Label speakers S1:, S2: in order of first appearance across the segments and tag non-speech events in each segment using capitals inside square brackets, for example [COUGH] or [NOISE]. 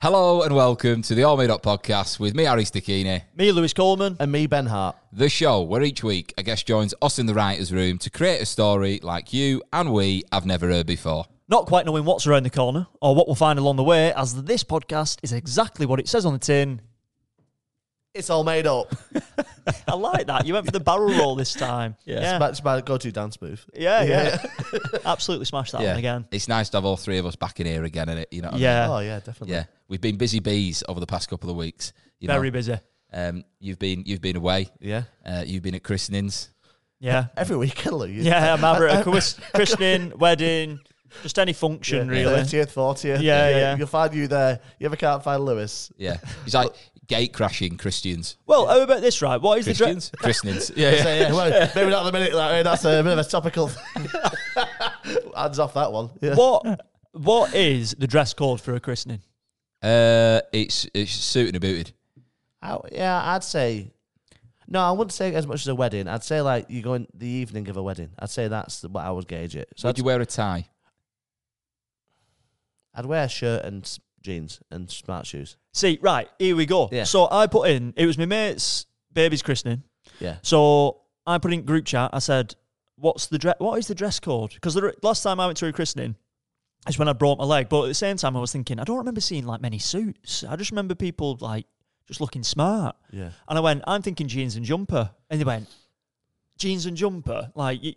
S1: Hello and welcome to the All Made Up podcast with me, Ari Stikini.
S2: Me, Lewis Coleman. uh, And me, Ben Hart.
S1: The show where each week a guest joins us in the writer's room to create a story like you and we have never heard before.
S2: Not quite knowing what's around the corner or what we'll find along the way, as this podcast is exactly what it says on the tin.
S3: It's all made [LAUGHS] up.
S2: I like that. You went for the barrel roll this time.
S3: It's
S2: Yeah.
S3: about, it's about go to dance move.
S2: Yeah, yeah. [LAUGHS] Absolutely smash that one again.
S1: It's nice to have all three of us back in here again, is it? You know what I mean?
S2: Yeah.
S3: Oh yeah, definitely.
S1: Yeah. We've been busy bees over the past couple of weeks. You
S2: Very
S1: know,
S2: busy.
S1: um, you've been you've been away.
S3: Yeah.
S1: Uh, you've been at christenings.
S2: Yeah.
S3: Every weekend, Lou. you-
S2: Yeah, I'm over at a chris- christening, wedding, just any function, really.
S3: 30th, 40th.
S2: Yeah, yeah.
S3: You'll find you there. You ever can't find Lewis.
S1: Yeah, he's like gate crashing Christians.
S2: [LAUGHS] Well, how about this, right? What is the
S1: Christians,
S2: dress?
S1: [LAUGHS] christenings. Yeah, yeah.
S3: So, yeah, [LAUGHS] well, maybe not at the minute. Like, hey, that's a bit of a topical. [LAUGHS] Hands off that one. Yeah.
S2: What, what is the dress code for a christening?
S1: Uh, it's it's suited and booted.
S3: I, yeah, I'd say. No, I wouldn't say as much as a wedding. I'd say like you go in the evening of a wedding. I'd say that's what I would gauge it. So
S1: Would
S3: I'd,
S1: you wear a tie?
S3: I'd wear a shirt and s- jeans and smart shoes.
S2: See, right, here we go.
S3: Yeah.
S2: So I put in, it was my mate's baby's christening.
S3: Yeah.
S2: So I put in group chat. I said, "What's the dress? What is the dress code?" Because the last time I went to a christening is when I broke my leg. But at the same time, I was thinking, I don't remember seeing like many suits. I just remember people like just looking smart.
S3: Yeah.
S2: And I went, "I'm thinking jeans and jumper," and they went, "Jeans and jumper? Like you,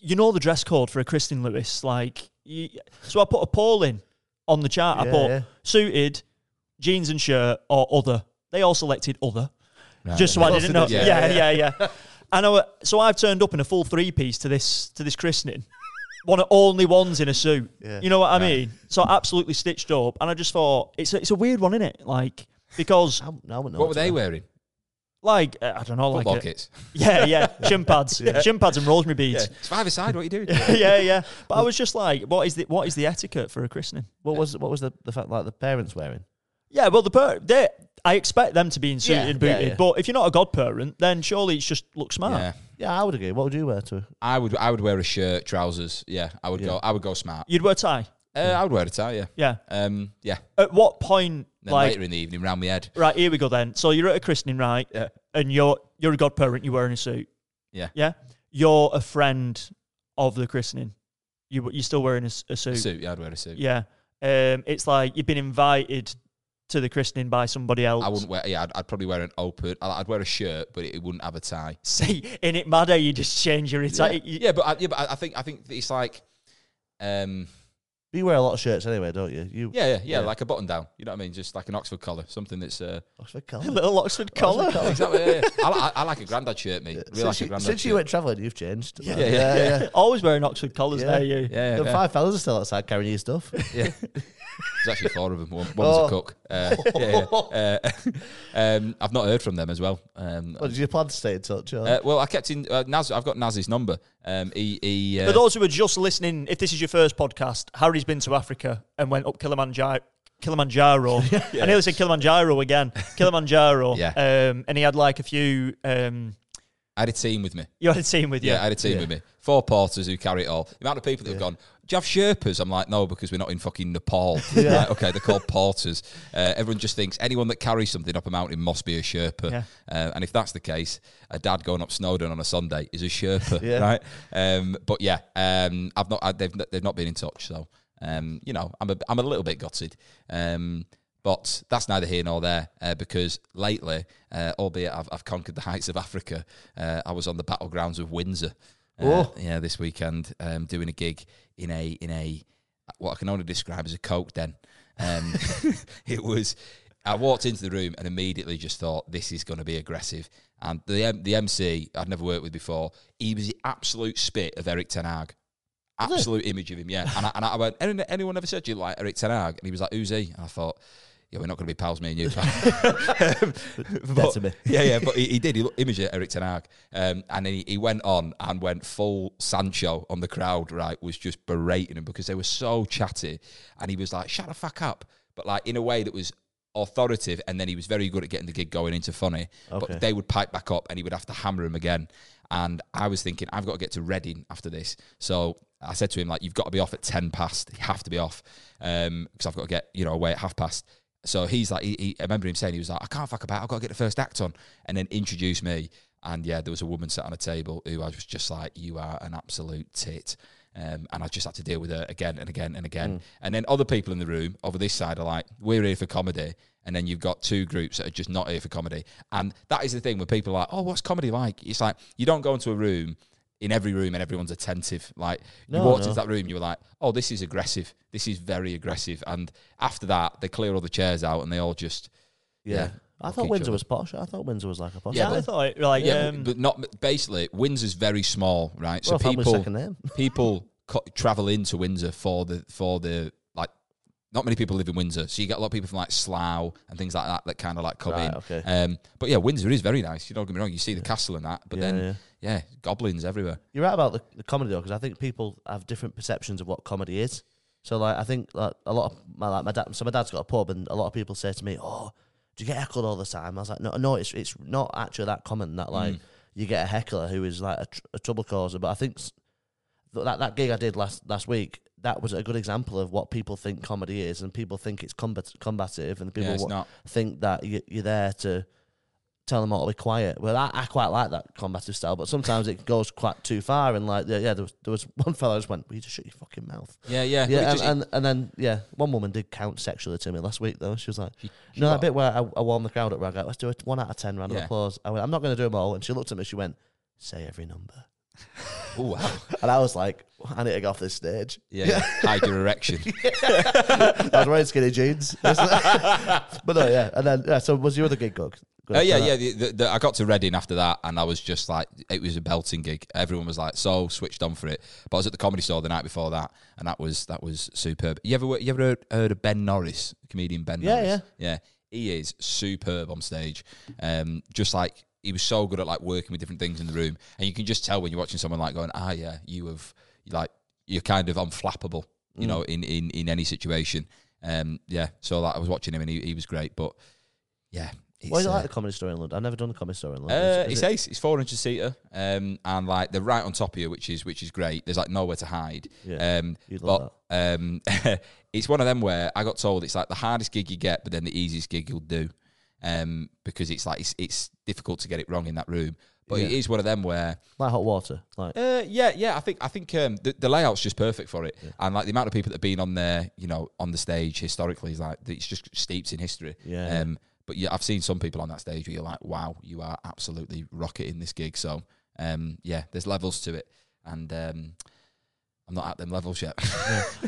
S2: you know the dress code for a christening, Lewis? Like you, so?" I put a poll in on the chat. I
S3: Yeah,
S2: put
S3: yeah.
S2: suited, jeans and shirt, or other. They all selected other
S1: Right.
S2: just so I didn't know.
S1: did,
S2: Yeah,
S1: yeah.
S2: yeah, yeah. And I wa- so I've turned up in a full three piece to this to this christening. One of only ones in a suit.
S3: Yeah.
S2: You know what I
S1: Right.
S2: mean? So absolutely stitched up, and I just thought it's a, it's a weird one, isn't it? Like because
S3: I, wouldn't- I wouldn't know.
S1: What were
S3: to
S1: they
S3: wear.
S1: wearing?
S2: like uh, I don't know, like
S1: Football
S2: a-
S1: kits.
S2: [LAUGHS] yeah, yeah, shin pads, shin pads and rosemary
S1: Yeah.
S2: beads.
S1: It's five aside. What are you doing?
S2: Yeah. [LAUGHS] yeah, But I was just like, what is the what is the etiquette for a christening?
S3: What was what was the, the fact like the parents wearing?
S2: Yeah, well the per they I expect them to be in suit
S3: Yeah,
S2: and
S3: yeah,
S2: booted,
S3: yeah.
S2: but if you're not a godparent, then surely it's just look smart.
S1: Yeah.
S3: Yeah, I would agree. What would you wear to?
S1: I would I would wear a shirt, trousers. Yeah, I would go. I would go smart.
S2: You'd wear a tie.
S1: Uh, I would wear a tie. Yeah.
S2: Yeah.
S1: Um. Yeah.
S2: At what point,
S1: Then
S2: like,
S1: later in the evening, round my head.
S2: Right, here we go then. So you're at a christening, right?
S1: Yeah.
S2: And you're you're a godparent, you're wearing a suit.
S1: Yeah.
S2: Yeah. You're a friend of the christening. You you're still wearing a, s- a
S1: A
S2: suit.
S1: suit. Yeah, I'd wear a suit.
S2: Yeah. Um it's like you've been invited to the christening by somebody else.
S1: I
S2: [LAUGHS]
S1: wouldn't wear. Yeah, I'd, I'd probably wear an open. I- I'd wear a shirt, but it, it wouldn't have a tie.
S2: See, in it matter you just change your
S1: Yeah,
S2: attire.
S1: yeah but I, yeah, but I, I think I think it's like, um,
S3: You wear a lot of shirts anyway, don't you? You
S1: yeah, yeah, yeah,
S3: Yeah.
S1: like a button down. You know what I mean? Just like an Oxford collar, something that's. Uh,
S3: Oxford oh,
S1: [LAUGHS]
S2: [LAUGHS]
S3: collar.
S2: Little Oxford collar. [LAUGHS]
S3: Oxford collar.
S1: exactly. Yeah, yeah. I, li- I, I like a grandad shirt, mate. Really
S3: Since,
S1: like a
S3: you,
S1: grandad
S3: since
S1: shirt.
S3: you went travelling, you've changed. Yeah,
S1: yeah, yeah.
S2: Always wearing Oxford collars,
S3: Yeah.
S2: there you.
S3: [LAUGHS]
S1: yeah,
S3: The
S1: yeah,
S3: five fellas are still outside carrying
S1: [LAUGHS]
S3: your stuff.
S1: yeah. There's actually four of them. One, one was a
S3: Oh.
S1: cook. Uh, yeah, yeah. Uh, [LAUGHS] um, I've not heard from them as well. Um,
S3: What did you plan to stay in touch? Or? [LAUGHS]
S1: uh, well, I kept in uh, Naz. I've got Naz's number. Um, he, he uh,
S2: For those who are just listening, if this is your first podcast, Harry's been to Africa and went up Kilimanjaro. Kilimanjaro.
S1: [LAUGHS]
S2: I nearly said Kilimanjaro again. Kilimanjaro.
S1: Yeah.
S2: Um, and he had like a few. Um,
S1: I had a team with me.
S2: you had a team with you.
S1: Yeah, I had a team with me. Four porters who carry it all. The amount of people that have gone, do you have Sherpas? I'm like, no, because we're not in fucking Nepal. Right, okay, they're called porters. Uh, everyone just thinks anyone that carries something up a mountain must be a Sherpa.
S2: Yeah.
S1: Uh, and if that's the case, a dad going up Snowdon on a Sunday is a Sherpa,
S3: Yeah.
S1: right? Um, but yeah, um, I've not, I, they've, they've not been in touch. So, um, you know, I'm a, I'm a little bit gutted. Um, but that's neither here nor there uh, because lately, uh, albeit I've, I've conquered the heights of Africa, uh, I was on the battlegrounds of Windsor. Uh,
S3: Oh.
S1: yeah, this weekend, um, doing a gig in a in a what I can only describe as a coke den. Um, [LAUGHS] it was. I walked into the room and immediately just thought this is going to be aggressive. And the M- the MC I'd never worked with before, he was the absolute spit of Eric Ten Hag. Absolute image of him, yeah. And I, and I went, anyone, anyone ever said you like Eric Ten Hag? And he was like, who's he? And I thought, yeah, we're not going to be pals, me and you. [LAUGHS]
S3: Better be.
S1: yeah, yeah, but he, he did. He looked image at Eric Ten Hag. Um, and then he, he went on and went full Sancho on the crowd, right? Was just berating him because they were so chatty. And he was like, shut the fuck up. But like in a way that was authoritative. And then he was very good at getting the gig going into funny.
S3: Okay.
S1: But they would pipe back up and he would have to hammer him again. And I was thinking, I've got to get to Reading after this. So I um, said to him, like, you've got to be off at 10 past. You have to be off because I've got to get, you know, away at half past. So he's like, he, he, I remember him saying he was like, I can't fuck about. I've got to get the first act on, and then introduce me. And yeah, there was a woman sat on a table who I was just like, you are an absolute tit. Um, and I just had to deal with her again and again and again.
S3: Mm.
S1: And then other people in the room over this side are like, we're here for comedy. And then you've got two groups that are just not here for comedy. And that is the thing where people are like, oh, what's comedy like? It's like, you don't go into a room in every room and everyone's attentive. Like you
S3: No,
S1: walked
S3: no.
S1: into that room, you were like, "Oh, this is aggressive. This is very aggressive." And after that, they clear all the chairs out and they all just
S3: Yeah.
S1: Yeah.
S3: I
S1: Fuck
S3: thought
S1: each
S3: Windsor
S1: other.
S3: was posh. I thought Windsor was like a posh.
S1: Yeah,
S2: Yeah,
S3: place.
S2: I thought it, like
S1: yeah,
S2: um,
S1: but not basically. Windsor's very small, right?
S3: well,
S1: so
S3: family
S1: people
S3: second name.
S1: people co- travel into Windsor for the for the like. Not many people live in Windsor, so you get a lot of people from like Slough and things like that that kind of like come
S3: Right,
S1: in.
S3: okay.
S1: Um, but yeah, Windsor is very nice. You don't get me wrong. You see the castle and that, but
S3: Yeah,
S1: then
S3: yeah.
S1: yeah, goblins everywhere.
S3: You're right about the, the comedy though, because I think people have different perceptions of what comedy is. So like, I think like a lot of my like my dad. So my dad's got a pub, and a lot of people say to me, "Oh, do you get heckled all the time?" I was like, "No, no, it's it's not actually that common
S1: Mm.
S3: that like you get a heckler who is like a, tr- a trouble causer." But I think s- th- that that gig I did last last week that was a good example of what people think comedy is, and people think it's combat combative, and people
S1: yeah, it's
S3: wa-
S1: not.
S3: think that you, you're there to tell them all to be quiet. Well, I, I quite like that combative style, but sometimes it goes quite too far. And like, yeah, yeah there was there was [LAUGHS] one fellow just went, "Will you just shut your
S1: [LAUGHS]
S3: fucking mouth?"
S1: Yeah, yeah, but it
S3: Yeah, and,
S1: just- it-
S3: and and then yeah, one woman did count sexually to me last week though. She
S1: [LAUGHS]
S3: was like,
S1: She- she
S3: "No,
S1: what?
S3: that bit where I, I warmed the crowd up, where I go, let's do a one out of ten round
S1: Yeah.
S3: of applause." I went, "I'm not going to do them all," and she looked at me. She went, "Say every number,"
S1: oh wow.
S3: [LAUGHS] and I was like, "I need to get off this stage." [LAUGHS]
S1: Yeah, yeah. hide your erection.
S3: I was wearing
S1: [LAUGHS]
S3: skinny jeans, [LAUGHS] but no, yeah, and then yeah. So was your other gig good? Good
S1: Oh yeah,
S3: after that?
S1: yeah. The, the, the, I got to Reading after that, and I was just like, it was a belting gig. Everyone was like so switched on for it. But I was at the comedy store the night before that, and that was that was superb. You ever you ever heard, heard of Ben Norris, comedian Ben?
S3: Yeah,
S1: Norris? yeah, yeah. He is superb on stage. Um, just like he was so good at like working with different things in the room, and you can just tell when you're watching someone like going, ah, yeah, you have like you're kind of unflappable,
S3: Mm.
S1: you know, in in in any situation. Um, yeah. So like, I was watching him, and he, he was great, but yeah.
S3: Why do
S1: it's,
S3: you
S1: uh,
S3: like the comedy store in London? I've never done the comedy store in London.
S1: uh,
S3: Is- is
S1: it's
S3: it-
S1: ace. It's four hundred seater, um, and like they're right on top of you, which is which is great. There's like nowhere to hide.
S3: Yeah,
S1: um,
S3: you'd love
S1: but um, [LAUGHS] it's one of them where I got told it's like the hardest gig you get, but then the easiest gig you'll do, um, because it's like it's it's difficult to get it wrong in that room. But it
S3: Yeah.
S1: is one of them where
S3: like hot water. Like
S1: uh, yeah, yeah. I think I think um, the, the layout's just perfect for it, and like the amount of people that have been on there, you know, on the stage historically is like it's just steeped in history.
S3: Yeah.
S1: Um, but yeah, I've seen some people on that stage where you're like, wow, you are absolutely rocketing this gig. So um, yeah, there's levels to it, and um, I'm not at them levels yet.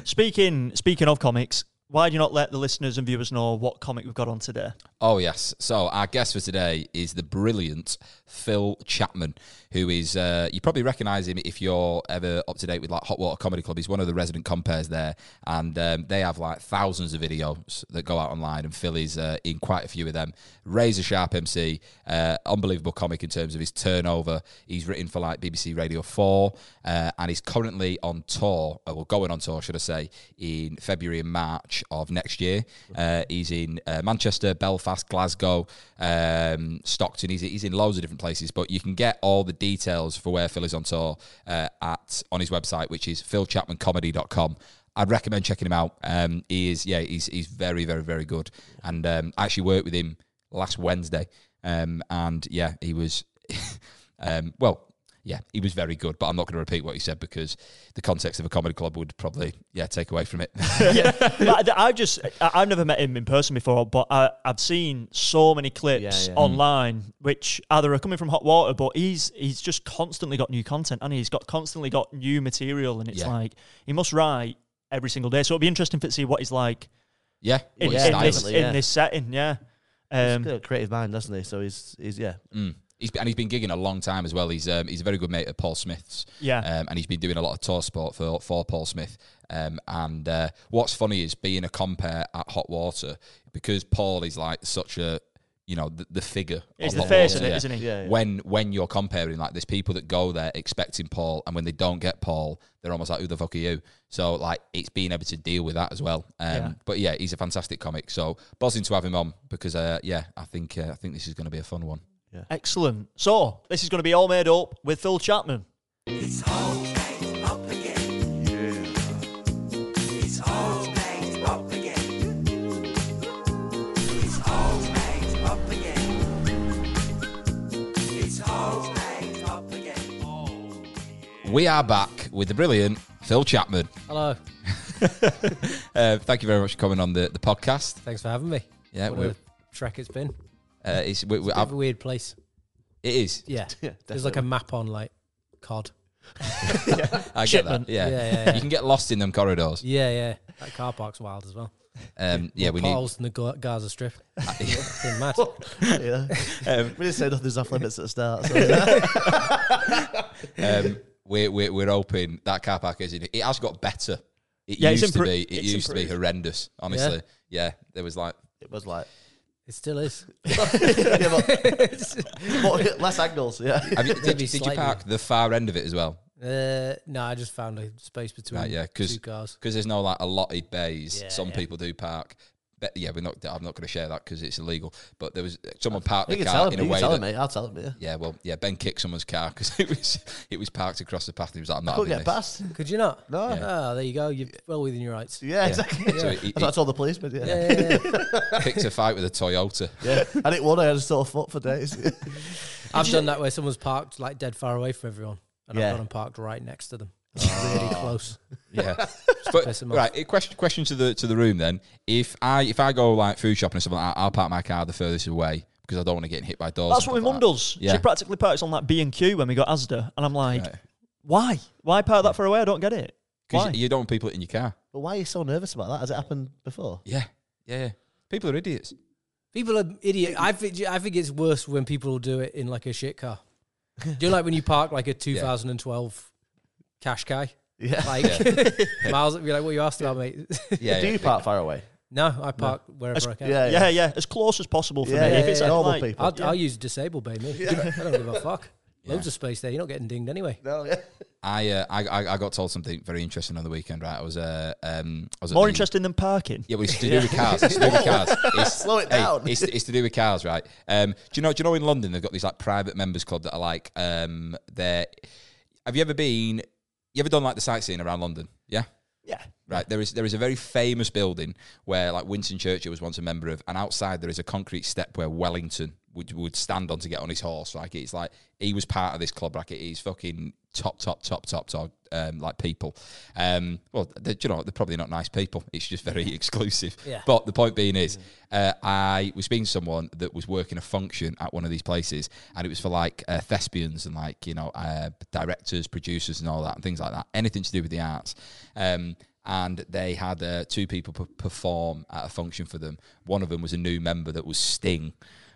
S2: speaking speaking of comics, why do you not let the listeners and viewers know what comic we've got on today?
S1: Oh yes. So our guest for today is the brilliant Phil Chapman, who is uh, you probably recognise him if you're ever up to date with like Hot Water Comedy Club. He's one of the resident compares there, and um, they have like thousands of videos that go out online, and Phil is uh, in quite a few of them. Razor sharp MC, uh, unbelievable comic in terms of his turnover. He's written for like BBC Radio Four, uh, and he's currently on tour. uh, Well, going on tour, should I say, in February and March of next year. Uh, he's in uh, Manchester, Belfast, Glasgow, um, Stockton. He's, he's in loads of different places, but you can get all the details for where Phil is on tour uh, at on his website, which is philchapmancomedy.com. I'd recommend checking him out. Um, he is, yeah, he's he's very, very, very good. And um, I actually worked with him last Wednesday, um, and yeah, he was, [LAUGHS] um, well, yeah, he was very good. But I'm not going to repeat what he said because the context of a comedy club would probably, yeah, take away from it. [LAUGHS]
S2: yeah, but I- I've just I- I've never met him in person before, but I, I've seen so many clips
S3: Yeah, yeah.
S2: online, which either are coming from hot water, but he's he's just constantly got new content, and he? has got constantly got new material, and it's
S1: Yeah.
S2: like he must write every single day. So it'll be interesting to see what he's like
S1: yeah,
S2: in,
S1: what his
S2: in
S1: style
S2: this
S1: is.
S3: definitely, yeah.
S2: in this setting. Yeah,
S3: he's
S2: um,
S3: got a creative mind, doesn't he? So he's
S1: [LAUGHS]
S3: he's yeah.
S1: Mm. He's been, and he's been gigging a long time as well. He's um, he's a very good mate of Paul Smith's.
S2: Yeah.
S1: Um, and he's been doing a lot of tour sport for for Paul Smith. Um, and uh, what's funny is being a compare at Hot Water because Paul is like such a you know the, the figure.
S2: he's
S1: of
S2: the
S1: Hot
S2: face of
S1: Water,
S2: it,
S1: yeah.
S2: isn't he?
S3: Yeah, yeah.
S1: When when you're comparing, like there's people that go there expecting Paul, and when they don't get Paul, they're almost like, "Who the fuck are you?" So like it's being able to deal with that as well. Um,
S2: Yeah.
S1: But yeah, he's a fantastic comic. So buzzing to have him on because uh, yeah, I think uh, I think this is going to be a fun one.
S2: Excellent. So this is going to be all made up with Phil Chapman.
S4: It's all made up again. Yeah. It's all made up again.
S1: We are back with the brilliant Phil Chapman.
S5: Hello.
S1: Uh, thank you very much for coming on the, the podcast.
S5: Thanks for having me.
S1: Yeah,
S5: what
S1: we-
S5: a trek it's been.
S1: Uh, it's, we, we,
S5: Bit of
S1: I've-
S5: a
S1: [LAUGHS]
S5: weird place.
S1: it is.
S5: Yeah.
S3: Yeah,
S5: There's like a map on like COD.
S1: I get
S2: Shipment.
S1: that. Yeah.
S5: Yeah, yeah, [LAUGHS] yeah.
S1: You can get lost in them corridors.
S5: Yeah, yeah. That car park's wild as well.
S1: Um, yeah, we need. Ah,
S5: Potholes in the Ga-
S1: [LAUGHS]
S5: Gaza Strip. It's been mad.
S3: yeah.
S1: Um,
S3: [LAUGHS] we didn't say nothing's off limits at the start.
S1: [LAUGHS]
S3: So
S1: um, we're, we're, we're hoping that car park is. It has got better. It
S2: Yeah, it's
S1: used to
S2: impro-
S1: be. It
S2: it's
S1: used to be
S2: improved.
S1: horrendous. Honestly, yeah. There was
S3: [LAUGHS]
S1: like
S3: it was like
S5: It still is.
S3: yeah, but,
S1: [LAUGHS]
S3: but [LAUGHS] less angles. Yeah,
S1: Have you, did,
S5: Maybe
S1: did you
S5: slightly.
S1: park the far end of it as well?
S5: Uh, no, I just found a space between
S1: Right, yeah, 'cause-
S5: two cars.
S1: Because there's no like allotted bays.
S5: Yeah,
S1: Some
S5: yeah.
S1: people do park. But yeah, we're not. I'm not going to share that because it's illegal. But there was someone parked
S3: You
S1: the
S3: can tell
S1: car in
S3: him.
S1: a
S3: You can
S1: way
S3: tell
S1: that.
S3: him, mate. I'll tell him. Yeah,
S1: Yeah, well, yeah. Ben kicked someone's car because [LAUGHS] it was it was parked across the path. And he was like, "I'm not
S3: couldn't
S1: having
S3: get
S1: this."
S3: past.
S5: Could you not?
S3: No.
S5: Ah, there you go. You're well within your rights.
S3: Yeah, exactly.
S1: So
S3: That's
S1: he,
S3: what I told the policeman. Yeah.
S5: Yeah, yeah,
S1: [LAUGHS]
S5: yeah.
S1: he picked a fight with a Toyota. [LAUGHS]
S3: Yeah, I didn't want to. I had a sore foot for days. [LAUGHS]
S5: I've done that where someone's parked like dead far away from everyone, and
S3: Yeah.
S5: I've gone and parked right
S1: [LAUGHS]
S5: next to them, really close.
S1: Yeah, but
S5: piss him off.
S1: right. a Question question to the to the room then. If I if I go like food shopping or something, like that, I'll park my car the furthest away because I don't want to get hit by doors.
S2: That's
S1: and
S2: what my
S1: stuff
S2: mum
S1: like
S2: does.
S1: Yeah.
S2: She practically parks on that B and Q when we got Asda, and I'm like,
S1: that. Right.
S2: why? Why park that far away? I don't get it.
S1: 'Cause
S2: Why?
S1: you don't want people in your car.
S3: but why are you so nervous about that? Has it happened before?
S1: Yeah, yeah. yeah. People are idiots.
S5: People are idiot. I think I think it's worse when people do it in like a shit car. Do you know, like when you park like a 2012 cash guy?
S3: Yeah.
S5: Like [LAUGHS] miles, you're like, what you asked about, mate?
S1: [LAUGHS]
S5: [LAUGHS]
S1: Yeah,
S3: [LAUGHS] Do
S1: yeah.
S3: you park far away?
S5: no, I park wherever I can.
S3: Yeah,
S2: Yeah, yeah, as close as possible for
S3: Yeah,
S2: me.
S3: yeah,
S2: if it's
S5: yeah.
S2: anything
S3: Normal
S2: like,
S3: people.
S5: I'll, I'll use disabled, baby. I don't give a fuck. Loads of space there. You're not getting dinged anyway.
S3: No, yeah.
S1: I, uh, I I I got told something very interesting on the weekend. Right, I was uh, um I was at
S2: more
S1: the-
S2: interesting than parking.
S1: Yeah, well, it's to do with cars. It's to do with cars. It's,
S3: Slow it down.
S1: it's, it's to do with cars, right? Um, do you know? Do you know in London they've got these like private members club that are like um, they're. Have you ever been? You ever done like the sightseeing around London? Yeah.
S2: Yeah.
S1: Right. There is there is a very famous building where like Winston Churchill was once a member of, and outside there is a concrete step where Wellington would, would stand on to get on his horse. Like it's like he was part of this club. Like he's fucking top top top top top um, like people. Um, well, they, do you know what? they're probably not nice people. It's just very [LAUGHS] exclusive.
S5: Yeah.
S1: But the point being is, uh, I was speaking to someone that was working a function at one of these places, and it was for like uh, thespians and like you know uh, directors, producers, and all that, and things like that. Anything to do with the arts. Um, and they had uh, two people p- perform at a function for them. One of them was a new member that was Sting,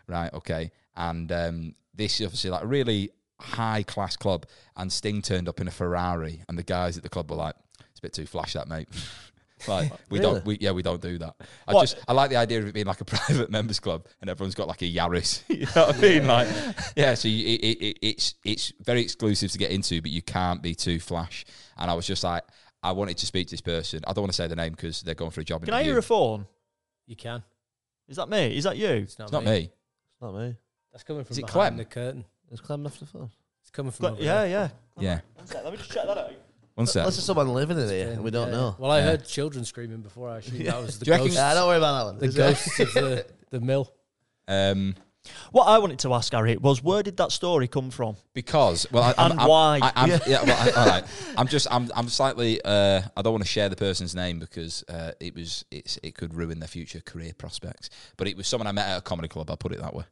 S1: right? Okay, and um, this is obviously like a really high class club. And Sting turned up in a Ferrari, and the guys at the club were like, "It's a bit too flash, that mate." [LAUGHS] like we don't, we, yeah, we don't do that. I
S2: What?
S1: just, I like the idea of it being like a [LAUGHS] private members club, and everyone's got like a Yaris. [LAUGHS] you know what I mean? Like, yeah. So you, it, it, it, it's it's very exclusive to get into, but you can't be too flash. And I was just like. I wanted to speak to this person. I don't want to say the name because they're going for a job.
S2: Can I
S1: interview.
S2: hear a phone?
S5: You can.
S2: Is that me? Is that you?
S5: It's not,
S1: It's not
S5: me.
S1: me.
S3: Not me.
S5: That's coming from
S1: Is it
S5: behind
S1: Clem?
S5: the curtain.
S3: It's climbing off the phone.
S5: It's coming from
S2: Got-
S5: over
S2: yeah,
S5: there.
S2: yeah.
S1: Yeah.
S2: Let me just check that out.
S1: One sec.
S3: Unless there's someone living in here and we don't
S5: Yeah.
S3: know.
S5: Well, I
S1: Yeah.
S5: heard children screaming before. I assumed that was the
S1: Do you reckon-
S5: ghost,
S3: Yeah, don't worry about that one.
S5: the
S3: Is it-
S5: ghosts of the, the mill.
S1: Um,
S2: What I wanted to ask Harry was, where did that story come from?
S1: because well, I, I'm,
S2: And
S1: I'm-
S2: why?
S1: I, am yeah. well, I, all right. I'm just I'm I'm slightly uh, I don't want to share the person's name because uh, it was it's it could ruin their future career prospects. But it was someone I met at a comedy club. I'll put it that way.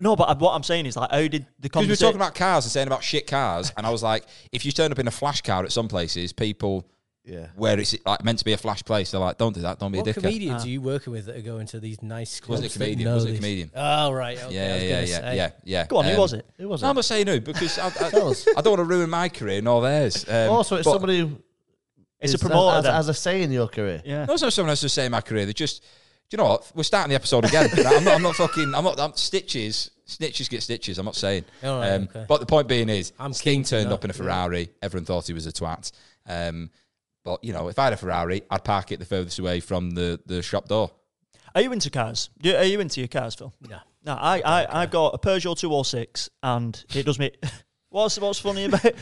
S2: No, but I, what I'm saying is, like, how did the
S1: Because we were
S2: conversation?
S1: talking about cars and saying about shit cars, and I was like, if you turn up in a flash car at some places, people
S3: Yeah.
S1: where it's like meant to be a flash place, they're like, don't do that, don't be
S5: What
S1: a dickhead.
S2: Ah.
S5: comedians are you working with that are going to these nice clubs?
S1: Wasn't a
S5: that
S1: comedian,
S5: know
S1: wasn't a
S5: these-
S1: comedian.
S5: Oh, right. Okay. I
S1: Yeah,
S5: was
S1: yeah, yeah,
S5: gonna say.
S1: yeah, yeah.
S2: Go on,
S1: Um,
S2: who was it?
S3: Who was
S1: No, I'm
S3: it?
S1: not saying who because I, I,
S3: Tell us.
S1: I don't want to ruin my career nor theirs. Um,
S3: Also, it's
S1: but-
S3: somebody who
S2: It's a
S3: is-
S2: promoter.
S3: As,
S2: then.
S3: as a say in your career.
S2: yeah.
S1: No, it's [LAUGHS] not someone else to say my career. They just, do you know what? We're starting the episode
S5: [LAUGHS]
S1: again. I'm, not, I'm not fucking. I'm not. I'm stitches. Snitches get stitches. I'm not saying. Um,
S5: All right, okay.
S1: But the point being is,
S5: I'm
S1: Sting
S5: keen to
S1: turned
S5: know.
S1: up in a Ferrari. Everyone thought he was a twat. Um, but you know, if I had a Ferrari, I'd park it the furthest away from the the shop
S5: [LAUGHS]
S1: door.
S2: Are you into cars? Do you- Are you into your cars, Phil?
S5: No.
S2: No, I, I, I've got a Peugeot 206, and it does me. [LAUGHS] What's what's
S1: [LAUGHS]
S2: funny about? it?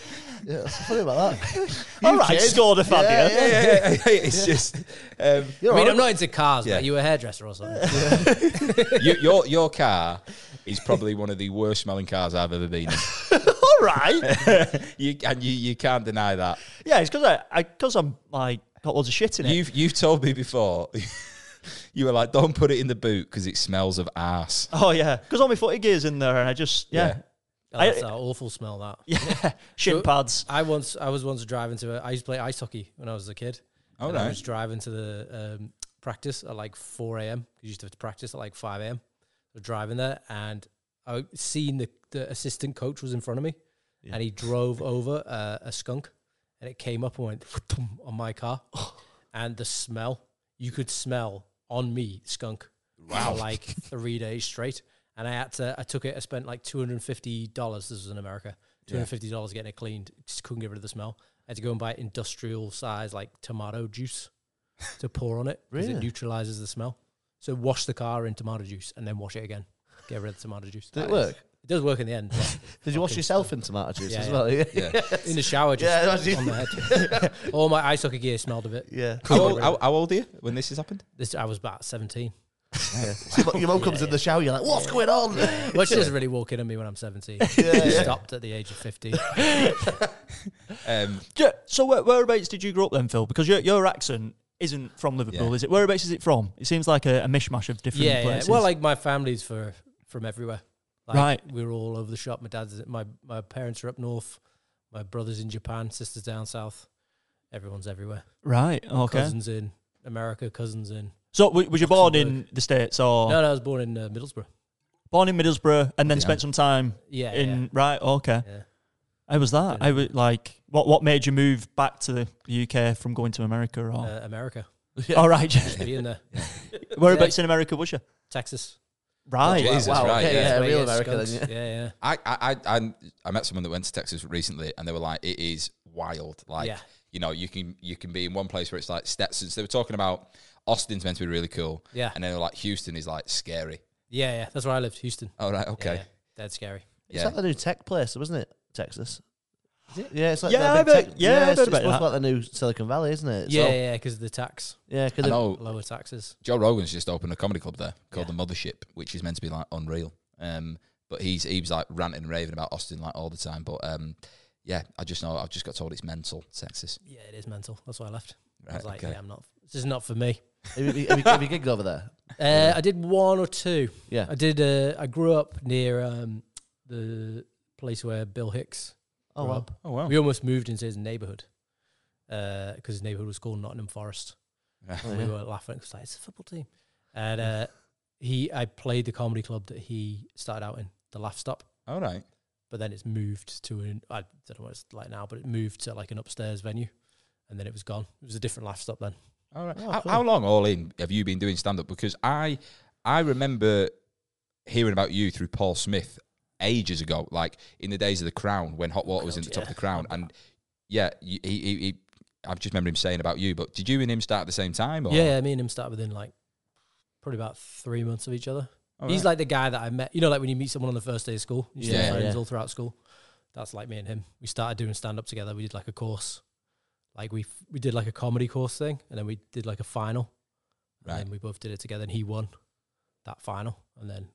S3: Yeah, what's funny about that?
S2: All right,
S3: kid.
S2: scored a Fabio.
S1: [LAUGHS] it's just um,
S3: You're
S5: I mean, I'm
S3: alright.
S5: not into cars,
S1: Yeah.
S5: but you a hairdresser
S2: [LAUGHS]
S5: or something.
S1: you, your your car is probably one of the worst smelling cars I've ever been in.
S2: [LAUGHS] all right.
S1: you and you, you can't deny that.
S2: yeah, it's because I, I, cause I'm like got loads of shit in it.
S1: You've you've told me before. [LAUGHS] you were like, don't put it in the boot because it smells of ass.
S2: oh yeah, because all my footy gear's in there, and I just yeah,
S5: Oh,
S2: I-
S5: that's that awful smell. That
S2: yeah, shin
S5: So-
S2: pads.
S5: I once I was once driving to. A, I used to play ice hockey when I was a kid.
S1: All
S5: and I
S1: right.
S5: was driving to the um, practice at like 4 a.m. because you used to have to practice at like 5 a.m. So driving there, and I seen the, the assistant coach was in front of me, and he drove over uh, a skunk, and it came up and went on my car, and the smell you could smell on me skunk for
S3: [LAUGHS]
S5: like three days straight. And I had to, I took it, I spent like $250. This was in America. $250 getting it cleaned. Just couldn't get rid of the smell. I had to go and buy industrial size, like tomato juice to pour on it because it
S3: Really?
S5: neutralizes the smell. So wash the car in tomato juice and then wash it again. Get rid of the tomato juice.
S3: Did it
S5: That
S3: work?
S5: is- It does work in the end. but
S3: Did you wash
S5: Fucking
S3: yourself in tomato juice
S5: Yeah,
S3: as
S5: yeah.
S3: well? [LAUGHS] Yeah. yeah.
S5: in the shower,
S3: Yeah,
S5: just
S3: that's it.
S5: on
S3: [LAUGHS]
S5: the head. All my ice hockey gear smelled of it.
S1: How old, how, how old are you when this has happened?
S5: This I was about 17.
S3: Yeah. So your mum- your mum comes in the shower, you're like, what's going on? Yeah,
S5: Well, she doesn't really walk in on me when I'm 17. She
S3: yeah.
S5: stopped at the age of 15.
S1: Um,
S2: Yeah, so where, whereabouts did you grow up then, Phil? Because your your accent isn't from Liverpool,
S1: Yeah.
S2: is it? Whereabouts is it from? It seems like a, a mishmash of different
S5: yeah, yeah.
S2: places.
S5: Well, like my family's for from everywhere. Like,
S2: Right.
S5: we were all over the shop. My dad's, my my parents are up north. My brother's in Japan. Sister's down south. Everyone's everywhere.
S2: right, Oh, okay.
S5: Cousins in America. Cousins in.
S2: So w- was you born in the states or
S5: No, no, I was born in uh, Middlesbrough.
S2: born in Middlesbrough and then
S1: Yeah.
S2: spent some time
S5: Yeah,
S2: in right? Okay,
S5: yeah, yeah.
S2: I was that.
S5: Been-
S2: I was like, what what made you move back to the UK from going to America or? [LAUGHS]
S5: Uh, America.
S2: All right, [LAUGHS]
S5: Just to be in there.
S2: whereabouts in America was you?
S5: Texas.
S2: Right,
S1: Jesus,
S3: wow,
S1: right,
S3: okay,
S1: yeah.
S3: yeah.
S5: That's where you
S3: real
S5: get
S3: America then,
S5: skunks. yeah, yeah.
S1: I, I, I, I, I met someone that went to Texas recently, and they were like, "It is wild. Like,
S5: Yeah.
S1: you know, you can you can be in one place where it's like Stetsons. They were talking about Austin's meant to be really cool,
S5: Yeah.
S1: and then they were like Houston is like scary.
S5: Yeah, yeah. That's where I lived, Houston.
S1: All right,
S5: Yeah,
S1: okay,
S5: yeah. Dead scary.
S1: yeah.
S3: It's like the new tech place, wasn't it? Texas.
S5: Is it?
S3: Yeah, it's like
S2: Yeah,
S3: that
S2: I
S3: big
S2: bet-
S3: tech-
S2: yeah, I
S3: it's-
S2: bet
S3: it's
S2: about
S3: supposed
S2: that.
S3: to be like the new Silicon Valley, isn't it? It's
S5: yeah,
S3: all-
S5: yeah, because of the tax,
S3: yeah. Cause
S1: I
S3: it-
S1: know
S5: lower taxes.
S1: Joe Rogan's just opened a comedy club there called
S5: Yeah.
S1: the Mothership, which is meant to be like unreal. Um, but he's he was like ranting and raving about Austin like all the time. But um, yeah, I just know I've just got told it's mental, Texas.
S5: Yeah, it is mental. That's why I left. I
S1: Right,
S5: was like,
S1: okay.
S5: yeah, I'm not. This is not for me.
S3: have, you, have, you, have you gigged over there?
S5: Uh, I did one or two.
S3: Yeah.
S5: I did. Uh, I grew up near um, the place where Bill Hicks.
S3: Oh,
S5: grew
S3: wow.
S5: up.
S1: Oh wow,
S5: We almost moved into his neighborhood because his neighborhood was called Nottingham Forest.
S3: Oh,
S5: And
S3: yeah.
S5: We were laughing because like, it's a football team, and uh, he. I played the comedy club that he started out in, the Laugh Stop.
S1: all right.
S5: But then it's moved to an I don't know what it's like now, but it moved to like an upstairs venue, and then it was gone. It was a different Laugh Stop then.
S1: All right.
S3: Oh,
S1: how,
S3: cool.
S1: how long all in have you been doing stand up? Because I I remember hearing about you through Paul Smith ages ago, like in the days of the Crown when Hot Water was in the top of the Crown, and yeah, you- he, he, he I just remember him saying about you. But did you and him start at the same time? Or?
S5: Yeah, yeah, me and him started within like probably about three months of each other.
S1: All
S5: He's
S1: right.
S5: like the guy that I met. You know, like when you meet someone on the first day of school, you
S1: Yeah,
S5: yeah, friends
S3: yeah.
S5: all throughout school. That's like me and him. We started doing stand up together. We did like a course, like we f- we did like a comedy course thing, and then we did like a final. And
S1: Right.
S5: then we both did it together, and he won that final, and then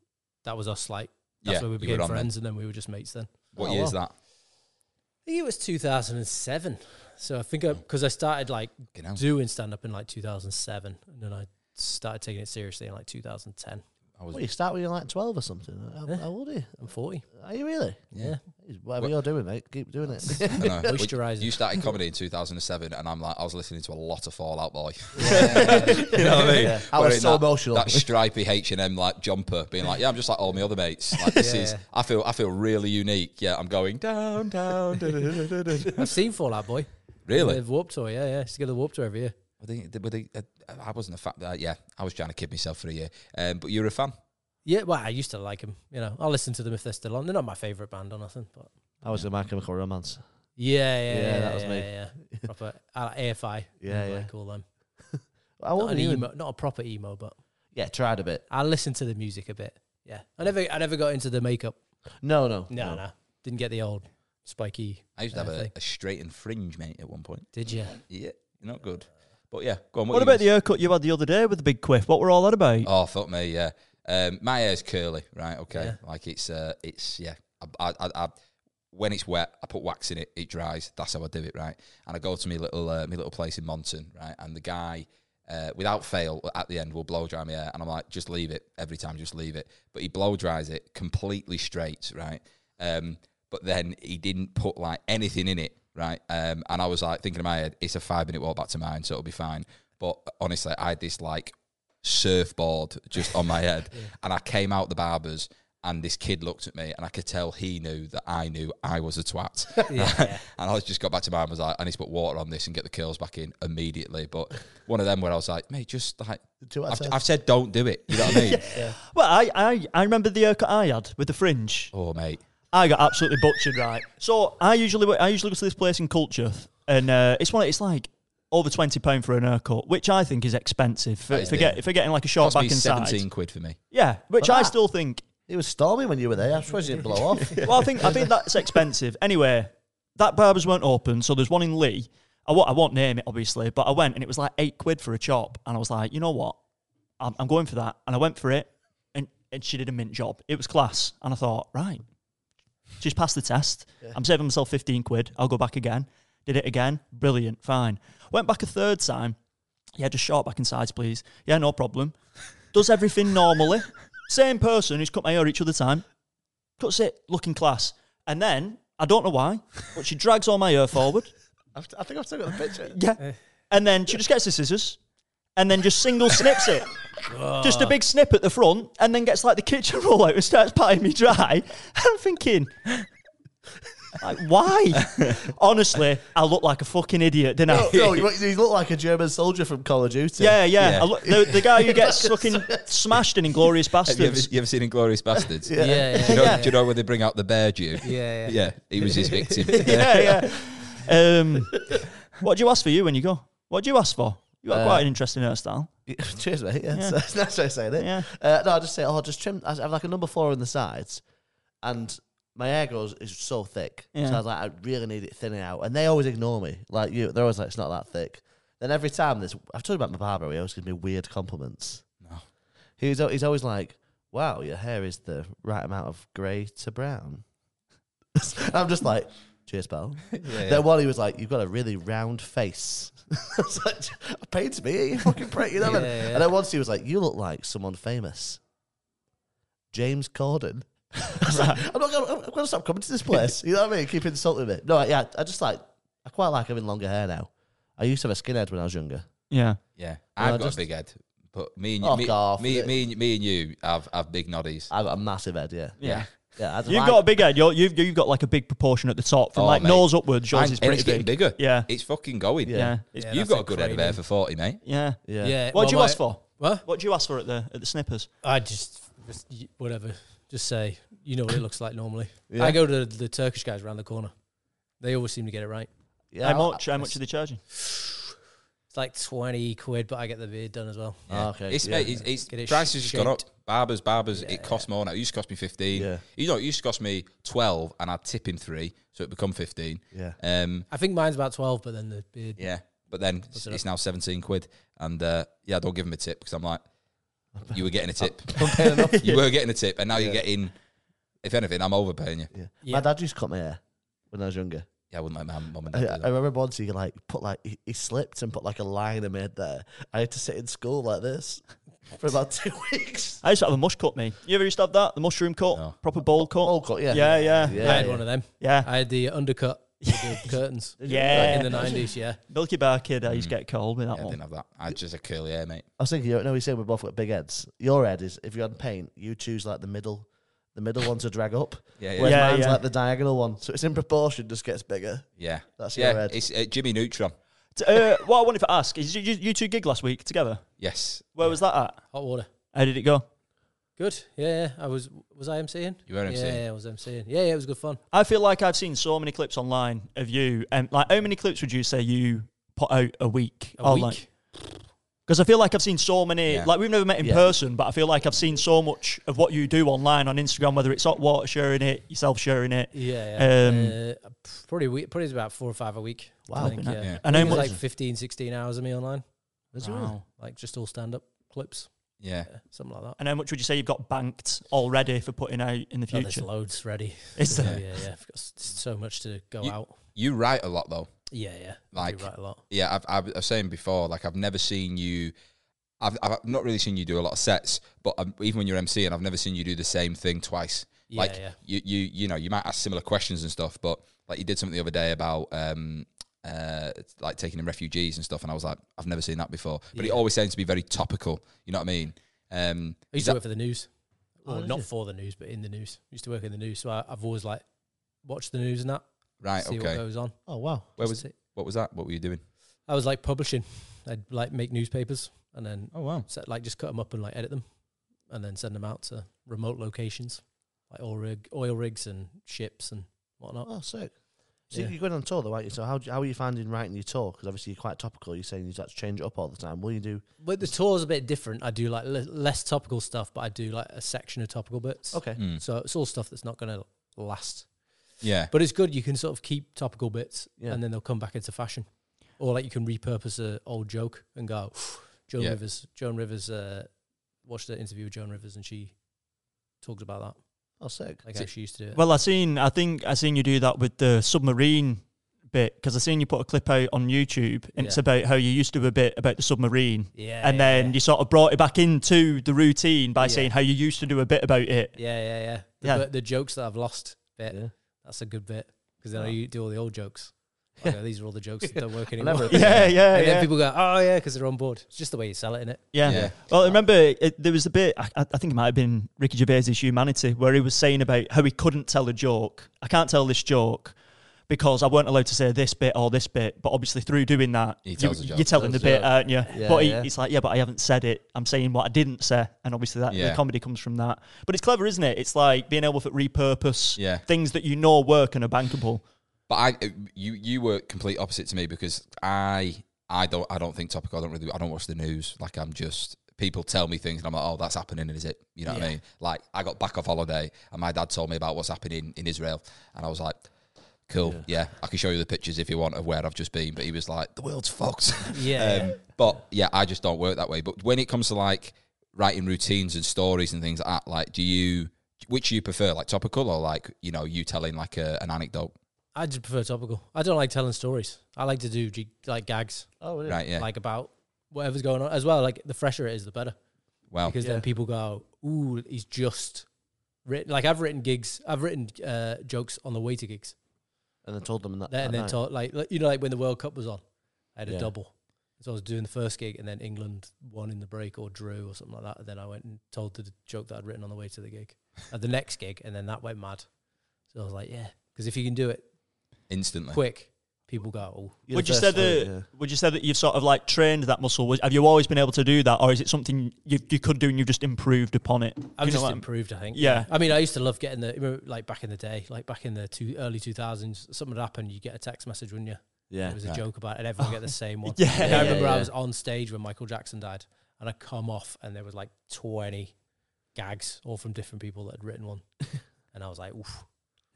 S5: that was us. Like that's
S1: yeah,
S5: where we
S1: you were
S5: became
S1: on then.
S5: friends, and then we were just mates. Then
S1: What
S3: Oh,
S1: year is that?
S5: I think it was 2007. So I think
S1: Hmm.
S5: because I started like
S1: Fucking hell.
S5: doing stand up in like 2007, and then I started taking it seriously in like 2010.
S1: [LAUGHS] I was
S3: Well, you start when you're like 12 or something. How,
S5: Yeah.
S3: how old are you?
S5: I'm 40.
S3: Are you really?
S5: Yeah,
S3: Whatever
S1: Well-
S3: you're doing, mate, keep doing [LAUGHS] it.
S1: I know. Well,
S5: Moisturising.
S1: You started comedy in 2007, and I'm like, I was listening to a lot of Fallout Boy. [LAUGHS]
S3: you
S1: know what I mean?
S3: [LAUGHS] Yeah. I
S1: Wearing
S3: was so
S1: that-
S3: emotional.
S1: [LAUGHS] That stripy H and M like jumper, being like, yeah, I'm just like all my other mates. Like this
S5: Yeah,
S1: is,
S5: yeah.
S1: I feel, I feel really unique. Yeah, I'm going down, down. da, da, da, da, da, da.
S5: I've seen Fallout Boy.
S1: really?
S5: The Warped Tour, yeah, yeah. She's got the Warped Tour every year.
S1: Were they, were they, uh, I wasn't a fan. Uh, yeah, I was trying to kid myself for a year. Um, but you're a fan.
S5: Yeah, well, I used to like them. You know, I'll listen to them if they're still on. They're not my favorite band or nothing, but
S3: [LAUGHS] I was in My Chemical Romance.
S5: yeah, yeah, yeah.
S3: Yeah, that was
S5: yeah,
S3: me.
S5: Yeah, yeah. proper uh, AFI.
S3: Yeah,
S5: whatever
S3: yeah.
S5: I call them.
S3: I
S5: Not
S3: wasn't
S5: an
S3: even.
S5: emo, not a proper emo, but
S3: Yeah, tried a bit.
S5: I listen to the music a bit. Yeah, I never, I never got into the makeup.
S3: No, no,
S5: No, no, didn't get the old spiky.
S1: I used to have
S5: uh,
S1: a,
S5: thing.
S1: a straight and fringe mate at one point.
S5: Did you?
S1: Yeah, not good. But yeah, go on.
S2: What,
S1: What,
S2: about the haircut you had the other day with the big quiff? What were all that about?
S1: Oh fuck me, yeah. Um, my hair's curly, right? Okay,
S5: Yeah.
S1: like it's uh, it's yeah. I, I, I, I when it's wet, I put wax in it. It dries. That's how I do it, right? And I go to my little uh, my little place in Monton, right? And the guy, uh, without fail, at the end will blow dry my hair, and I'm like, just leave it every time, just leave it. But he blow dries it completely straight, right? Um, but then he didn't put like anything in it, right? Um, and I was like thinking in my head, it's a five minute walk back to mine, so it'll be fine. But honestly, I had this like surfboard just on my head. And I came out the barbers and this kid looked at me and I could tell he knew that I knew I was a twat. [LAUGHS] and I was just got back to mine and was like, I need to put water on this and get the curls back in immediately. But one of them where I was like, mate, just like
S3: Do what I
S1: I've,
S3: said.
S1: I've said don't do it. You know what I mean?
S2: Well, I, I, I remember the haircut I had with the fringe.
S1: Oh mate.
S2: I got absolutely butchered, right? So I usually I usually go to this place in Cultchurch, and uh, it's one it's like over twenty pound for an haircut, which I think is expensive. For,
S1: That is
S2: for, get,
S1: dear.
S2: for getting like a short
S1: Cost
S2: back
S1: me
S2: inside,
S1: seventeen quid for me.
S2: yeah, which
S3: For
S2: I
S3: that?
S2: still think.
S3: It was stormy when you were there. I suppose you didn't [LAUGHS] blow
S2: [LAUGHS]
S3: off.
S2: Well, I think I think that's expensive. Anyway, that barbers weren't open, so there's one in Lee. I won't, I won't name it obviously, but I went and it was like eight quid for a chop, and I was like, you know what, I'm, I'm going for that, and I went for it, and, and she did a mint job. It was class, and I thought, right, she's passed the test. I'm saving myself fifteen quid. I'll go back again. Did it again. Brilliant. Fine. Went back a third time. Yeah, just short back and sides, please. Yeah, no problem. Does everything normally. Same person who's cut my hair each other time cuts it, looking class. And then, I don't know why, but she drags all my
S1: [LAUGHS]
S2: hair forward.
S3: I've- I think I've still got the picture.
S2: Yeah. And then she just gets the scissors and then just single snips it. just a big snip at the front and then gets like the kitchen [LAUGHS] roll out and starts patting me dry. [LAUGHS] I'm thinking, like,
S1: [LAUGHS]
S2: why? Honestly, I look like a fucking idiot, didn't I?
S3: [LAUGHS] No, [LAUGHS] no, you, you look like a German soldier from Call of
S2: [LAUGHS]
S3: Duty.
S2: Yeah, yeah.
S1: Yeah.
S2: I look, the, the guy who
S1: [LAUGHS]
S2: gets fucking smashed in Inglorious
S1: Have you ever,
S2: Bastards.
S1: you ever seen Inglorious Bastards?
S5: Yeah, yeah,
S1: Do you,
S5: yeah.
S1: know, do you know where they bring out the bear Jew?
S5: Yeah, yeah.
S1: Yeah, he was his victim.
S2: [LAUGHS] yeah, yeah. [LAUGHS] Um, what do you ask for you when you go? What do you ask for? You got
S3: Uh,
S2: quite an interesting hairstyle.
S3: [LAUGHS] Cheers, mate. Yeah,
S2: Yeah.
S3: So, that's what I say.
S2: Yeah.
S3: Yeah. Uh, no, I just say, oh, just trim. I have like a number four on the sides, and my hair goes is so thick.
S2: Yeah.
S3: So I was like, I really need it thinning out, and they always ignore me. Like you, they're always like, it's not that thick. Then every time this, I've told you about my barber. He always gives me weird compliments.
S1: No.
S3: He's al- he's always like, wow, your hair is the right amount of grey to brown. [LAUGHS] I'm just like. Cheers, pal. Then one, he was like, "You've got a really round face." [LAUGHS] I was like, "I paid me. You fucking prick, you know." and-
S5: Yeah, yeah.
S3: And then once he was like, "You look like someone famous, James Corden." [LAUGHS] I was like, I'm not gonna, I'm gonna stop coming to this place. You know what I mean? Keep insulting me. No, yeah, I just like, I quite like having longer hair now. I used to have a skinhead when I was younger.
S2: Yeah.
S1: Yeah,
S3: Well, I
S1: I've got
S3: just-
S1: a big head, but me and
S3: Fuck
S1: me,
S3: off.
S1: me, me, and- me and you have have big noddies.
S3: I got a massive head. Yeah,
S2: Yeah.
S3: yeah. I just
S2: You've
S3: like-
S2: got a big head. You're, you've, you've got like a big proportion at the top from
S1: Oh,
S2: like
S1: mate.
S2: nose upwards. Yours
S1: And-
S2: is
S1: and
S2: pretty
S1: it's getting
S2: big.
S1: bigger.
S2: Yeah.
S1: it's fucking going.
S3: Yeah.
S2: yeah.
S5: Yeah,
S1: You've
S5: that's
S1: got a good head of
S5: craving.
S1: hair for forty, mate.
S2: Yeah.
S3: yeah.
S5: Yeah.
S2: What do you
S5: well,
S2: ask for?
S5: my- What?
S2: What do you ask for at the at the snippers?
S5: I just, just y- whatever. Just say you know what it looks
S2: [LAUGHS]
S5: like normally.
S3: Yeah.
S5: I go to the Turkish guys around the corner. They always seem to get it right.
S2: how
S3: Yeah, I-
S2: much? how much are they charging?
S5: It's like twenty quid, but I get the beard done as well.
S3: Ah, okay,
S1: it's
S3: yeah.
S1: mate, it's, it's
S5: Get it
S1: prices just gone up.
S5: shaped.
S1: Barbers, barbers,
S5: Yeah.
S1: it costs more now. It used to cost me fifteen.
S3: Yeah.
S1: You know, it used to cost me twelve, and I'd tip him three, so it become fifteen.
S3: Yeah.
S1: Um,
S5: I think mine's about twelve, but then the beard.
S1: yeah, but then
S5: What's it
S1: it's now seventeen quid, and uh, yeah, I don't give him a tip because I'm like, you were getting a tip,
S3: [LAUGHS] I'm paying enough.
S1: [LAUGHS] you were getting a tip, and now you're
S3: Yeah.
S1: getting. If anything, I'm overpaying you.
S3: Yeah.
S5: Yeah.
S3: My dad used to cut my hair when I was younger.
S1: Yeah, I wouldn't let my mum and dad
S3: I,
S1: do that.
S3: I remember once he like put like he, he slipped and put like a line in my head there. I had to sit in school like this for about [LAUGHS] two weeks.
S2: I used to have a mush cut, me. You ever used to have that? The mushroom cut,
S1: No.
S2: proper bowl cut.
S3: All cut, yeah,
S2: Yeah, yeah,
S5: I had one of them.
S2: yeah.
S5: I had the undercut with the curtains.
S2: Yeah.
S5: Back in the nineties. Yeah.
S2: Milky Bar kid, I used to get cold with that
S1: Yeah, I
S2: one.
S1: didn't have that. I just a curly hair, mate.
S3: I was thinking, you know, we said we both got big heads. Your head is if you had paint, you choose like the middle, the middle one to drag up.
S1: Yeah, yeah,
S3: Whereas
S2: Yeah,
S3: mine's
S2: yeah.
S3: like the diagonal one, so it's in proportion, just gets bigger.
S1: yeah.
S3: That's
S1: yeah.
S3: your head.
S1: It's uh, Jimmy Neutron.
S2: T- Uh, what I wanted to ask is, you, you, you two gig last week together.
S1: Yes,
S2: Where was that at?
S5: Hot water.
S2: How did it go?
S5: Good. Yeah. yeah. I was. Was I MCing?
S1: you were
S5: Yeah,
S1: MCing.
S5: yeah, I was MCing. Yeah, yeah, it was good fun.
S2: I feel like I've seen so many clips online of you, and like, how many clips would you say you put out a week?
S5: A
S2: Or,
S5: week.
S2: Oh, like- Because I feel like I've seen so many,
S1: Yeah.
S2: like we've never met in
S3: Yeah.
S2: person, but I feel like I've seen so much of what you do online on Instagram, whether it's hot water sharing it, yourself sharing it.
S5: Yeah, yeah.
S2: Um,
S5: uh, probably we probably about four or five a week.
S3: Wow.
S5: I think,
S2: Yeah.
S5: yeah.
S1: Yeah.
S5: yeah.
S2: And
S5: I
S2: how
S5: think it was
S2: much-
S5: like 15, 16 hours of me online.
S3: Is it really?
S5: Like just all stand up clips.
S1: Yeah.
S5: Yeah, something like that.
S2: And how much would you say you've got banked already for putting out in the
S5: Oh, there's
S2: future? uh,
S5: loads ready.
S1: [LAUGHS]
S2: Is
S5: So,
S2: there?
S5: yeah, yeah. I've got s- so much to go
S1: You-
S5: out.
S1: You write a lot though.
S5: Yeah, yeah. I do
S1: Like-
S5: write a lot.
S1: Yeah, I've, I've, I was saying before, like I've never seen you. I've, I've not really seen you do a lot of sets, but um, even when you're MC, and I've never seen you do the same thing twice.
S5: Yeah,
S1: like
S5: yeah.
S1: you, you, you know, you might ask similar questions and stuff, but like you did something the other day about um, uh, it's like taking in refugees and stuff, and I was like, I've never seen that before. But it
S5: Yeah.
S1: always seems to be very topical. You know what I mean? Um,
S5: I
S1: is
S5: used to
S1: that-
S5: work for the news.
S3: Oh,
S5: Well,
S3: did
S5: not
S3: you?
S5: for the news, but in the news. I used to work in the news, so I, I've always like watched the news and that,
S1: right?
S5: see what
S1: okay.
S5: goes on.
S3: Oh wow.
S1: Where
S5: Just
S1: was
S5: to-
S1: What was that? What were you doing?
S5: I was like publishing. I'd like make newspapers and then
S1: Oh wow.
S5: set, like just cut them up and like edit them, and then send them out to remote locations, like oil rig, oil rigs and ships and whatnot.
S3: Oh, sick. So
S5: Yeah.
S3: you're going on tour though, aren't you? So how, do- how are you finding writing your tour? Because obviously you're quite topical. You're saying you like to change it up all the time. Will you do?
S5: But the tour's a bit different. I do like le- less topical stuff, but I do like a section of topical bits.
S3: Okay.
S1: Mm.
S5: So it's all stuff that's not going to last.
S1: Yeah.
S5: But it's good. You can sort of keep topical bits
S3: Yeah.
S5: and then they'll come back into fashion. Or like you can repurpose a old joke and go, [SIGHS] Joan
S1: Yeah.
S5: Rivers, Joan Rivers, uh, watched the interview with Joan Rivers and she talked about that,
S3: Oh, sick.
S5: like
S1: Is
S5: how
S1: it-
S5: she used to do it.
S2: Well, I seen. I think I seen you do that with the submarine bit because I seen you put a clip out on YouTube, and it's
S5: Yeah.
S2: about how you used to do a bit about the submarine,
S5: yeah.
S2: and
S5: yeah,
S2: then
S5: yeah.
S2: you sort of brought it back into the routine by
S5: Yeah.
S2: saying how you used to do a bit about it.
S5: Yeah, yeah, yeah. The,
S2: Yeah.
S5: bit- the jokes that I've lost bit.
S3: Yeah.
S5: That's a good bit because then
S3: Oh.
S5: I do all the
S2: [LAUGHS]
S5: old jokes. I go, These are all the jokes that don't work anymore.
S3: Clever.
S2: Yeah, yeah,
S5: [LAUGHS] and
S2: yeah.
S5: then people go, "Oh yeah," because they're on board. It's just the way you sell it,
S2: [LAUGHS]
S5: innit?
S2: Yeah.
S1: Yeah.
S2: Well, I remember it, there was a bit, I, I think it might have been Ricky Gervais' Humanity, where he was saying about how he couldn't tell a joke. I can't tell this joke because I weren't allowed to say this bit or this bit. But obviously, through doing that,
S1: He tells a
S2: you,
S1: joke.
S2: are telling the
S3: Tells a
S2: bit,
S3: joke.
S2: aren't you?
S3: Yeah,
S2: but he,
S3: yeah.
S2: it's like, yeah, but I haven't said it. I'm saying what I didn't say. And obviously, that
S1: Yeah.
S2: the comedy comes from that. But it's clever, isn't it? It's like being able to repurpose
S1: Yeah.
S2: things that you know work and are bankable.
S1: But I, you, you were complete opposite to me because I, I don't, I don't think topical. I don't really, I don't watch the news. Like I'm just people tell me things, and I'm like, oh, that's happening, is it? You know what I
S5: Yeah.
S1: mean? Like I got back off holiday, and my dad told me about what's happening in Israel, and I was like. Cool. Yeah. I can show you the pictures if you want of where I've just been. But he was like, "The world's fucked." Um,
S5: Yeah,
S2: Um,
S5: yeah.
S1: But yeah, I just don't work that way. But when it comes to like writing routines and stories and things like that, like, do you which do you prefer, like topical or like you know you telling like a, an anecdote,
S5: I just prefer topical. I don't like telling stories. I like to do g- like gags,
S3: Oh, really?
S1: right? Yeah.
S5: like about whatever's going on as well. Like the fresher it is, the better,
S1: well,
S5: because
S3: Yeah.
S5: then people go, "Ooh, he's just written." Like I've written gigs, I've written uh, jokes on the way to gigs,
S3: And then told them that.
S5: and
S3: that
S5: then
S3: night.
S5: taught like like- you know, like when the World Cup was on, I had a
S3: Yeah.
S5: double. So I was doing the first gig, and then England won in the break or drew or something like that. And then I went and told the joke that I'd written on the way to the gig, at the next gig, and then that went mad. So I was like, yeah, because if you can do it
S1: instantly.
S5: quick, people go, oh,
S3: You're
S2: would
S3: the
S2: you say
S3: first to
S2: that?
S3: do it, yeah.
S2: Would you say that you've sort of like trained that muscle? Was- Have you always been able to do that, or is it something you, you could do and you've just improved upon it?
S5: I've
S2: You know
S5: just
S2: what?
S5: improved. I think.
S2: Yeah.
S5: I mean, I used to love getting the remember, like back in the day, like back in the two early two thousands. Something would happen, you get a text message, wouldn't you?
S3: Yeah.
S5: It was a
S1: Right.
S5: joke about it, and
S3: [LAUGHS]
S5: everyone get the same one.
S2: Yeah.
S5: Like,
S3: Yeah,
S5: I remember
S3: yeah.
S5: I was on stage when Michael Jackson died, and I come off, and there was like twenty gags, all from different people that had
S3: [LAUGHS]
S5: written one, and I was like, Oof.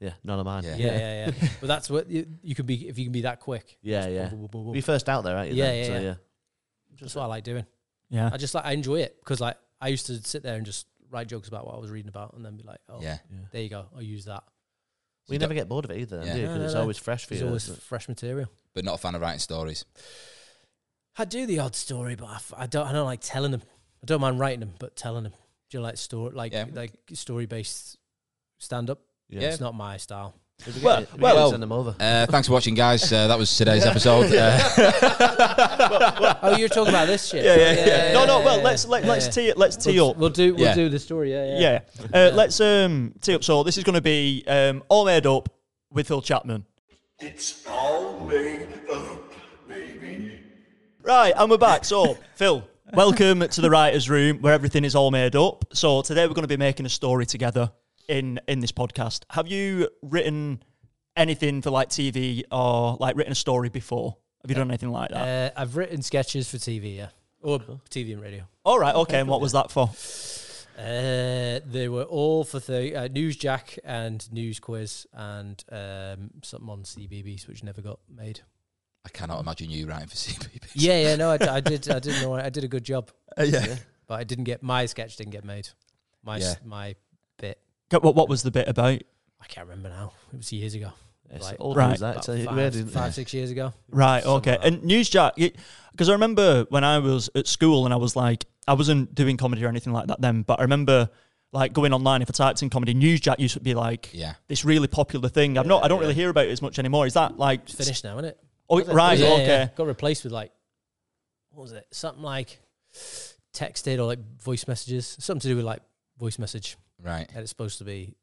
S3: Yeah. None of mine.
S1: Yeah.
S5: yeah, yeah, yeah. but that's what you, you can be if you can be that quick.
S3: [LAUGHS] Yeah.
S5: Just
S3: Yeah.
S5: boom, boom, boom, boom,
S3: Be
S5: boom.
S3: first out there, aren't you?
S5: Yeah,
S3: then?
S5: yeah,
S3: So,
S5: yeah.
S3: yeah.
S5: That's what I
S3: [LAUGHS]
S5: like doing.
S2: Yeah.
S5: I just like I enjoy it because like I used to sit there and just write jokes about what I was reading about, and then be like, oh,
S1: Yeah.
S3: yeah.
S5: there you go, I'll use that.
S3: We never get bored of it either, then,
S1: Yeah.
S3: do you?
S5: No,
S3: Because
S5: no,
S3: it's
S5: no.
S3: always fresh for
S5: There's
S3: you.
S5: always
S3: isn't it?
S5: fresh material.
S1: but not a fan of writing stories.
S5: I do the odd story, but I, f- I don't. I don't like telling them. I don't mind writing them, but telling them. Do you like story, like
S1: Yeah.
S5: like story based stand up?
S1: Yeah.
S5: It's not my style.
S3: If we
S2: Well-
S3: get it- if we
S2: well-
S3: get it, send them over.
S1: Uh, thanks for watching, guys. Uh, that was
S5: [LAUGHS]
S1: today's episode. Uh,
S5: oh, you're talking about
S1: [LAUGHS]
S5: this shit.
S2: yeah, yeah, yeah, No, no. Well,
S5: yeah,
S2: let's let,
S5: yeah,
S2: let's
S5: yeah.
S2: tee it. Let's tee
S5: We'll,
S2: up.
S5: we'll do we'll
S1: Yeah.
S5: do the story. Yeah, yeah.
S2: Yeah. Uh, Let's um tee up. So this is going to be um all made up with Phil Chapman.
S4: It's all made up, baby.
S2: Right, and we're back. So [LAUGHS] Phil, welcome to the writers' room where everything is all made up. So today we're going to be making a story together in in this podcast. Have you written anything for like TV or like written a story before? Have you done anything like that?
S5: Uh, I've written sketches for TV, yeah, or TV and radio.
S2: all right, okay. and what was that for?
S5: Uh, they were all for the uh, news jack and news quiz and um, something on CBBS which never got made.
S1: I cannot imagine you writing for CBBS.
S5: Yeah, yeah, no, I, d- I did, I did know, I did a good job.
S1: yeah.
S5: but I didn't get my sketch. Didn't get made. My s-
S1: Yeah.
S5: my bit.
S2: Go- What, what was the bit about?
S5: I can't remember now. It was years ago.
S3: It's
S5: Like,
S3: old
S2: Right.
S3: news, that. It's
S5: About
S3: a-
S5: five,
S3: weird, isn't it?
S5: five, six years ago.
S2: Right,
S5: Something
S2: okay.
S5: like that.
S2: And Newsjack, because I remember when I was at school and I was like, I wasn't doing comedy or anything like that then, but I remember like going online, if I typed in comedy, Newsjack used to be like
S1: Yeah.
S2: this really popular thing. I've not, I don't really hear about it as much anymore. Is that like,
S5: It's finished now, isn't it?
S2: oh, right,
S5: Yeah,
S2: okay.
S5: yeah. Got replaced with like, what was it? Something like texted or like voice messages. Something to do with like voice message.
S1: Right.
S5: And it's supposed to be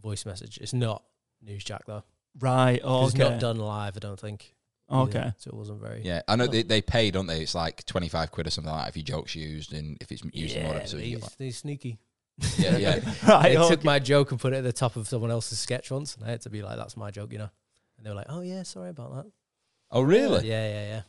S5: voice message. It's not Newsjack though.
S2: Right,
S5: 'Cause
S2: Oh, okay.
S5: It's not done live, I don't think. either.
S2: Okay.
S5: So it wasn't very.
S1: Yeah, I know they, they pay, don't they? It's like twenty five quid or something like that if your joke's used and if it's used in
S5: Yeah,
S1: more episodes. You
S5: he's,
S1: get like,
S5: he's sneaky.
S1: yeah,
S5: [LAUGHS]
S1: yeah.
S2: [LAUGHS] Right,
S5: They
S2: okay.
S5: took my joke and put it at the top of someone else's sketch once, and I had to be like, "That's my joke," you know. And they were like, "Oh yeah, sorry about that."
S1: Oh, really?
S5: Yeah, yeah,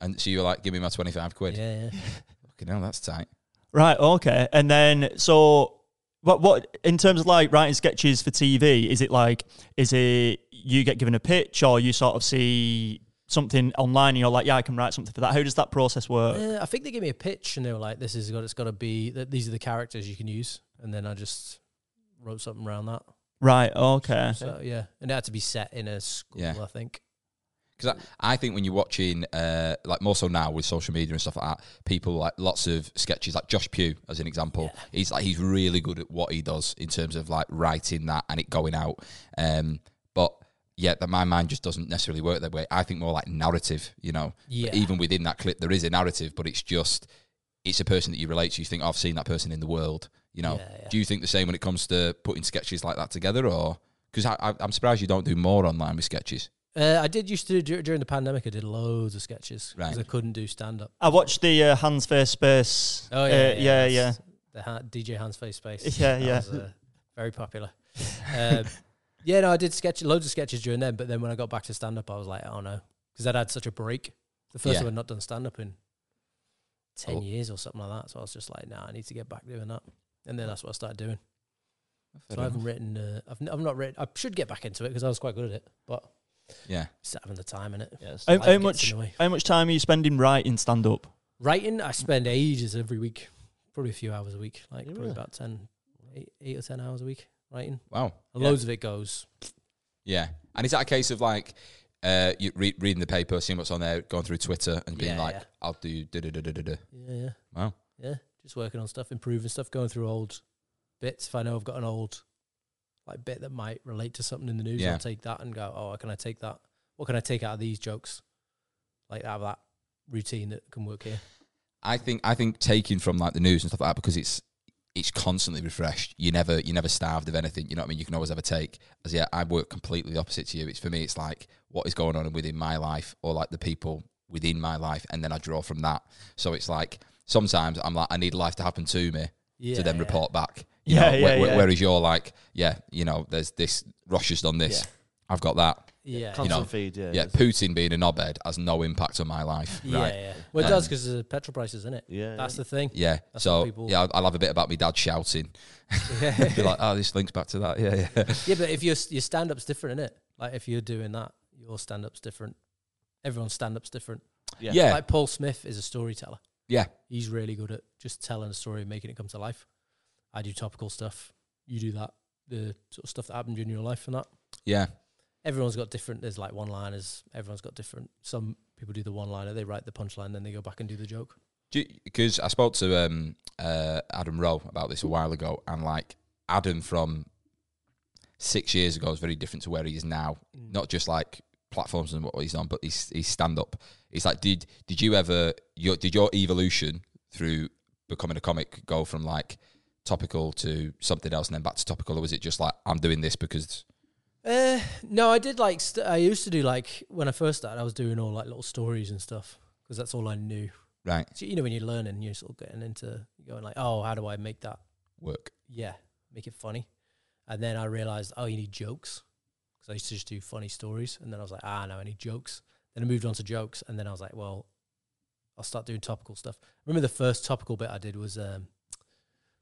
S1: And so you were like, give me my twenty five
S5: yeah,
S1: quid.
S5: yeah, yeah.
S1: Fucking hell, that's tight.
S2: Right, okay. And then so what what in terms of like writing sketches for TV, is it like is it you get given a pitch or you sort of see something online and you're like, yeah, I can write something for that. How does that process work?
S5: Uh, I think they gave me a pitch and they were like, "This is got it's got to be that these are the characters you can use," and then I just wrote something around that.
S2: Right, okay.
S5: So yeah, and it had to be set in a school,
S1: Yeah.
S5: I think.
S1: Because I, I think when you're watching, uh, like more so now with social media and stuff like that, people like lots of sketches, like Josh Pugh as an example. He's like he's really good at what he does in terms of like writing that and it going out. Um, but yeah, that my mind just doesn't necessarily work that way. I think more like narrative, you know. But
S5: Yeah.
S1: even within that clip, there is a narrative, but it's just it's a person that you relate to. You think "Oh, I've seen that person in the world, you know.
S5: Yeah, yeah.
S1: Do you think the same when it comes to putting sketches like that together, or because I, I, I'm surprised you don't do more online with sketches?
S5: Uh, I did used to do during the pandemic. I did loads of sketches because
S1: Right.
S5: I couldn't do stand up.
S2: I watched the uh, Hands Face Space.
S5: Oh
S2: uh,
S5: yeah,
S2: yeah,
S5: that's
S2: yeah.
S5: The ha- DJ Hands Face
S2: [LAUGHS]
S5: Space.
S2: Yeah,
S5: That
S2: yeah.
S5: was, uh, very popular. Um, [LAUGHS] yeah, no, I did sketch loads of sketches during then, but then when I got back to stand up, I was like, oh no, because I'd had such a break. The first
S1: Yeah.
S5: time I'd not done stand up in ten
S1: Oh.
S5: years or something like that, so I was just like, nah, I need to get back doing that. And then that's what I started doing. so I haven't written. Uh, I've, n- I've not written. I should get back into it because I was quite good at it, but
S1: Yeah.
S5: just having the time in it.
S3: Yeah, it's-
S2: How,
S5: Life
S2: how
S5: gets
S2: much
S5: in the way.
S2: how much time are you spending writing stand up?
S5: Writing, I spend ages every week, probably a few hours a week, like
S3: Yeah,
S5: probably
S3: really?
S5: about 10, eight, eight or 10 hours a week writing.
S1: Wow.
S5: And
S1: Yeah.
S5: Loads of it goes.
S1: Yeah. And is that a case of like uh, you re- reading the paper, seeing what's on there, going through Twitter and being
S5: Yeah,
S1: like,
S5: yeah.
S1: I'll do da da da da da da.
S5: Yeah, yeah,
S1: Wow.
S5: yeah. Just working on stuff, improving stuff, going through old bits. If I know I've got an old like bit that might relate to something in the news,
S1: Yeah.
S5: I'll take that and go, oh, can I take that? What can I take out of these jokes? Like out of that routine that can work here.
S1: I think I think taking from like the news and stuff like that because it's it's constantly refreshed. You never you never starved of anything. You know what I mean? You can always have a take. As yeah, I work completely the opposite to you. It's for me, it's like what is going on within my life or like the people within my life, and then I draw from that. So it's like sometimes I'm like, I need life to happen to me
S5: Yeah,
S1: to then
S5: yeah.
S1: report back. You know,
S2: Yeah, yeah,
S1: where- where-
S2: yeah.
S1: whereas you're like, yeah, you know, there's this Rush has done this.
S3: Yeah.
S1: I've got that.
S5: Yeah,
S3: constant
S1: know,
S3: feed, yeah.
S1: Yeah,
S3: it's-
S1: Putin being a knobhead has no impact on my life.
S5: yeah,
S1: Right.
S5: yeah. Well, it does
S1: Um,
S5: because the petrol prices, isn't it?
S3: Yeah,
S5: that's
S3: yeah.
S5: the thing.
S1: Yeah.
S5: That's what
S1: so
S5: people-
S1: yeah, I'll, I'll have a bit about my dad
S5: [LAUGHS]
S1: shouting. [LAUGHS] Be like, oh, this links back to that. Yeah, yeah.
S5: Yeah, but if your your stand up's different, is it? Like if you're doing that, your stand up's different. Everyone's stand up's different.
S1: Yeah.
S3: Yeah.
S1: Yeah.
S5: Like Paul Smith is a storyteller.
S1: yeah.
S5: He's really good at just telling a story and making it come to life. I do topical stuff. You do that. The sort of stuff that happened in your life and that. Everyone's got different. There's like one liners. Everyone's got different. Some people do the one liner. They write the punchline, then they go back and do the joke.
S1: Because I spoke to um, uh, Adam Rowe about this a while ago, and like Adam from six years ago is very different to where he is now. Not just like platforms and what he's on, but he's he's stand up. It's like did did you ever your did your evolution through becoming a comic go from like topical to something else and then back to topical, or was it just like I'm doing this because
S5: Uh, no, I did like st- I used to do like when I first started, I was doing all like little stories and stuff because that's all I knew.
S1: right
S5: So, you know, when you're learning, you're sort of getting into you're going like, oh, how do I make that?
S1: work?
S5: Yeah, make it funny. And then I realized, oh, you need jokes because I used to just do funny stories. And then I was like, ah, no, I need jokes. Then I moved on to jokes, and then I was like, well, I'll start doing topical stuff. Remember the first topical bit I did was um,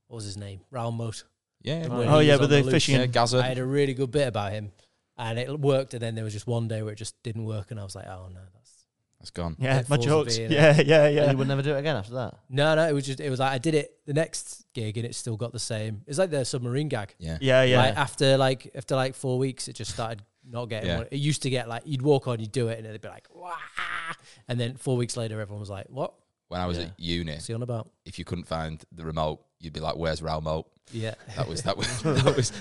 S5: what was his name? Raoul Moat.
S1: Yeah,
S5: When
S2: Oh
S5: he
S2: yeah,
S5: was
S2: but
S5: on the
S2: the
S5: loose.
S2: fishing
S1: yeah, Gaza.
S5: I had a really good bit about him, and it worked. And then there was just one day where it just didn't work, and I was like, oh no, that's
S1: That's gone.
S2: Yeah,
S5: It
S2: my
S5: falls
S2: jokes.
S5: away,
S2: Yeah, yeah,
S3: And
S2: yeah.
S3: you would never do it again after that.
S5: No, no, it was just it was like I did it the next gig and it still got the same. It's like the submarine gag.
S1: Yeah.
S2: Yeah, yeah.
S5: Like after like after like four weeks, it just started not getting.
S1: Yeah.
S5: What, it used to get like you'd walk on, you'd do it, and it'd be like, Wah! and then four weeks later, everyone was like, "What?
S1: When I was
S3: Yeah.
S1: at uni,
S5: What's he on about?"
S1: if you couldn't find the remote, you'd be like, "Where's remote?"
S5: Yeah,
S1: That was that was [LAUGHS] that was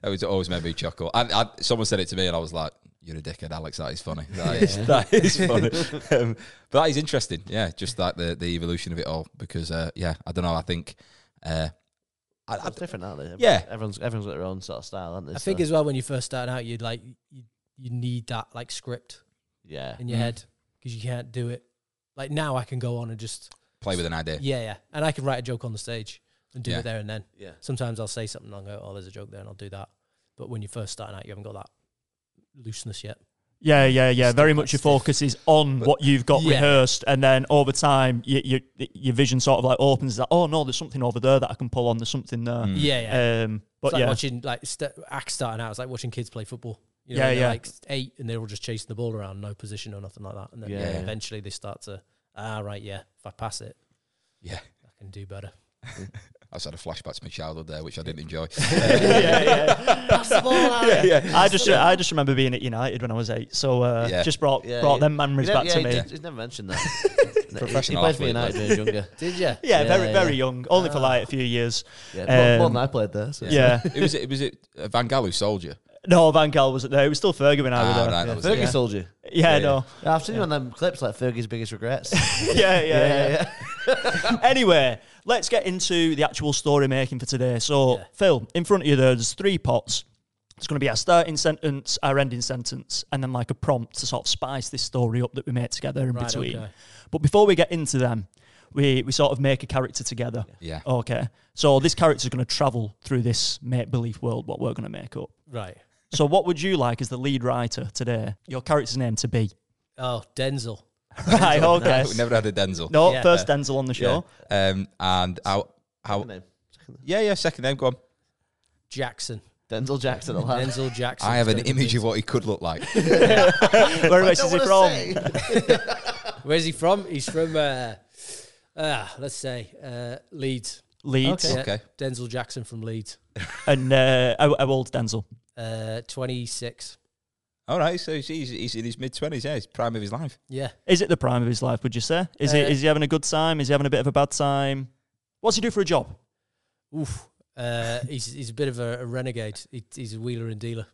S1: that was always made me chuckle. And I, someone said it to me, and I was like, "You're a dickhead, Alex. That is funny. That is that
S3: [LAUGHS]
S1: is funny." um, but that is interesting. Yeah, just like the the evolution of it all. Because uh, yeah, I don't know. I think. Uh, I, I,
S3: It's different, aren't they?
S1: Yeah.
S3: Everyone's everyone's got their own sort of style, aren't they?
S5: I think
S3: So,
S5: as well when you first start out, you'd like you, you need that like script [LAUGHS]
S3: yeah.
S5: in your
S1: Mm.
S5: head 'cause head because you can't do it. Like now, I can go on and just
S1: play with an idea.
S5: yeah, yeah, and I can write a joke on the stage and do
S1: Yeah.
S5: it there and then.
S3: Yeah.
S5: Sometimes I'll say something and I'll go, "Oh, there's a joke there," and I'll do that. But when you're first starting out, you haven't got that looseness yet.
S2: Yeah, yeah, yeah.
S5: Stiff,
S2: Very
S5: like
S2: much your
S5: stiff.
S2: focus is on what you've got
S5: Yeah.
S2: rehearsed, and then over time, your your your vision sort of like opens. That oh no, there's something over there that I can pull on. There's something there.
S1: Mm.
S5: Yeah, yeah.
S2: Um,
S5: It's
S2: but
S5: like
S2: yeah,
S5: watching like st- act starting out. It's like watching kids play football. You know,
S2: Yeah,
S5: yeah,
S2: yeah.
S5: Like eight, and they're all just chasing the ball around, no position or nothing like that. And then
S3: Yeah. Yeah.
S5: eventually they start to ah right, yeah. If I pass it,
S1: Yeah.
S5: I can do better.
S1: I just had a flashback to my childhood there, which I didn't enjoy.
S2: yeah, [LAUGHS] I just I just remember being at United when I was eight, so uh,
S1: Yeah.
S2: just brought
S3: Yeah,
S2: brought
S3: yeah.
S2: them memories
S3: You know-
S2: back
S3: yeah,
S2: to
S3: he
S2: me.
S3: did-
S2: Yeah,
S3: He's never mentioned that. No, he- he
S1: Professional
S3: played for
S1: athlete,
S3: United when he was younger.
S5: Did you?
S2: very
S3: yeah,
S2: very
S3: yeah.
S2: young, only for like a few years.
S3: Yeah, more- more
S2: Um,
S3: than I played there. So.
S2: Yeah,
S1: it was it was it uh, Van Gaal who sold you.
S2: no, Van Gaal wasn't there. It was still Fergie when I was
S1: Ah,
S2: there.
S1: right,
S3: Yeah,
S1: that was it.
S3: Fergie sold you.
S1: Yeah,
S2: Yeah, no,
S3: Yeah, I've seen you on them clips like Fergie's biggest regrets.
S2: [LAUGHS] yeah, yeah, yeah.
S3: yeah.
S2: anyway, let's get into the actual story making for today. So,
S5: Yeah.
S2: Phil, in front of you there, there's three pots. It's going to be our starting sentence, our ending sentence, and then like a prompt to sort of spice this story up that we make together in
S5: Right,
S2: between.
S5: okay.
S2: But before we get into them, we, we sort of make a character together.
S1: Yeah.
S2: Okay. So this character's going to travel through this make believe world, what we're going to make up.
S5: Right.
S2: So, what would you like as the lead writer today, your character's name to be? [LAUGHS]
S5: Oh, Denzel.
S2: right,
S1: [LAUGHS]
S3: Oh,
S2: okay.
S1: We never had a Denzel.
S2: No,
S5: Yeah.
S2: first Denzel on the show.
S1: Yeah. Um, and how how
S3: Second name. Second name.
S1: yeah yeah second name go on.
S5: Jackson.
S3: Denzel Jackson, the lad.
S5: Denzel Jackson.
S1: I have an
S5: Gonna be
S1: image
S5: big.
S1: of what he could look like.
S2: Whereabouts is he from?
S5: Where's he from? He's from uh, uh let's say uh Leeds.
S2: Leeds.
S5: Yeah,
S1: Okay.
S5: Denzel Jackson from Leeds.
S2: And uh, how, how old's Denzel?
S5: Uh twenty six.
S1: All right, so he's, he's, he's in his mid twenties. Yeah, he's prime of his life.
S5: Yeah.
S2: Is it the prime of his life? Would you say? Is
S5: Uh,
S2: it? Is he having a good time? Is he having a bit of a bad time? What's he do for a job?
S5: Oof. Uh he's he's a bit of a, a renegade. He, he's a wheeler and dealer.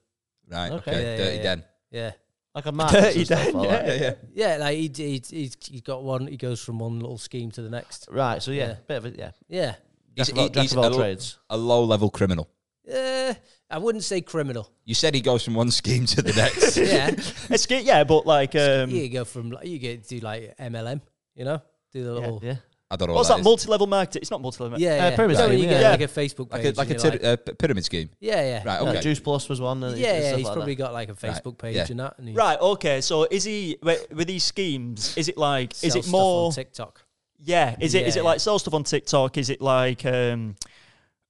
S1: Right. Okay.
S3: Okay.
S5: Yeah,
S1: Dirty
S5: yeah,
S1: Den.
S5: Yeah.
S3: Like a Marcus
S2: Dirty
S3: and stuff,
S2: Dan,
S3: all
S1: Yeah,
S3: right.
S1: yeah.
S5: Yeah, like he, he he's, he's got one. He goes from one little scheme to the next.
S3: Right, so yeah,
S5: Yeah.
S3: bit of a, yeah.
S5: Yeah,
S1: He's,
S3: Jack of all,
S1: he-
S3: jack
S1: he's
S3: of
S1: a,
S3: all
S1: lo-
S3: trades.
S1: a low level criminal.
S5: uh, I wouldn't say criminal.
S1: You said he goes from one [LAUGHS] scheme to the next.
S5: Yeah,
S2: It's good, yeah, but like, um,
S5: you go from like you get do like MLM, you know, do the little yeah,
S3: Yeah.
S1: I don't know.
S2: what's
S1: what
S2: that?
S1: is.
S2: multi-level marketing? It's not multi-level.
S5: yeah,
S3: Uh, pyramid
S5: No,
S3: scheme,
S5: you get
S2: yeah.
S5: like a Facebook
S1: Like
S5: page,
S1: a like a
S5: and
S1: ty-
S5: you're like-
S1: uh, p- pyramid scheme.
S5: yeah, yeah,
S1: Right.
S3: Okay.
S1: Okay.
S3: Juice Plus was one. And
S5: yeah,
S3: stuff
S5: yeah. He's
S3: like
S5: probably
S3: that.
S5: got like a
S1: Right,
S5: Facebook page
S1: yeah.
S5: and that, and he
S2: Right. Okay. So is he with, with these schemes? Is it like?
S5: sells
S2: Is it
S5: stuff
S2: more?
S5: on TikTok?
S2: Yeah. Is it? Is
S5: Yeah,
S2: it
S5: yeah.
S2: like sell stuff on TikTok? Is it like? Um,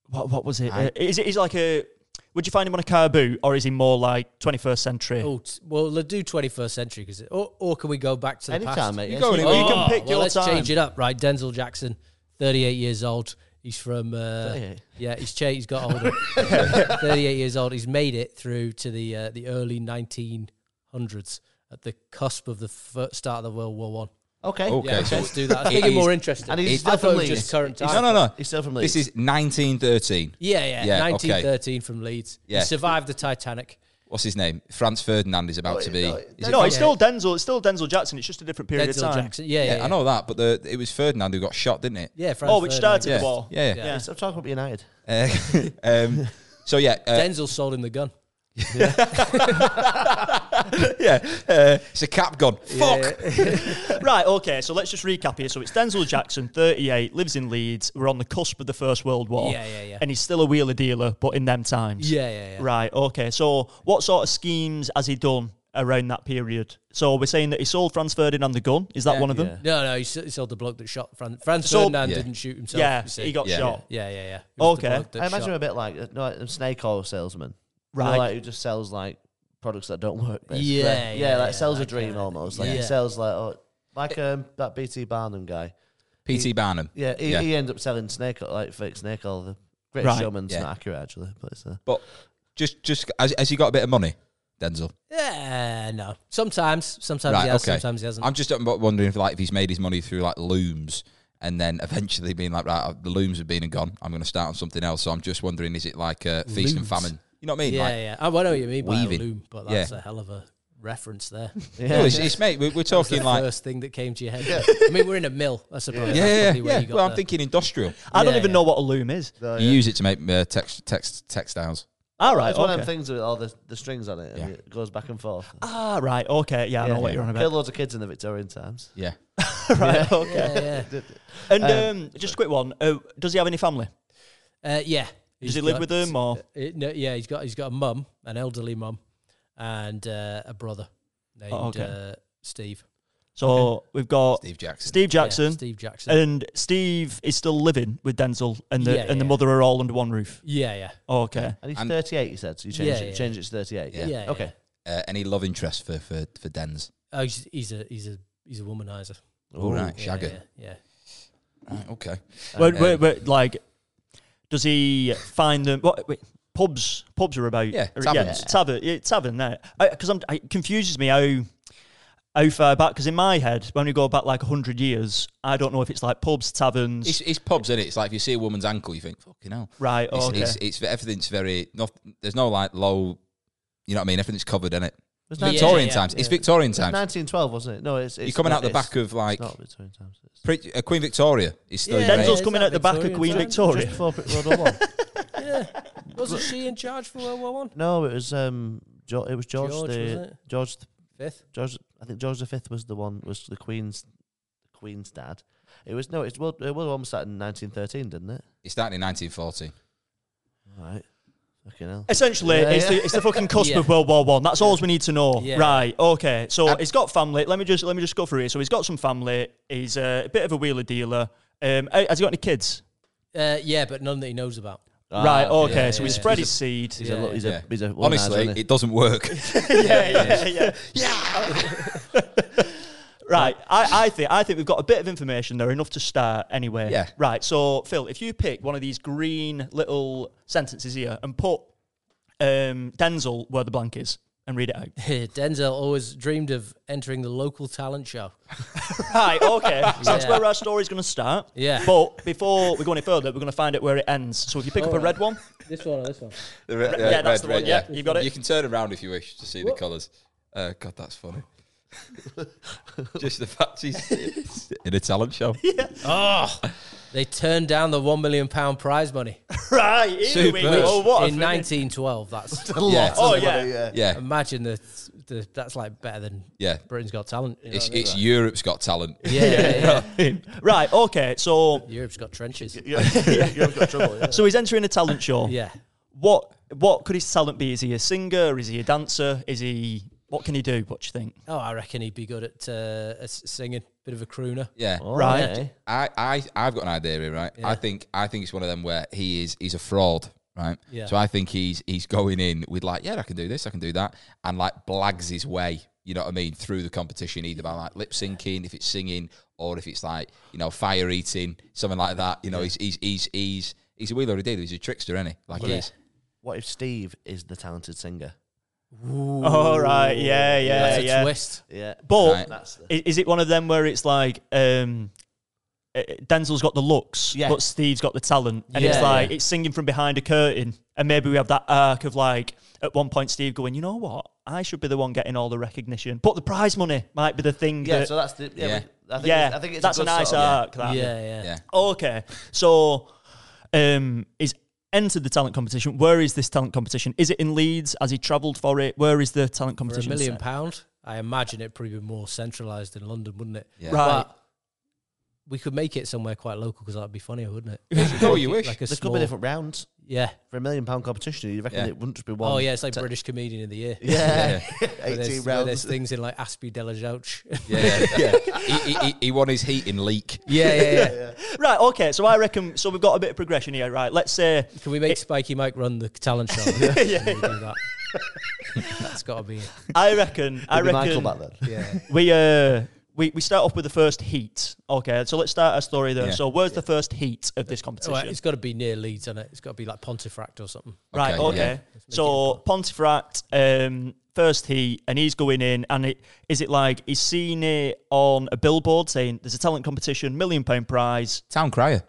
S2: what What was it?
S1: I-
S2: Uh, is it? Is it like a? Would you find him on a car boot, or is he more like 21st century?
S5: Oh, t- well, let's do 21st century because, or, or can we go back to the
S3: Anytime,
S5: past?
S3: mate.
S1: You
S3: yeah,
S1: go
S3: so
S1: in
S3: you
S1: and
S2: you
S1: you
S2: can
S5: Oh,
S2: pick
S5: well,
S2: your
S5: let's
S2: time.
S5: change it up, right? Denzel Jackson, 38 years old. He's from uh,
S3: can-
S5: Yeah, he's cha- he's got older. Thirty-eight years old. He's made it through to the uh, the early nineteen hundreds at the cusp of the fir- start of the World War One.
S3: Okay.
S1: Okay.
S5: Yeah,
S1: so
S5: let's do that. Let's
S1: it
S5: make it
S1: is-
S5: more interesting.
S3: And he's
S5: I
S3: still
S5: thought
S3: from
S5: it was just
S3: Leeds.
S5: current
S1: No,
S5: time.
S1: no, no.
S3: He's still from Leeds.
S1: This is 1913.
S5: Yeah, yeah,
S1: Yeah, okay.
S5: 1913 from Leeds.
S1: Yeah.
S5: He survived the Titanic.
S1: What's his name? Franz Ferdinand is about to be.
S3: no,
S1: is it
S2: No, it's
S5: Yeah.
S2: still Denzel. It's still Denzel Jackson. It's just a different period
S5: Denzel
S2: of time.
S5: Jackson. Yeah, yeah,
S1: Yeah, I know that, but the, it was Ferdinand who got shot, didn't it?
S5: Yeah, Franz
S2: Oh, which
S5: Ferdinand.
S2: started
S1: Yeah,
S2: the ball.
S1: yeah.
S5: Yeah.
S2: yeah.
S3: So I'm talking about United.
S1: Uh, um, so yeah, uh,
S5: Denzel sold him the gun.
S1: yeah, uh, it's a cap gun. Fuck.
S2: Right, okay, so let's just recap here. So it's Denzel Jackson, 38, lives in Leeds. We're on the cusp of the First World War.
S5: Yeah, yeah, yeah.
S2: And he's still a wheeler dealer, but in them times.
S5: Yeah, yeah, yeah.
S2: Right, okay. So what sort of schemes has he done around that period? So we're saying that he sold Franz Ferdinand the gun. Is that
S1: Yeah.
S2: one of them?
S3: Yeah.
S5: No, no, he, s- he sold the bloke that shot Fran- Franz
S2: Sold-
S5: Ferdinand.
S1: Yeah.
S5: Didn't shoot himself.
S2: Yeah,
S5: you see.
S2: he got
S1: Yeah.
S2: shot.
S5: Yeah, yeah, yeah. It was the
S2: Okay.
S5: bloke that
S3: I imagine
S5: shot.
S3: him a bit like uh, no, like a snake oil salesman. You know,
S2: Right.
S3: like who just sells like products that don't work. Basically.
S5: Yeah, yeah,
S3: yeah, like sells
S5: like,
S3: a dream
S5: uh,
S3: almost. Like
S5: yeah.
S3: he sells like oh, like um that BT Barnum guy.
S1: PT Barnum.
S3: Yeah, he,
S1: Yeah.
S3: he ended up selling snake oil- like fake snake oil. The great
S2: Right.
S3: showman's
S1: Yeah.
S3: not accurate actually, but it's uh,
S1: But just just has, has he got a bit of money, Denzel?
S5: Yeah, no. Sometimes, sometimes
S1: Right,
S5: he has,
S1: okay.
S5: sometimes he hasn't.
S1: I'm just wondering if like if he's made his money through like looms and then eventually being like right the looms have been and gone. I'm going to start on something else. So I'm just wondering is it like uh, feast and
S5: Looms.
S1: famine? You know what I mean?
S5: yeah,
S1: like,
S5: yeah. Oh, I I know what you mean by a
S1: weaving.
S5: loom, but
S1: Yeah.
S5: that's a hell of a
S1: [LAUGHS]
S5: reference there.
S1: No, it's, it's mate.
S5: [LAUGHS]
S1: We're, we're
S5: That's
S1: talking
S5: the
S1: like
S5: first thing that came to your head. I mean, we're in a mill, I suppose.
S1: yeah,
S5: That's
S1: yeah,
S5: probably where
S1: yeah.
S5: you got
S1: Well, I'm
S5: the- Oh,
S1: thinking industrial.
S5: [LAUGHS]
S2: I don't
S5: Yeah,
S2: even
S5: yeah.
S2: know what a loom is.
S3: no,
S1: You
S3: yeah.
S1: use it to make uh, text, text textiles.
S2: All right,
S3: It's one of
S2: okay.
S3: them things with all the, the strings on it, and
S1: Yeah.
S3: it goes back and forth.
S2: Ah, right, okay. Yeah, I know
S3: Yeah.
S2: what you're on
S3: Killed
S2: about.
S3: loads of kids in the Victorian times.
S1: Yeah.
S2: right, okay.
S5: [LAUGHS] Yeah, yeah.
S2: And um, just a quick one. Uh, does he have any family?
S5: Uh, yeah.
S2: Does he live with them or?
S5: It, no, yeah, he's got he's got a mum, an elderly mum, and uh, a brother named
S2: Oh, okay.
S5: uh, Steve.
S2: So we've got Steve,
S1: Steve Jackson.
S5: Yeah,
S2: Jackson,
S5: Steve Jackson.
S2: and Steve is still living with Denzel, and the
S5: Yeah,
S2: and the
S5: yeah.
S2: mother are all under one roof.
S5: yeah, yeah,
S2: Okay.
S3: And he's
S1: And-
S3: 38, you said. So you changed
S5: Yeah,
S3: it,
S5: yeah.
S3: changed it to 38.
S5: yeah.
S1: Yeah.
S5: yeah.
S3: Okay.
S1: Uh, any love interest for for for Dens?
S5: Oh, he's, he's a he's a he's a womanizer.
S1: All right,
S5: Yeah,
S1: Shagger.
S5: yeah, yeah. [LAUGHS]
S1: Right, okay.
S2: Wait,
S1: Um,
S2: wait, wait, like, does he find them? What wait, pubs? Pubs are about
S1: Yeah,
S2: are-
S1: taverns.
S2: yeah, tavern, yeah, tavern. There, because I'm it confuses me how how far back. Because in my head, when we go back like hundred years, I don't know if it's like pubs, taverns,
S1: It's, it's pubs, is it? It's like if you see a woman's ankle, you think, fucking hell.
S2: right?
S5: Oh,
S1: It's,
S2: okay.
S1: it's, it's everything's very. Not, there's no like low. You know what I mean? Everything's covered, is it?
S3: It was
S5: Yeah,
S1: Victorian
S5: yeah,
S1: times. It's
S3: yeah.
S1: Victorian
S3: It's
S1: times.
S3: 1912, wasn't it? No, it's, it's
S1: You're coming
S3: no,
S1: out the
S3: it's-
S1: back of like
S3: It's not Victorian times. It's
S1: pre- uh, Queen Victoria. Is still
S5: Yeah,
S1: great.
S2: Denzel's
S5: it's
S2: coming
S5: not
S2: out the back of
S5: Victorian
S2: Queen
S5: time.
S2: Victoria.
S3: just before World War One.
S5: Wasn't she in charge for World War One?
S3: [LAUGHS] No, it was um, jo- it was George,
S5: George,
S3: the
S5: wasn't it?
S3: George the
S5: Fifth.
S3: George, I think George V was the one was the Queen's Queen's dad. It was no, it's world it was almost started in 1913, didn't it?
S1: It started in 1940.
S3: Right, fucking hell.
S2: Essentially,
S3: Yeah,
S2: it's,
S3: yeah.
S2: The, it's the fucking cusp
S5: Yeah.
S2: of World War One. That's all we need to know.
S5: Yeah.
S2: Right. Okay. So
S1: Um,
S2: he's got family. Let me just let me just go through here. So he's got some family. He's uh, a bit of a wheeler dealer. Um, uh, has he got any kids?
S5: Uh, yeah, but none that he knows about. [LAUGHS]
S2: right.
S3: Ah,
S2: Okay.
S5: yeah,
S2: so
S5: yeah,
S2: we
S5: yeah.
S2: spread his seed.
S3: He's a lo- he's
S1: Yeah.
S3: a he's a womanizer,
S1: Honestly,
S3: isn't he?
S1: it doesn't
S3: [LAUGHS]
S1: work.
S2: [LAUGHS] yeah, yeah, yeah. right. I, I think I think we've got a bit of information there, enough to start anyway.
S1: Yeah.
S2: Right. So Phil, if you pick one of these green little sentences here and put um, Denzel where the blank is and read it out.
S5: Denzel always dreamed of entering the local talent show.
S2: Right,
S5: [LAUGHS]
S2: okay. So that's
S5: Yeah.
S2: where our story's going to start.
S5: Yeah.
S2: But before we go any further, we're going to find out where it ends. So if you
S5: Oh.
S2: pick up a red one,
S5: This one or this one?
S1: The re-
S2: yeah, that's the one, yeah. You've got it.
S1: You can turn around if you wish to see the colours. Uh, God, that's
S3: [LAUGHS]
S1: funny. Just the fact she's in a talent
S3: [LAUGHS]
S1: show.
S5: Ah. They turned down the one million pound prize money.
S2: [LAUGHS] right, here we
S1: Super.
S2: go. Oh, what a
S5: in
S2: friggin- [LAUGHS]
S5: 1912. That's
S1: Yeah.
S2: Oh, yeah.
S1: yeah,
S5: imagine the, the that's like better than
S1: yeah.
S5: Britain's Got Talent. you know
S1: It's
S5: what I mean?
S1: it's Europe's Got
S3: [LAUGHS]
S1: Talent.
S5: yeah, yeah, yeah.
S2: Right, okay.
S5: [LAUGHS]
S2: So
S5: Europe's got trenches.
S3: yeah, you've got trouble. Yeah.
S2: so he's entering a talent show.
S5: Yeah,
S2: What what could his talent be? Is he a singer? Is he a dancer? Is he what can he do? What do you think?
S5: oh, I reckon he'd be good at uh, s- singing, bit of a crooner.
S1: Yeah.
S3: Oh.
S2: Right.
S3: Okay.
S1: I, I I've got an idea here, right? I think I think it's one of them where he is he's a fraud, right?
S5: Yeah.
S1: So I think he's he's going in with like, yeah, I can do this, I can do that, and like blags his way, you know what I mean, through the competition, either by like lip syncing, if it's singing, or if it's like, you know, fire eating, something like that. You know, he's he's he's he's he's a wheeler dealer, he's a trickster, isn't he? Like he
S5: Yeah.
S1: is.
S3: What if Steve is the talented singer?
S2: All Oh, right, yeah, yeah,
S5: That's a
S2: yeah.
S5: twist.
S3: Yeah,
S2: But
S1: Right.
S3: that's the
S2: i- is it one of them where it's like um, uh, Denzel's got the looks,
S3: Yeah.
S2: but Steve's got the talent, and it's
S5: Yeah,
S2: like
S5: yeah.
S2: it's singing from behind a curtain, and maybe we have that arc of like at one point Steve going, you know what, I should be the one getting all the recognition, but the prize money might be the thing.
S3: yeah.
S2: that,
S3: So that's the yeah.
S1: Yeah.
S3: we- I think
S2: yeah,
S3: it's, I think it's
S2: that's a,
S3: good
S2: nice
S3: sort of-
S2: arc.
S5: Yeah,
S2: That
S5: yeah.
S1: Yeah.
S2: Okay, so um, he's entered the talent competition. Where is this talent competition? Is it in Leeds? Has he travelled for it? Where is the talent
S5: For a
S2: competition?
S5: million
S2: set?
S5: pound, I imagine it'd probably be more centralised in London, wouldn't it?
S1: Yeah.
S2: Right.
S5: But we could make it somewhere quite local because that'd be funnier, wouldn't it?
S1: Go where you wish.
S5: Like a
S3: There could
S5: small,
S3: be different rounds
S5: yeah.
S3: for a million pound competition. You reckon
S1: Yeah.
S3: it wouldn't just be one?
S5: Oh yeah, it's like
S3: ta-
S5: British comedian of the year.
S3: [LAUGHS] Yeah,
S5: Where there's,
S3: eighteen
S5: where there's
S3: rounds.
S5: things in like Aspie Delajouch.
S1: Yeah, yeah. [LAUGHS] he, he, he, he won his heat in leak.
S5: yeah, yeah, yeah. [LAUGHS]
S2: Right. Okay. So I reckon. So we've got a bit of progression here. Right. Let's say.
S5: Can we make Spiky Mike run the talent show? yeah, yeah. [LAUGHS] That's got to be it.
S1: [LAUGHS]
S2: I reckon. I
S3: It'd be
S2: reckon.
S3: Michael back then.
S5: Yeah.
S2: we uh we, we start off with the first heat. Okay, so let's start our story there.
S1: Yeah.
S2: So where's the first heat of this competition?
S5: Well, it's got to be near Leeds, and it? it's got to be like Pontefract or something.
S2: Right,
S1: Okay,
S2: okay.
S1: yeah.
S2: So Pontefract, um, first he and he's going in, and it is it like he's seen it on a billboard saying there's a talent competition, million pound prize,
S1: Town crier.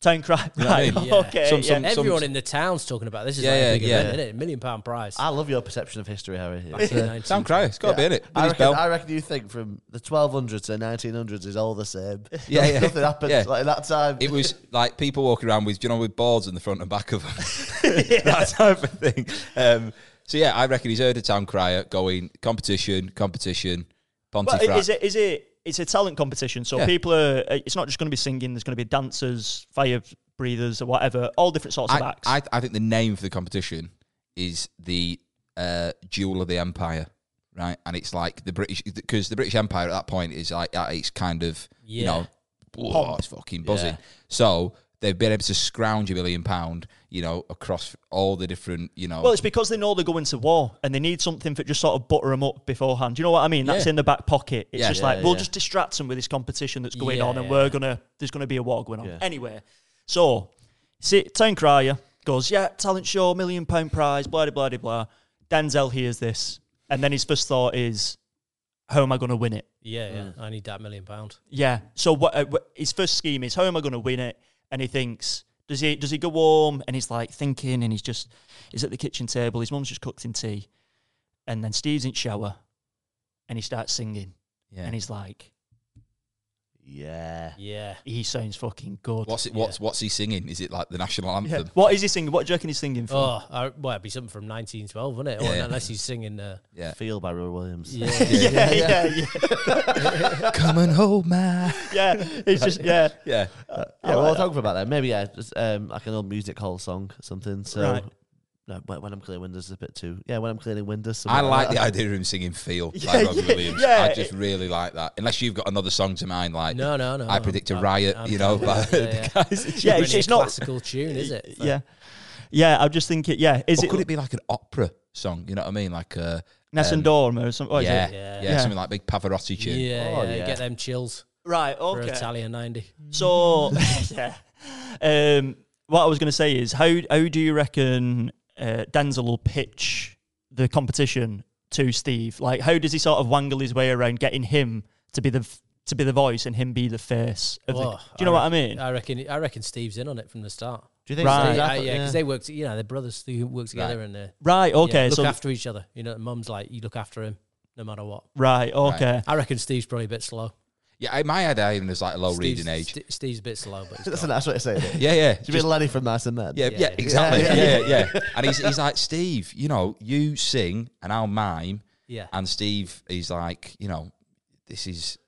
S2: town cry. [LAUGHS]
S1: know what I
S2: Right,
S1: mean?
S5: Yeah.
S2: okay,
S1: Some-
S2: yeah.
S1: some-
S5: Everyone in the town's talking about this. Is
S1: Yeah,
S5: like
S1: yeah,
S5: a big
S1: yeah. Ah,
S5: event, isn't it? Million pound prize.
S3: I love your perception of history, Harry.
S5: Back in the 90s.
S1: Town crier. It's got to be in it. With
S3: I
S1: his
S3: reckon,
S1: bell.
S3: I reckon you think from the 1200s to 1900s is all the same.
S1: Yeah,
S3: [LAUGHS] Nothing-
S1: yeah.
S3: Nothing happened
S1: Yeah.
S3: like that time.
S1: It
S2: [LAUGHS]
S1: was like people walking around with you know with boards in the front and back of them, [LAUGHS] that type of thing. Um, so yeah, I reckon he's heard a town crier going competition, competition,
S2: Well,
S1: Pontefract.
S2: i- is it is it it's a talent competition, so
S1: Yeah.
S2: people are. uh, It's not just going to be singing. There's going to be dancers, fire breathers, or whatever. All different sorts of
S1: I,
S2: acts.
S1: I, I think the name for the competition is the uh, Jewel of the Empire, right? And it's like the British because the British Empire at that point is like at its kind of you
S5: Yeah.
S1: know, whoa, it's fucking buzzing.
S5: Yeah.
S1: So they've been able to scrounge a million pound, you know, across all the different you know.
S2: Well, it's because they know they're going to war and they need something that just sort of butter them up beforehand. Do you know what I mean? That's
S1: Yeah.
S2: in the back pocket. It's
S1: Yeah.
S2: just
S1: Yeah,
S2: like we'll
S3: yeah.
S2: just distract them with this competition that's going
S5: Yeah,
S2: on, and
S5: yeah.
S2: we're gonna there's gonna be a war going on
S3: Yeah.
S2: anyway. So, see, Town Crier goes, yeah, talent show, million pound prize, blah de blah de blah. Denzel hears this, and then his first thought is, how am I going to win it?
S5: yeah, yeah.
S1: Mm.
S5: I need that
S1: [LAUGHS]
S5: million pound.
S2: Yeah. So what uh, wh- his first scheme is? How am I going to win it? And he thinks, does he does he go home and he's like thinking and he's just he's at the kitchen table. His mum's just cooked him tea, and then Steve's in shower, and he starts singing,
S1: yeah.
S2: and he's like,
S3: yeah.
S5: Yeah.
S2: he sounds fucking good. [LAUGHS]
S1: What's it? What's what's he singing? Is it like the national
S2: yeah. [LAUGHS]
S1: anthem?
S2: What is he singing? What do you reckon he's singing for?
S5: Oh, I, well, it'd be something from 1912, wouldn't it? Or
S1: Yeah.
S5: unless he's singing.
S1: [LAUGHS]
S5: Uh,
S1: Yeah.
S3: Feel by Roy Williams.
S5: yeah.
S2: yeah, yeah, yeah,
S1: Come and hold my.
S2: yeah. It's just yeah.
S1: Yeah.
S3: Yeah, Oh, well, I'll talk about that. Maybe yeah, just, um, like an old music hall song, or something. So,
S1: [LAUGHS]
S2: Right.
S3: no, when, when I'm cleaning windows is a bit too. Yeah, when I'm cleaning
S1: [LAUGHS]
S3: windows.
S1: I
S3: something
S1: like
S3: that.
S1: the idea of him singing "Feel" by
S2: Yeah,
S1: Robbie
S2: yeah,
S1: Williams.
S2: yeah.
S1: I just really like that. Unless you've got another song to mind, like
S5: No, no, no.
S1: I predict a
S5: I'm-
S1: riot.
S5: I'm-
S1: you know,
S5: yeah,
S1: like, [LAUGHS]
S5: yeah, yeah.
S1: the guys.
S2: Yeah,
S5: Really
S2: it's,
S5: a
S2: it's not.
S5: classical tune, is it?
S2: Yeah, yeah. I just think it. Yeah, is
S1: Or
S2: it
S1: could it be like an opera song? You know what I mean? Like uh,
S2: Ness and Dorm or something? what Oh, is it?
S1: yeah, yeah,
S5: Yeah.
S2: Yeah.
S1: something like big Pavarotti
S5: Yeah,
S1: tune.
S5: yeah,
S3: Oh,
S5: you
S3: yeah.
S5: Get them chills
S2: Right.
S5: for
S2: Okay.
S5: Italian 90.
S2: So [LAUGHS] yeah, um, what I was going to say is how how do you reckon uh, Denzel will pitch the competition to Steve? Like, how does he sort of wangle his way around getting him to be the f- to be the voice and him be the face? Of the,
S5: Oh,
S2: do you know what I
S5: reckon-
S2: mean?
S5: I reckon. I reckon Steve's in on it from the start.
S3: Do you think?
S2: Right.
S5: Right.
S3: so?
S5: Yeah,
S3: I
S5: because
S3: thought- [LAUGHS]
S5: they work. To, you know, they're brothers who work together
S1: Right.
S5: and they
S2: right. Okay.
S5: yeah, look
S2: so
S5: after each other. You know, mum's like you look after him no matter what.
S2: right. Okay.
S5: I reckon Steve's probably a bit slow.
S1: Yeah, I- my idea even is like a low
S5: Steve's-
S1: reading age.
S5: St- Steve's a bit slow, but
S3: [LAUGHS]
S5: he's
S3: That's a
S5: got-
S3: nice way to say it.
S1: yeah, yeah.
S3: Do you mean Lenny from Nice and Men?
S1: Yeah, yeah,
S5: Yeah.
S1: exactly. Yeah,
S3: Yeah,
S1: yeah, yeah. And he's, he's like, Steve, you know, you sing and I'll mime.
S5: yeah,
S1: And Steve is like, you know, this is,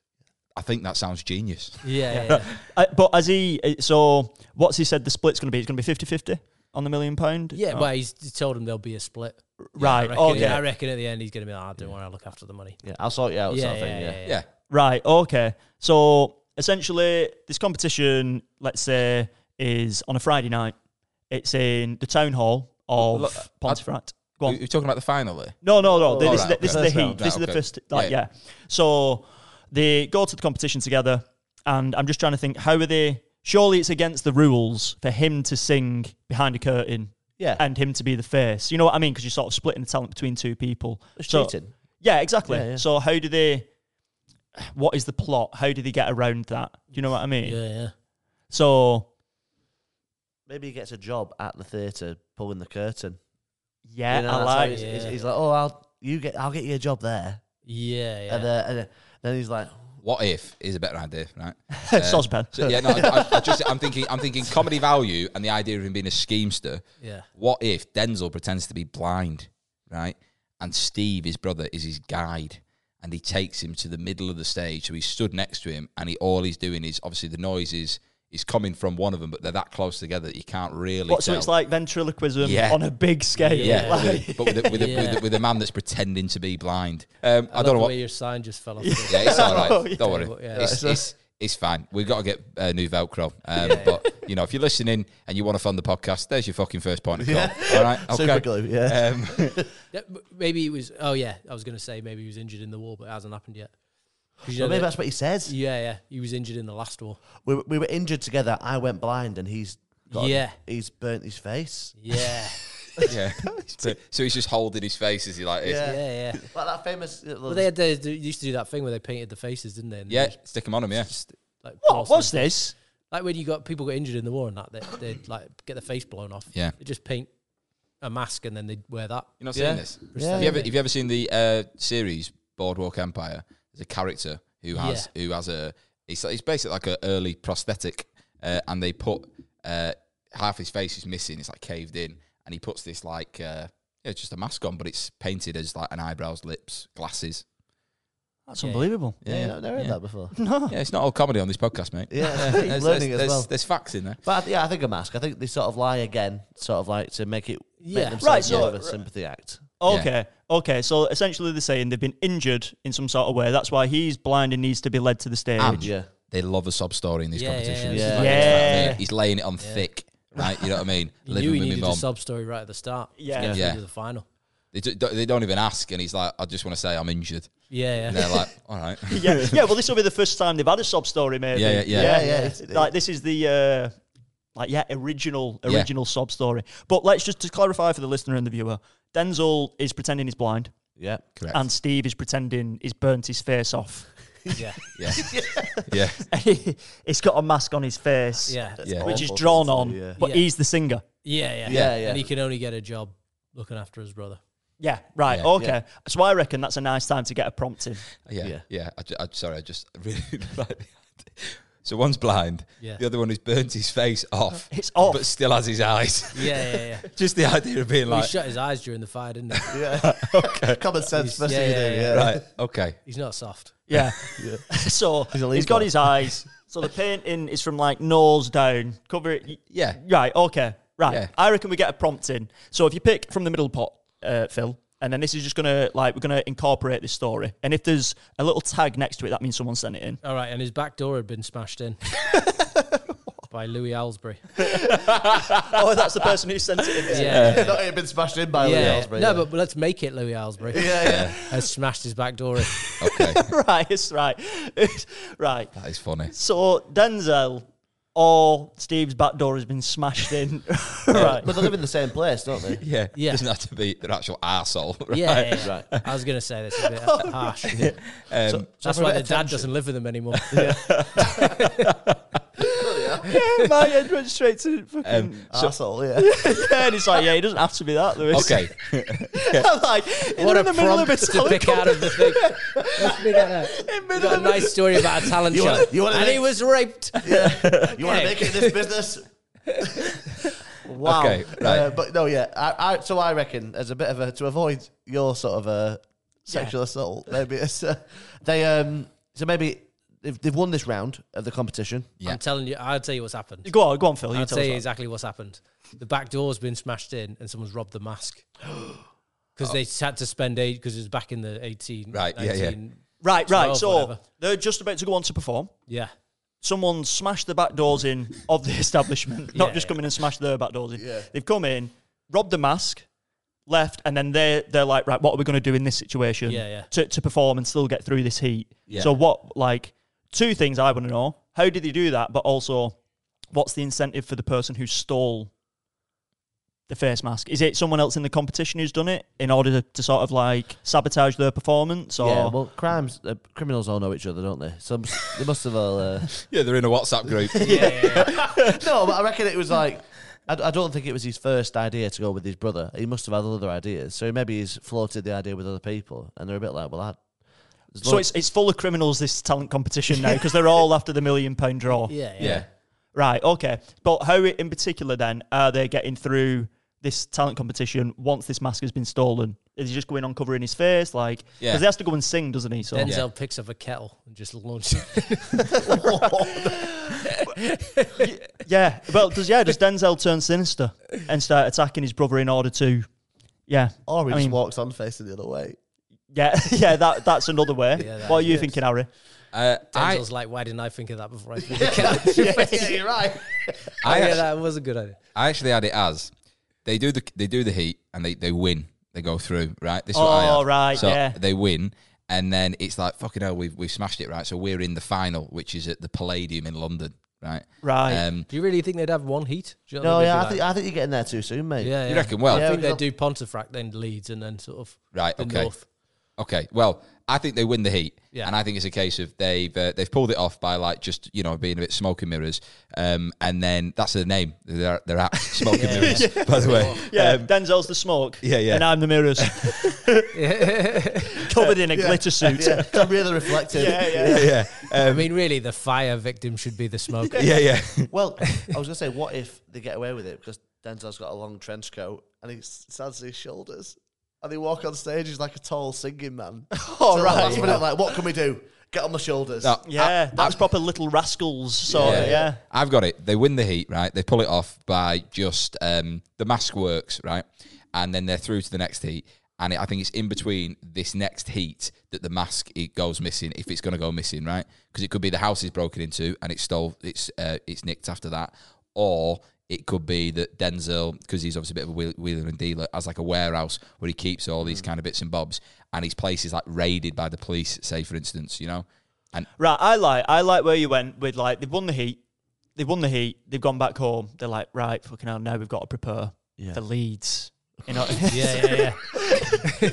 S1: I think that sounds genius.
S5: yeah, yeah,
S2: Uh, but as he uh, so what's he said the split's going to be? It's going to be 50-50 on the million pound. Uh,
S5: yeah. Well, he's he told him there'll be a split. I
S2: Right.
S5: reckon,
S2: Okay.
S5: I reckon at the end he's going to be like, I don't want to look after the money.
S3: Yeah, I'll sort you out.
S5: Yeah,
S3: sort of
S5: yeah,
S3: thing,
S5: yeah,
S3: yeah.
S5: yeah.
S1: Yeah.
S2: Right. Okay. So essentially, this competition, let's say, is on a Friday night. It's in the town hall of
S1: Look, I-
S2: Pontefract. Go
S1: We-
S2: on.
S1: We're talking about the final there.
S2: No, no, no. this,
S1: All
S2: is
S1: right,
S2: the, this
S1: okay.
S2: is the
S1: First
S2: heat.
S1: round.
S2: This is the
S1: Okay.
S2: first. Like,
S1: Yeah,
S2: yeah. So they go to the competition together, and I'm just trying to think how are they? Surely it's against the rules for him to sing behind a curtain
S3: Yeah.
S2: and him to be the face. You know what I mean? Because you're sort of splitting the talent between two people.
S3: It's
S2: So-
S3: cheating.
S2: yeah, exactly.
S3: Yeah, yeah.
S2: So how do they? What is the plot? How do they get around that? Do you know what I mean?
S5: yeah, yeah.
S2: So
S3: Maybe he gets a job at the theatre pulling the curtain.
S2: yeah,
S3: You know,
S2: I
S3: that's how
S2: like. [LAUGHS]
S3: He's,
S5: it.
S3: he's-
S5: Yeah.
S3: he's like, oh, I'll you get, I'll get you a job there,
S5: Yeah, yeah.
S3: and, uh, and uh, then he's like,
S1: What if is a better idea, right?
S2: Sospen. [LAUGHS]
S1: So yeah, no, I, I, I just I'm thinking I'm thinking comedy value and the idea of him being a schemester.
S5: Yeah.
S1: What if Denzel pretends to be blind, right? And Steve, his brother, is his guide, and he takes him to the middle of the stage. So he's stood next to him, and he all he's doing is obviously the noise is is coming from one of them, but they're that close together that you can't really.
S2: What? So
S1: tell.
S2: it's like ventriloquism
S1: Yeah.
S2: on a big scale.
S1: Yeah,
S2: [LAUGHS] Like-
S1: but with a, with, a, with,
S5: Yeah.
S1: a, with a man that's pretending to be blind. Um, I,
S5: I,
S1: don't know
S5: the
S1: what.
S5: way your sign just fell off. the-
S1: Yeah, it's all right.
S2: yeah.
S1: Don't worry.
S5: Yeah.
S1: It's, it's, it's fine. We've got to get a new Velcro. Um, But you know, if you're listening and you want to fund the podcast, there's your fucking first point of call. All right, okay.
S3: Super glue, yeah.
S1: Um,
S5: Yeah, m- Maybe it was. Oh yeah, I was going to say maybe he was injured in the war, but it hasn't happened yet. 'Cause you
S3: Well,
S5: know
S3: maybe
S5: that-
S3: that's what he says.
S5: [LAUGHS] yeah, yeah, he was injured in the last war.
S3: We, were- we were injured together. I went blind, and he's got-
S5: Yeah.
S3: he's burnt his face.
S5: Yeah,
S1: yeah. So, so he's just holding his face as he like is.
S5: yeah,
S1: Yeah.
S5: yeah.
S3: Like that famous.
S5: Well, they had the, they used to do that thing where they painted the faces, didn't they? And they just,
S1: stick him on him. Yeah.
S5: like,
S2: What
S5: plaster
S2: was
S5: them.
S2: this?
S5: Like when you got people got injured in the war and that, they they'd like get their face blown off.
S1: Yeah.
S5: they just paint a mask and then they would wear that.
S1: You're not
S3: Yeah.
S1: seeing this.
S3: Yeah.
S1: Have you ever have you ever seen the uh, series Boardwalk Empire? There's a character who has who has a it's it's basically like an early prosthetic, uh, and they put uh, half his face is missing. It's like caved in, and he puts this like uh, yeah, just a mask on, but it's painted as like an eyebrows, lips, glasses.
S2: That's
S5: Yeah.
S2: unbelievable.
S3: yeah, yeah, I've never heard
S1: yeah.
S3: that
S5: [LAUGHS]
S3: before.
S2: No.
S1: Yeah, it's not all comedy on this podcast, mate.
S3: [LAUGHS] Yeah,
S1: There's-
S3: he's learning
S1: there's,
S3: as well.
S1: There's, there's facts in there.
S3: But I th- yeah, I think a mask. I think they sort of lie again, sort of like to make it
S5: Yeah.
S3: make themselves
S2: Right, so-
S3: more of a sympathy act.
S2: Okay. Okay. So essentially, they're saying they've been injured in some sort of way. That's why he's blind and needs to be led to the stage.
S1: And
S3: Yeah,
S1: they love a sob story in these
S5: Yeah, yeah,
S1: competitions.
S3: yeah.
S1: It's
S3: Yeah.
S1: like- it's like,
S2: Yeah.
S1: mate, he's laying it on thick, right? You know what I mean?
S5: You knew he
S1: with me
S5: needed a
S1: mum.
S5: sub story right at the start. to
S2: Yeah.
S5: get through
S1: Yeah.
S5: to the final.
S1: They, do, they don't even ask, and he's like, "I just want to say I'm injured."
S5: Yeah,
S1: And
S5: yeah.
S1: they're like, [LAUGHS] "All right."
S2: yeah. Yeah. Well, this will be the first time they've had a sob story, maybe.
S1: Yeah, yeah, yeah.
S3: Yeah, yeah, it's-
S2: Like this is the. Uh, like yeah, original
S1: Yeah.
S2: original sob story. But let's just to clarify for the listener and the viewer, Denzel is pretending he's blind,
S3: yeah.
S1: Correct.
S2: and Steve is pretending he's burnt his face off. [LAUGHS]
S5: yeah,
S1: [LAUGHS] yeah. yeah,
S2: he's got a mask on his face,
S5: yeah, yeah,
S1: yeah,
S2: which is
S3: Awful
S2: drawn
S3: thing to
S2: on,
S3: do, yeah.
S2: but
S5: Yeah.
S2: he's the singer.
S5: yeah,
S3: Yeah, yeah.
S5: And he can only get a job looking after his brother.
S2: Yeah, right,
S1: Yeah.
S2: okay. So I reckon that's a nice time to get a
S1: [LAUGHS]
S2: prompt in.
S1: yeah, yeah.
S3: Yeah.
S1: I ju- I, sorry, I just [LAUGHS] really like the idea. So one's blind.
S5: Yeah.
S1: The other one has burnt his face off,
S2: It's off.
S1: but still has his eyes. [LAUGHS]
S5: Yeah, yeah, yeah.
S1: just the idea of being
S5: Well,
S1: like,
S5: he shut his eyes during the fire, didn't he?
S3: [LAUGHS] Common sense.
S5: He's-
S3: first
S5: yeah,
S3: thing you
S5: yeah,
S3: do,
S5: yeah.
S1: right, okay,
S5: He's not soft.
S2: Yeah. [LAUGHS] so
S3: He's a
S2: he's
S3: lead
S2: got
S3: guy.
S2: his eyes. So the painting is from like nose down. Cover it. y-
S1: yeah,
S2: Right. Okay. Right.
S1: Yeah.
S2: I reckon we get a prompt in. So if you pick from the middle pot, uh, Phil, and then this is just gonna like we're gonna incorporate this story. And if there's a little tag next to it, that means someone sent it in.
S5: All right, and his back door had been smashed in by Louis Alsbury.
S2: [LAUGHS] oh, that's the person who sent it in.
S5: Yeah,
S2: is it?
S5: yeah,
S3: [LAUGHS] Not even been smashed in by
S5: yeah.
S3: Lee Osbury.
S5: No, but, but let's make it Louis
S3: [LAUGHS]
S5: Alsbury.
S3: yeah, yeah.
S5: Has smashed his back door in.
S1: okay.
S2: [LAUGHS] right. It's right. [LAUGHS] right.
S1: that is funny.
S2: So Denzel or Steve's back door has been smashed in. [LAUGHS] right.
S3: But they live in the same place, don't [LAUGHS] they?
S1: Yeah, [LAUGHS]
S5: Yeah.
S1: Doesn't have to be their actual arsehole. [LAUGHS] Right?
S5: Yeah, yeah, yeah. I was gonna say that's a bit harsh.
S1: Um,
S5: That's
S3: for a
S5: why
S3: bit
S5: the
S3: of
S5: dad
S3: tension.
S5: doesn't live with them anymore.
S2: yeah, my head went straight to fucking.
S1: um, so,
S3: [LAUGHS] Arsehole, yeah.
S2: [LAUGHS] yeah, and it's like, yeah, he doesn't have to be that, Lewis.
S1: okay.
S2: I'm [LAUGHS] like,
S5: what
S2: what
S5: a
S2: in the middle of a
S5: prompt to
S2: solid
S5: pick out of the thing. Let's pick out [LAUGHS] a- We've got a nice story about a talent
S3: You
S5: show,
S3: wanna- you wanna
S5: and
S3: make-
S5: he was raped.
S3: You want to make it in this business? [LAUGHS]
S2: Wow.
S1: Okay, right.
S3: Uh, but no, yeah. I, I, so I reckon, as a bit of a to avoid your sort of a sexual assault, maybe it's, uh, they um. So maybe they've, they've won this round of the competition.
S1: Yeah.
S5: I'm telling you, I'll tell you what's
S2: [LAUGHS]
S5: happened.
S2: Go on, go on, Phil. You
S5: I'll
S2: tell
S5: tell you
S2: us. that.
S5: exactly what's happened. The back door's been smashed in, and someone's robbed the mask because they had to spend eight because it was back in the eighteen.
S1: Right, yeah, yeah.
S5: 19
S2: Right, right.
S5: 12,
S2: So
S5: whatever.
S2: they're just about to go on to perform.
S5: yeah,
S2: Someone smashed the back doors in of the [LAUGHS] establishment, not
S5: Yeah,
S2: just
S5: yeah.
S2: come in and smash their back doors in.
S3: Yeah.
S2: They've come in, robbed the mask, left, and then they're, they're like, right, what are we going to do in this situation
S5: Yeah, yeah.
S2: To, to perform and still get through this heat?
S1: Yeah.
S2: So, what, like, two things I want to know. How did they do that? But also, what's the incentive for the person who stole the face mask? Is it someone else in the competition who's done it in order to, to sort of like sabotage their performance? Or
S3: Yeah, well, crimes, uh, criminals all know each other, don't they? Some they must have all. Uh,
S1: Yeah, they're in a WhatsApp group.
S3: no, but I reckon it was like. I, I don't think it was his first idea to go with his brother. He must have had other ideas. So maybe he's floated the idea with other people, and they're a bit like, well, I. there's
S2: so
S3: loads-
S2: it's, it's full of criminals this talent competition now because they're all after the million pound draw.
S5: yeah, yeah.
S1: yeah.
S2: Right, okay. But how i- in particular then are they getting through this talent competition once this mask has been stolen? Is he just going on covering his face? Like, because
S1: Yeah.
S2: he has to go and sing, doesn't he? So
S5: Denzel picks up a kettle and just launches. it. [LAUGHS]
S2: yeah, well, does yeah, does Denzel turn sinister and start attacking his brother in order to, yeah,
S3: or Oh, he
S2: I
S3: just
S2: mean-
S3: walks on facing the other way.
S2: yeah, [LAUGHS] yeah? That that's another way.
S5: Yeah, that
S2: what are
S5: is
S2: you
S5: good.
S2: thinking, Harry?
S1: Uh, I,
S5: Denzel's like, why didn't I think of that before I threw the cat?
S3: yeah, you're right.
S1: I,
S5: yeah,
S1: actually,
S5: that was a good idea.
S1: I actually had it as they do the they do the heat and they, they win. They go through, right? This is what I
S2: Oh,
S1: had.
S2: right,
S1: So
S2: yeah.
S1: they win. And then it's like, fucking hell, we've, we've smashed it, right? So we're in the final, which is at the Palladium in London, right?
S2: Right.
S1: Um,
S5: Do you really think they'd have one heat? Do you know
S3: No,
S5: they'd
S3: yeah,
S5: be
S3: I think
S5: like-
S3: I think you're getting there too soon, mate.
S5: yeah, yeah.
S1: You reckon? Well,
S5: I
S3: Yeah,
S5: think
S3: we
S5: they'd
S3: got-
S5: do Pontefract, then Leeds, and then sort of
S1: Right,
S5: the
S1: okay.
S5: north.
S1: Okay. Well, I think they win the heat,
S5: Yeah.
S1: and I think it's a case of they've uh, they've pulled it off by like just you know being a bit smoke and mirrors, um, and then that's the name they're they're
S2: [LAUGHS]
S1: at smoke and mirrors. By the way,
S2: yeah, Denzel's the smoke.
S1: yeah, yeah.
S2: And I'm the mirrors, [LAUGHS] covered in a glitter suit.
S3: [LAUGHS] Yeah, I'm really reflective.
S2: yeah.
S1: [LAUGHS] yeah, um,
S5: I mean, really, the fire victim should be the smoke.
S1: yeah, yeah.
S3: [LAUGHS] Well, I was gonna say, what if they get away with it because Denzel's got a long trench coat and he s- stands on his shoulders and he walk on stage. He's like a tall singing [LAUGHS] man. Oh
S2: right,
S3: That's
S2: yeah.
S3: when I'm like, what can we do? Get on my shoulders.
S1: No,
S2: Yeah, that's proper little rascals sort of. Yeah,
S1: I've got it. They win the heat, right? They pull it off by just um, the mask works, right? And then they're through to the next heat. And it, I think it's in between this next heat that the mask it goes missing, if it's going to go missing, right? Because it could be the house is broken into and it's stole, it's uh, it's nicked after that, or it could be that Denzel, because he's obviously a bit of a wheel- wheeler and dealer, has like a warehouse where he keeps all these kind of bits and bobs, and his place is like raided by the police, say for instance, you know. [LAUGHS]
S2: Right, I like I like where you went with like they've won the heat, they've won the heat, they've gone back home. They're like, right, fucking hell, now we've got to prepare
S3: Yeah.
S2: for Leeds. You know,
S5: [LAUGHS] Yeah, yeah, yeah.
S3: [LAUGHS]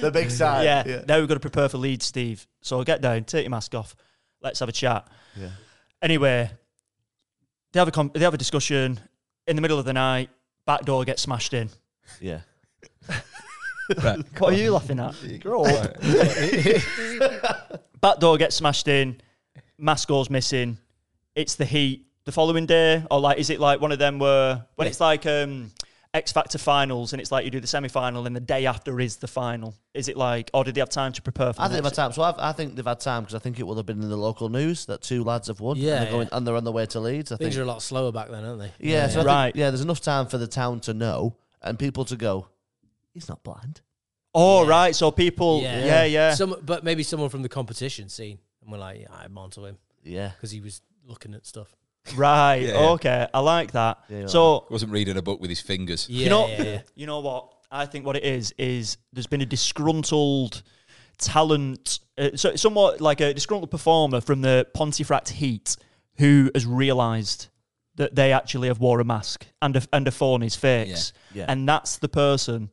S3: the big side.
S2: [LAUGHS] yeah, Now we've got to prepare for Leeds, Steve. So get down, take your mask off, let's have a chat.
S3: Yeah.
S2: Anyway, they have a com- they have a discussion in the middle of the night. Back door gets smashed in.
S3: yeah.
S2: What are you
S1: [LAUGHS]
S2: laughing at? Grow up. Back door gets smashed in. Mask goes missing. It's the heat. The following day, or like, is it like one of them where when it's like um, X Factor finals and it's like you do the semi final and the day after is the final? Is it like, or did they have time to prepare for?
S3: I
S2: the
S3: think they've had
S2: next-
S3: time. So I've, I think they've had time because I think it will have been in the local news that two lads have won.
S5: Yeah,
S3: and they're, going, and they're on their way to Leeds. I
S5: Things
S3: think.
S5: are a lot slower back then, aren't they?
S3: yeah, so I think-
S2: Right.
S3: yeah, there's enough time for the town to know and people to go. He's not blind.
S2: Oh right, so people, yeah, yeah,
S5: Some, but maybe someone from the competition scene, and we're like, yeah, I'm onto him
S3: Yeah.
S5: because he was looking at stuff.
S2: right,
S1: Yeah, yeah.
S2: okay, I like that.
S3: Yeah, you
S2: so
S1: Wasn't reading a book with his fingers.
S5: Yeah,
S2: you know,
S5: yeah, yeah.
S2: you know what? I think what it is is there's been a disgruntled talent, uh, so somewhat like a disgruntled performer from the Pontefract Heat who has realised that they actually have wore a mask and a, and a phone is fakes,
S3: Yeah. Yeah.
S2: and that's the person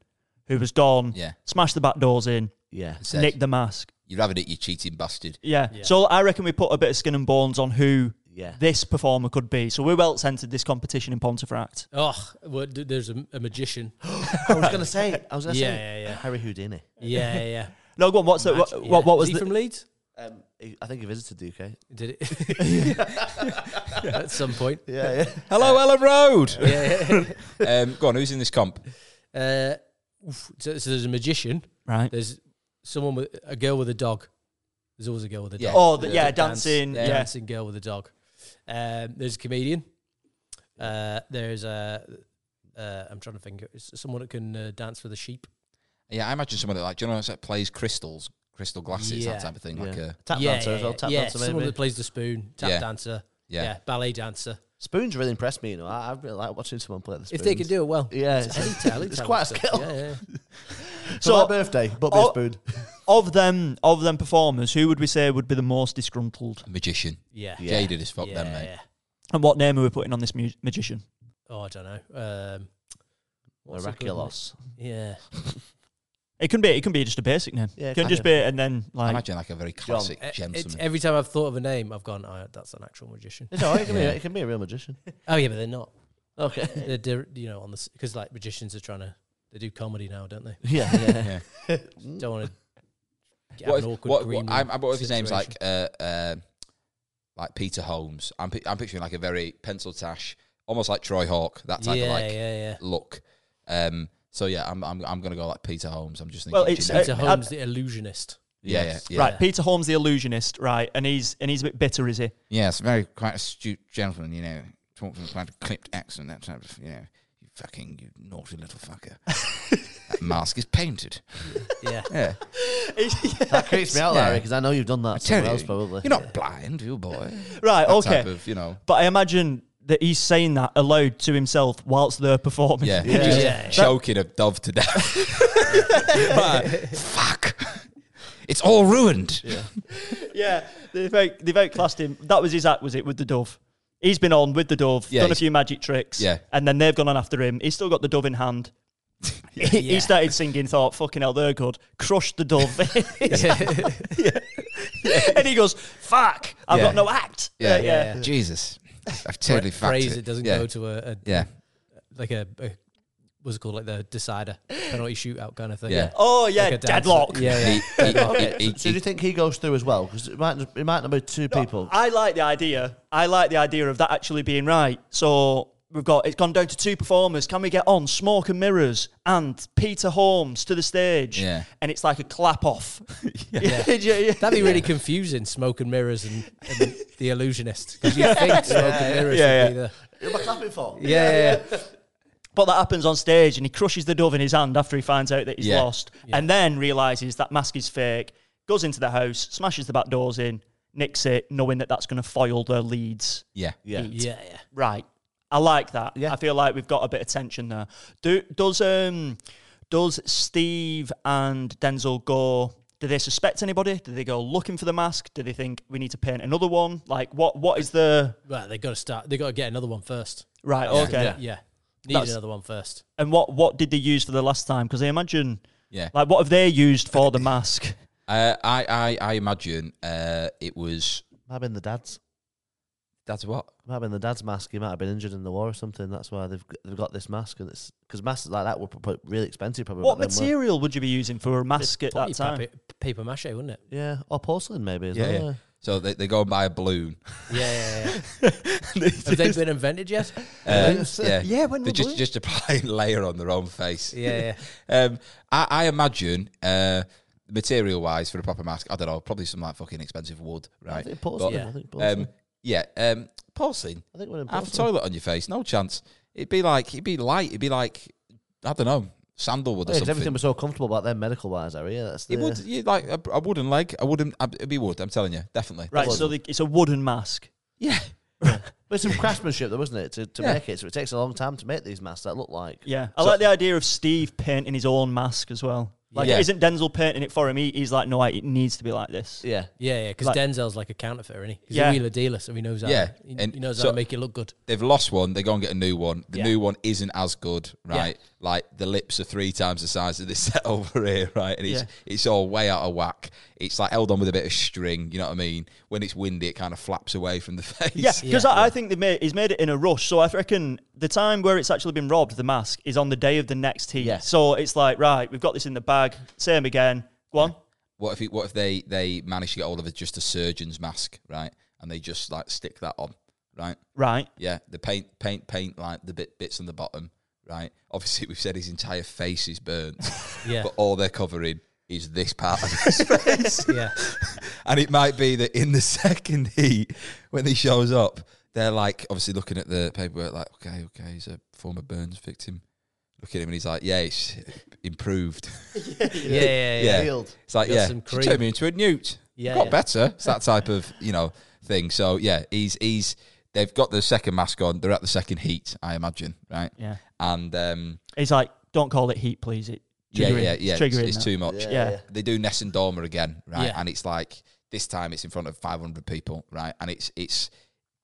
S2: who has gone,
S1: Yeah.
S2: smashed the back doors in,
S3: Yeah.
S1: Said,
S2: nicked the mask.
S1: You're having it, you cheating bastard.
S2: Yeah. So I reckon we put a bit of skin and bones on who
S3: Yeah.
S2: this performer could be. So who else entered this competition in Pontefract?
S5: Oh, well, d- there's a, a magician.
S3: I was gonna say. I was gonna
S5: Yeah,
S3: say.
S5: yeah, yeah.
S3: Harry Houdini.
S5: Yeah, yeah, yeah.
S2: No, go on. What's the, what, what? What was
S5: he
S2: the,
S5: from Leeds?
S3: Um, he- I think he visited the UK.
S5: Did it [LAUGHS] at some point?
S3: Yeah,
S1: Hello, Ellen Road.
S5: Yeah.
S1: um, go on, who's in this comp?
S5: Uh, oof, so, so there's a magician.
S2: right?
S5: There's someone with a girl with a dog. There's always a girl with a
S1: Yeah.
S5: dog.
S2: Oh, the, yeah,
S5: dance-
S2: dancing.
S5: yeah,
S2: yeah.
S5: dancing girl with a dog. Um, there's a comedian. Uh, there's a. Uh, I'm trying to think. It's someone that can uh, dance with a sheep.
S1: Yeah, I imagine someone that like, do you know, that plays crystals, crystal glasses,
S5: Yeah.
S1: that type of thing.
S3: Yeah.
S1: Like a
S3: Tap dancer as well. Tap
S5: yeah,
S3: dancer
S5: someone
S3: maybe.
S5: that plays the spoon. Tap
S1: Yeah.
S5: dancer.
S1: yeah.
S5: Yeah. ballet dancer.
S3: Spoons really impressed me. You know, I, I really like watching someone play the spoons.
S5: If they can do it well.
S3: [LAUGHS] yeah,
S5: It's,
S3: it's,
S5: any talent,
S3: it's
S5: talent
S3: quite a
S5: stuff.
S3: skill.
S5: Yeah, yeah.
S3: So my
S2: So
S3: birthday, but
S2: Oh.
S3: with spoon.
S2: of them, of them performers, who would we say would be the most disgruntled?
S1: magician.
S5: yeah.
S3: Yeah.
S1: Jaded as fuck,
S5: yeah,
S1: then, mate.
S5: yeah.
S2: And what name are we putting on this mu- magician?
S5: Oh, I don't know. Um, what's
S3: [LAUGHS]
S5: it called,
S3: Miraculous.
S5: mate? Yeah.
S2: It can be, it can be just a basic name.
S3: Yeah,
S2: it can
S3: it
S2: just
S3: can.
S2: be, and then
S1: I
S2: like,
S1: imagine like a very classic
S5: Uh, it's,
S1: gentleman.
S5: every time I've thought of a name, I've gone, oh, that's an actual magician.
S3: It's all right, it, can be,
S1: Yeah.
S3: it can be a real magician.
S5: Oh yeah, but they're not.
S3: Okay.
S5: [LAUGHS] They're, they're you know on the because like magicians are trying to they do comedy now, don't they?
S3: [LAUGHS] Yeah, yeah.
S1: yeah.
S5: Don't want to.
S1: What if, what, what, I'm, I'm, what if his name's like uh, uh, like Peter Holmes? I'm, pi- I'm picturing like a very pencil tash, almost like Troy Hawk, that type
S5: yeah,
S1: of like
S5: yeah, yeah.
S1: look. Um, so yeah, I'm, I'm I'm gonna go like Peter Holmes. I'm just thinking.
S2: Well, it's,
S1: genetic-
S5: Peter
S2: uh,
S5: Holmes, the illusionist.
S1: yeah, yeah,
S3: yes.
S1: yeah.
S2: right, Peter Holmes the illusionist, right? And he's and he's a bit bitter, is he?
S1: Yes, very quite astute gentleman, you know, talks with quite a clipped accent, that type of, you know, you fucking you naughty little
S5: [LAUGHS]
S1: fucker. that mask is painted.
S5: Yeah.
S1: Yeah.
S3: That creeps me out, Larry,
S1: Yeah.
S3: because I know you've done
S1: I
S3: that
S1: tell
S3: somewhere
S1: you,
S3: else, probably.
S1: you're not blind, you boy.
S2: [LAUGHS] Right,
S1: That
S2: okay.
S1: type of, you know.
S2: but I imagine that he's saying that aloud to himself whilst they're performing. [LAUGHS]
S1: Yeah,
S3: Yeah,
S1: just
S5: [LAUGHS] yeah, yeah.
S1: choking a dove to
S5: [LAUGHS]
S1: death. Right. Fuck. It's all ruined.
S2: yeah. They've, out, they've outclassed him. That was his act, was it, with the dove? He's been on with the dove,
S1: Yeah,
S2: done a
S1: he's-
S2: few magic tricks,
S1: Yeah.
S2: and then they've gone on after him. He's still got the dove
S1: [LAUGHS]
S2: in hand. He, he
S5: Yeah.
S2: started singing, thought, fucking hell, they're good. Crushed
S1: [LAUGHS]
S2: the dove. [LAUGHS] and he goes, fuck, I've
S1: Yeah.
S2: got no act.
S1: Yeah.
S5: yeah.
S1: Jesus. I've totally fucked
S5: Phrase
S1: it.
S5: it doesn't
S1: yeah.
S5: go to a, a
S1: Yeah.
S5: like a, a what's it called like the decider penalty shootout kind of thing.
S1: Yeah.
S2: Oh, yeah,
S5: Like a dance-
S2: deadlock.
S5: Yeah, yeah.
S1: He- he- he- he-
S3: So do you think he goes through as well? Because it might, it might not be two people.
S2: I like the idea. I like the idea of that actually being right. So we've got it's gone down to two performers. Can we get on Smoke and Mirrors and Peter Holmes to the stage?
S1: Yeah.
S2: And it's like a
S1: [LAUGHS]
S2: clap off. [LAUGHS] yeah.
S5: That'd be really confusing. Smoke and mirrors and, and the illusionist. 'Cause you think smoke and mirrors
S2: Yeah,
S5: would be the
S3: Who am I clapping for?
S5: yeah, yeah, yeah.
S2: But that happens on stage and he crushes the dove in his hand after he finds out that he's
S1: Yeah.
S2: lost and then realizes that mask is fake, goes into the house, smashes the back doors in, nicks it, knowing that that's going to foil their leads.
S1: yeah.
S3: Yeah.
S5: [LAUGHS] yeah, yeah.
S2: Right. I like that.
S3: Yeah.
S2: I feel like we've got a bit of tension there. Do, does um does Steve and Denzel go do they suspect anybody? Do they go looking for the mask? Do they think we need to paint another one? Like what what is the
S5: Well, they got to start. They got to get another one first.
S2: right, okay.
S5: Yeah, yeah. Need
S2: That's-
S5: another one first.
S2: And what what did they use for the last time? Because I imagine
S1: Yeah.
S2: like what have they used for the mask?
S1: Uh, I, I, I imagine uh, it was.
S3: Might have been the dad's.
S1: That's what?
S3: Might have been the dad's mask. He might have been injured in the war or something. That's why they've they've got this mask, and it's because masks like that were pro- really expensive. Probably.
S2: What
S3: back then, weren't
S2: material would you be using for a mask at that
S5: Probably
S2: time?
S5: Paper, paper mache, wouldn't it?
S3: they? Yeah, or porcelain maybe. As
S1: Yeah,
S3: well,
S1: yeah.
S3: yeah.
S1: So they, they go and buy a
S3: [LAUGHS]
S1: balloon.
S5: Yeah, yeah, yeah. Have [LAUGHS] they been invented yet?
S1: Uh, yeah.
S2: Yeah, when
S1: they
S2: were
S1: just,
S2: balloons?
S1: just applying layer on their own face.
S5: [LAUGHS] Yeah,
S1: um, I, I imagine uh, material wise for a proper mask, I don't know, probably some like fucking expensive wood,
S3: I
S1: right?
S3: think porcelain.
S5: yeah.
S3: I think
S1: But,
S3: porcelain.
S1: um, yeah, um, porcelain.
S3: I think we're in
S1: Have a
S3: porcelain.
S1: toilet on your face, no chance. It'd be like it'd be light. It'd be like I don't know, sandalwood or
S3: Yeah, 'cause
S1: something.
S3: everything was so comfortable back then, medical wise, Harry. Yeah, that's the,
S1: It would you like a, a wooden leg? I wouldn't. It'd be wood. I'm telling you, definitely.
S2: Right, so they, it's a wooden mask.
S1: Yeah,
S3: But some craftsmanship, though, wasn't it, to, to
S1: Yeah.
S3: make it? So it takes a long time to make these masks that look like.
S2: Yeah, I
S1: So-
S2: like the idea of Steve painting his own mask as well. Like,
S1: Yeah.
S2: it isn't Denzel painting it for him? He, he's like, no, I- it needs to be like this.
S3: Yeah.
S5: Yeah, yeah. Because
S2: Like-
S5: Denzel's like a counterfeiter, isn't he? He's
S2: Yeah.
S5: a wheeler dealer, so he knows how.
S1: Yeah,
S5: he,
S1: and
S5: he knows
S1: so-
S5: how to make it look good.
S1: they've lost one. They go and get a new one. The
S5: Yeah.
S1: new one isn't as good, right? Like the lips are three times the size of this [LAUGHS] set over here, right? And it's it's all way out of whack. It's like held on with a bit of string. You know what I mean? When it's windy, it kind of flaps away from the [LAUGHS] face.
S2: Yeah, because I, I think they made, he's made it in a rush. So I reckon the time where it's actually been robbed, the mask, is on the day of the next heat.
S3: Yeah.
S2: So it's like, right, we've got this in the bag. Same again. Go on.
S1: What if it, what if they they manage to get hold of a, just a surgeon's mask, right? And they just like stick that on, right?
S2: Right.
S1: Yeah, the paint, paint, paint, like the bit bits on the bottom, right? Obviously, [LAUGHS] we've said his entire face is burnt,
S5: Yeah,
S1: but all they're covering is this part of his face.
S5: yeah,
S1: and it might be that in the [LAUGHS] second heat, when he shows up, they're like, obviously looking at the paperwork, like, okay, okay, he's a former Burns victim. Look at him, and he's like, yeah, it's improved.
S5: yeah, yeah, yeah.
S1: Yeah.
S3: Healed.
S1: It's like,
S5: Got
S1: yeah,
S5: some
S1: she
S5: cream.
S1: turned me into a newt.
S5: Yeah,
S1: got
S5: yeah.
S1: better. It's that type of you know thing. So yeah, he's he's they've got the second mask on. They're at the second heat, I imagine, right?
S2: Yeah.
S1: And um,
S2: He's like, don't call it heat, please. It
S1: yeah, yeah,
S2: triggering.
S1: yeah,
S2: It's
S1: it's,
S2: triggering.
S1: it's
S2: now.
S1: too much.
S2: Yeah.
S1: They do Ness and Dormer again, right?
S5: Yeah.
S1: And it's like this time it's in front of 500 people, right? And it's it's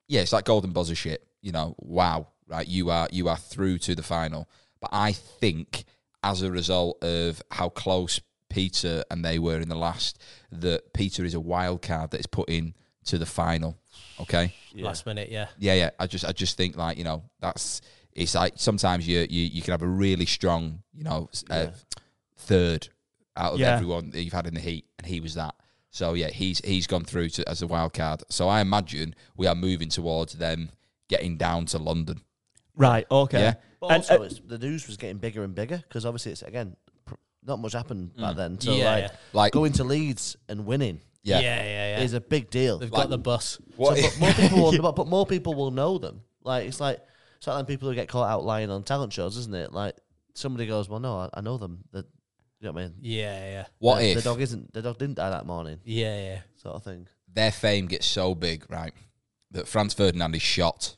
S1: yeah, it's like golden buzzer shit. You know, wow, right? You are you are through to the final. But I think as a result of how close Peter and they were in the last, that Peter is a wild card that is put in to the final. Okay
S5: Last minute, yeah,
S1: yeah, yeah. I just, I just think like you know, that's it's like sometimes you you, you can have a really strong, you know, s- uh, third out of
S2: Yeah.
S1: everyone that you've had in the heat, and he was that. So yeah, he's he's gone through to, as a wild card. So I imagine we are moving towards them getting down to London.
S2: Right. Okay.
S1: Yeah.
S3: But
S2: And,
S3: also,
S2: uh,
S3: it's, the news was getting bigger and bigger because obviously it's again pr- not much happened back then. So
S5: Yeah,
S3: like,
S5: yeah.
S1: Like-
S3: going to Leeds and winning
S1: Yeah,
S5: yeah, yeah, yeah.
S3: is a big deal.
S5: They've
S1: like-
S5: got the bus.
S1: What
S3: So,
S1: if-
S3: but more people will, but, but more people will know them. Like it's like So then people who get caught out lying on talent shows, isn't it? Like somebody goes, "Well, no, I, I know them." The, you know what I mean?
S5: Yeah, yeah,
S1: What
S3: the,
S1: if
S3: the dog isn't? The dog didn't die that morning,
S5: yeah, yeah.
S3: sort of thing.
S1: their fame gets so big, right, that Franz Ferdinand is shot,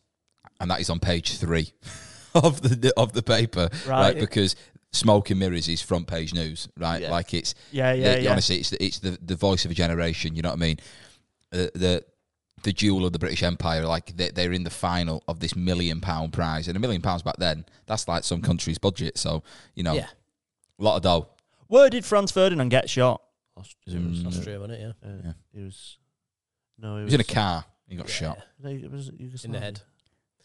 S1: and that is on page three [LAUGHS] of the of the paper, right?
S2: Right.
S1: because smoke and mirrors is front page news, right?
S3: Yeah.
S1: Like it's
S2: Yeah, yeah,
S1: the-
S2: yeah.
S1: honestly, it's the, it's the the voice of a generation. You know what I mean? The the the jewel of the British Empire, like they, they're in the final of this million pound prize, and a million pounds back then, that's like some country's budget. So you know,
S5: Yeah.
S1: a lot of dough.
S2: Where did Franz Ferdinand get shot?
S3: Aust-
S1: Mm.
S5: Austria, wasn't it? Yeah.
S3: uh,
S1: Yeah.
S3: He was. No, he
S1: He
S3: was,
S1: was in a car. He got shot.
S3: No, it was
S5: In the head.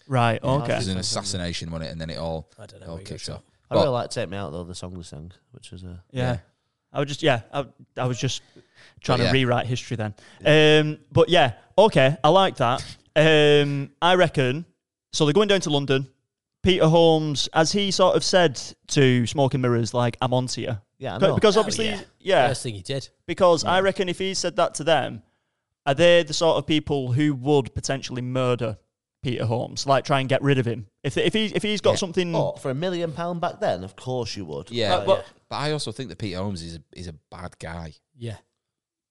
S2: Right.
S1: Yeah, It
S2: Okay.
S1: was an assassination, wasn't it? And then it all
S5: I don't know.
S1: all
S5: where he got
S1: kicked off.
S5: shot.
S3: I
S1: But-
S3: really like "Take Me Out" though. The song they sang, which was a
S2: Yeah.
S1: Yeah.
S2: I was just yeah, I, I was just trying
S1: yeah.
S2: to rewrite history then. Um, but yeah, okay, I like that. Um, I reckon. So they're going down to London. Peter Holmes, as he sort of said to Smoke and Mirrors, like I'm onto you,
S3: yeah. I
S2: Co-
S3: know.
S2: because
S5: Oh,
S2: obviously,
S5: yeah.
S2: yeah,
S5: First thing he did.
S2: because I reckon if he said that to them, are they the sort of people who would potentially murder Peter Holmes, like try and get rid of him? If if he if he's got
S1: Yeah.
S2: something,
S3: But for a million pound back then, of course you would.
S1: Yeah,
S2: Uh,
S1: but,
S2: but-
S1: but I also think that Peter Holmes is a, is a bad guy.
S5: Yeah.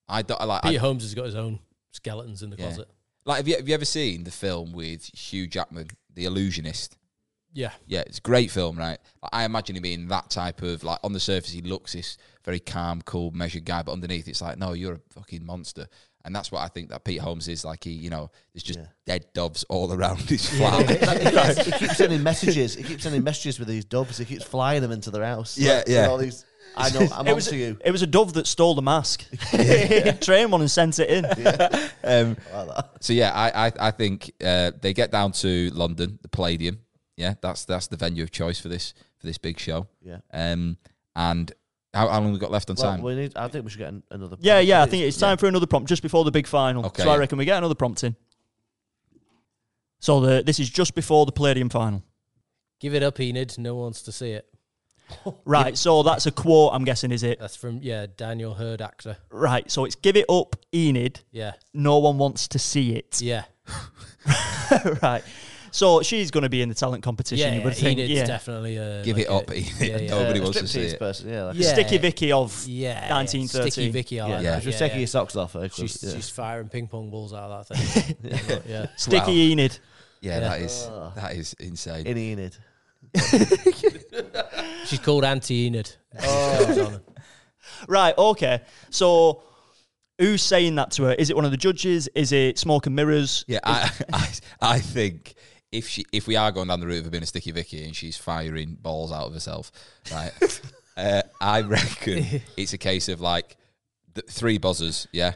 S1: I don't I like. I-
S5: Peter Holmes has got his own skeletons in the
S1: Yeah.
S5: closet.
S1: like, have you have you ever seen the film with Hugh Jackman, The Illusionist?
S5: Yeah.
S1: Yeah, it's a great film, right? Like, I imagine him being that type of like on the surface he looks this very calm, cool, measured guy, but underneath it's like, no, you're a fucking monster. And that's what I think that Pete Holmes is like. He, you know, there's just
S3: Yeah.
S1: dead doves all [LAUGHS] around his flat.
S3: he keeps sending messages. He keeps sending messages with these doves. He keeps flying them into their house.
S1: Yeah,
S3: Like, with
S1: yeah.
S3: all these, I know.
S2: [LAUGHS]
S3: I'm
S2: it was
S3: onto you.
S2: it was a dove that stole the mask. [LAUGHS] He trained one and sent it in.
S1: um,
S3: Like that.
S1: So yeah, I I, I think uh, they get down to London, the Palladium. Yeah, that's that's the venue of choice for this for this big show.
S3: Yeah.
S1: Um, and how, how long we got left on
S3: Well,
S1: time?
S3: we need. I think we should get an, another.
S2: Yeah, yeah. I think it's time for another prompt just before the big final.
S1: Okay,
S2: so I
S1: yeah.
S2: reckon we get another prompt in. So the, this is just before the Palladium final.
S5: Give it up, Enid. No one wants to see it.
S2: Right, so that's a quote, I'm guessing, is it?
S5: That's from yeah Daniel Hurd actor.
S2: Right, so it's give it up, Enid.
S5: Yeah.
S2: No one wants to see it.
S5: Yeah.
S2: [LAUGHS] right. So she's going to be in the talent competition,
S5: yeah.
S2: you would think.
S5: Enid's
S2: yeah.
S5: definitely a
S1: Give
S5: like
S1: it
S5: a-
S1: up, [LAUGHS] Enid.
S5: Yeah. yeah.
S1: Nobody
S3: Uh,
S1: wants to see
S3: striptease
S1: it.
S3: person. Yeah. Like,
S5: Yeah.
S2: Sticky Vicky of.
S5: Yeah.
S2: 1913.
S5: Sticky Vicky. I like
S1: Yeah.
S5: that,
S3: She was taking
S5: yeah.
S3: your socks off her. 'cause-
S5: She's,
S3: yeah.
S5: she's firing ping pong balls out of that thing. yeah. yeah.
S2: Sticky
S1: Wow.
S2: Enid.
S1: Yeah,
S5: Yeah.
S1: that is
S3: Oh.
S1: that is insane.
S3: in Enid.
S5: She's called Auntie Enid.
S2: Right, okay. So who's saying that to her? Is it one of the judges? Is it Smoke and Mirrors?
S1: yeah, I, I I think if she if we are going down the route of her being a sticky Vicky and she's firing balls out of herself, right? uh, I reckon it's a case of like th- three buzzers, yeah,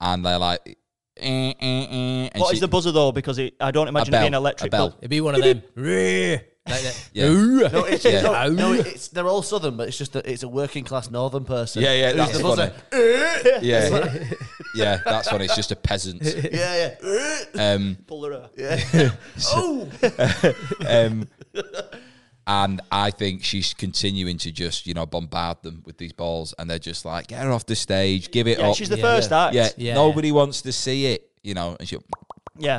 S1: and they're like. Eh, eh, eh, and
S2: What is
S1: she-
S2: the buzzer, though? Because it, I don't imagine it
S1: bell,
S2: being
S1: a
S2: electric.
S1: bell.
S2: but-
S5: It'd be one of them. like that.
S1: Yeah.
S3: No, it's,
S1: Yeah.
S3: no, no, it's they're all southern, but it's just that it's a working class northern person.
S1: Yeah, yeah,
S3: Who's
S1: that's
S3: the
S1: funny.
S3: buzzer? uh,
S1: Yeah, yeah, that's funny. It's just a peasant.
S3: [LAUGHS] Yeah, yeah.
S1: [LAUGHS] Um,
S2: Pull her up. [LAUGHS]
S1: um, and I think she's continuing to just you know bombard them with these balls, and they're just like, get her off the stage, give it
S2: Yeah,
S1: up.
S2: she's the
S5: yeah,
S2: first act.
S1: Oh, yeah,
S2: Yeah.
S5: Yeah.
S1: nobody wants to see it, you know. And she,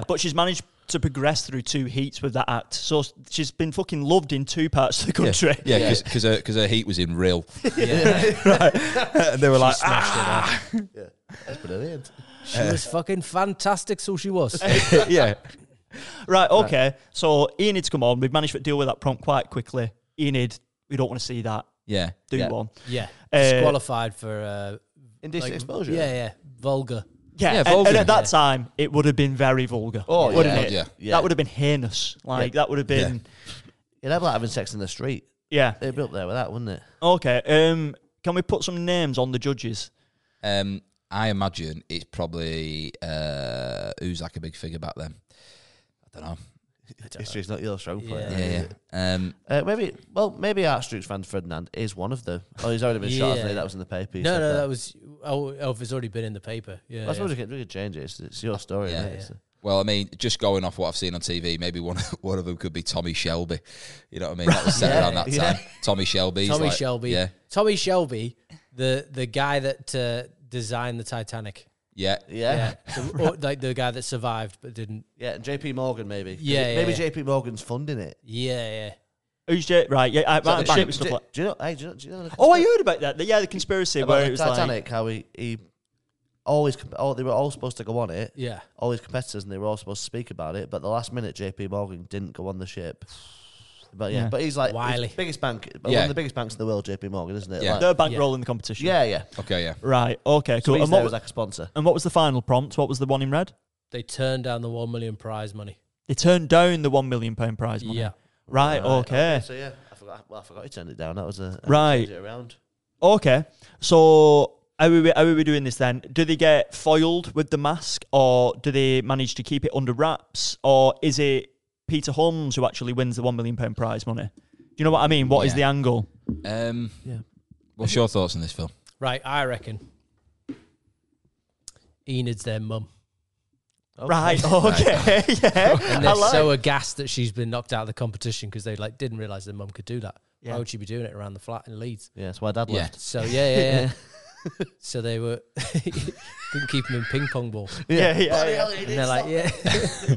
S2: but she's managed to progress through two heats with that act. So s- she's been fucking loved in two parts of the country.
S1: yeah,
S2: [LAUGHS]
S1: because her, 'cause her heat was in real.
S5: Yeah.
S1: and they were like, ah.
S5: Smashed it out.
S3: That's brilliant.
S5: She was fucking fantastic, so she was.
S1: yeah,
S2: Right, okay. So Enid's come on. We've managed to deal with that prompt quite quickly. Enid, we don't want to see that.
S1: yeah,
S2: Do
S3: Yeah.
S2: one.
S5: yeah.
S2: Uh,
S5: Disqualified for uh
S3: Indecent
S5: like-
S3: exposure.
S5: Yeah, yeah. Vulgar.
S2: Yeah,
S1: Yeah,
S2: and- and,
S1: vulgar.
S2: at that time, it would have been very vulgar.
S3: Oh, yeah.
S2: wouldn't it?
S1: Yeah.
S3: Yeah.
S2: That would have been heinous. Like, that would have been.
S3: You'd have like having sex in the street.
S2: Yeah.
S3: They'd be up there with that, wouldn't it?
S2: Okay. Um, can we put some names on the judges?
S1: Um, I imagine it's probably uh, who's like a big figure back then. I don't know.
S3: History's not your strong point.
S5: Yeah.
S3: Uh, is
S1: Yeah,
S3: it?
S1: yeah. Um,
S3: Uh, maybe, well, maybe Archduke Franz Ferdinand is one of them. Oh, he's already been shot. I
S5: Yeah.
S3: think that was in the paper. you
S5: No,
S3: said
S5: no, that was oh, oh, it's already been in the paper. Yeah.
S3: I suppose
S5: yeah.
S3: we could, we could change it. It's, it's your story.
S1: Yeah,
S3: mate.
S1: yeah.
S3: It's-
S1: Well, I mean, just going off what I've seen on TV, maybe one [LAUGHS] of, one of them could be Tommy Shelby. You know what I mean? That was set
S5: Yeah,
S1: around that
S3: yeah.
S1: time. Tommy Shelby.
S5: Tommy Shelby.
S1: Yeah.
S5: Tommy Shelby, the the guy that uh, designed the Titanic.
S1: Yeah.
S3: Yeah.
S5: So-
S2: [LAUGHS]
S5: or, like the guy that survived but didn't.
S3: Yeah. and JP Morgan, maybe. 'Cause
S5: Yeah,
S3: it-
S5: yeah,
S3: Maybe
S5: yeah.
S3: JP Morgan's funding it.
S5: Yeah, yeah.
S2: Who's J- right? Yeah, I,
S3: Is that
S2: right,
S3: the
S2: shit
S3: bank?
S2: and stuff
S3: do,
S2: like.
S3: do you know? Hey, do you know? Do you know the
S2: Oh, I
S3: conspira-
S2: heard about that. The- yeah, the conspiracy
S3: about
S2: where
S3: the
S2: it was
S3: Titanic? how he, he all his comp- all, they were all supposed to go on it.
S5: Yeah.
S3: All his competitors, and they were all supposed to speak about it. But the last minute, JP Morgan didn't go on the ship. But yeah,
S2: Yeah.
S3: but he's like
S5: Wily.
S3: he's biggest bank, one
S1: Yeah.
S3: of the biggest banks in the world, JP Morgan, isn't it?
S1: Yeah.
S2: like
S3: Like-
S2: they're bankrolling
S5: Yeah.
S2: the competition.
S3: yeah, yeah.
S1: Okay. Yeah.
S2: Right. Okay.
S3: So
S2: Cool.
S3: he's
S2: and, what
S3: there
S2: was,
S3: as like a sponsor.
S2: and what was the final prompt? What was the one in red?
S5: They turned down the one million prize money.
S2: They turned down the one million pound prize money.
S5: Yeah.
S2: Right.
S3: Right,
S2: Okay.
S3: So Oh, yeah, I forgot. Well, I forgot he turned it down. That was a
S2: Right.
S3: It around.
S2: Okay. So how are, we, how are we doing this then? Do they get foiled with the mask or do they manage to keep it under wraps? Or is it Peter Holmes who actually wins the £1 million prize money? Do you know what I mean? What is
S1: Yeah.
S2: the angle?
S1: Um,
S3: Yeah.
S1: What's your thoughts on this film?
S5: Right, I reckon. Enid's
S2: [LAUGHS]
S5: their mum.
S2: Right. Okay. [LAUGHS] yeah.
S5: And
S2: I
S5: they're
S2: like-
S5: so aghast that she's been knocked out of the competition because they like didn't realise their mum could do that.
S2: Yeah.
S5: Why would she be doing it around the flat in Leeds?
S3: Yeah, that's why Dad
S1: Yeah.
S3: left.
S5: So yeah, yeah,
S2: [LAUGHS]
S5: yeah. so they were [LAUGHS] couldn't keep him in ping pong ball.
S2: yeah, yeah, yeah.
S5: And they're like, yeah,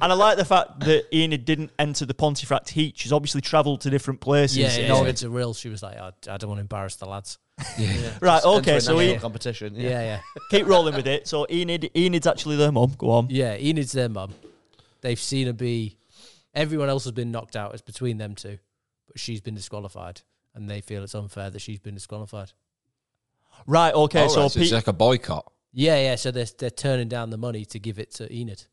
S2: And I like the fact that Enid didn't enter the Pontefract heat. She's obviously travelled to different places.
S5: yeah.
S2: in
S5: yeah,
S2: order
S5: yeah. It's a real. She was like, I, I don't want to embarrass the lads.
S3: Yeah.
S2: Right,
S3: Just
S2: okay,
S3: entering
S2: so
S3: national
S2: he-
S3: competition.
S5: Yeah, yeah,
S2: to keep rolling with it. So Enid, Enid's actually their mum. Go on.
S5: yeah. Enid's their mum. They've seen her be. Everyone else has been knocked out. It's between them two, but she's been disqualified, and they feel it's unfair that she's been disqualified.
S2: Right. Okay.
S1: All
S2: so
S1: right,
S2: Pe-
S1: Oh, it's like a boycott.
S5: Yeah, yeah. So they're they're turning down the money to give it to Enid.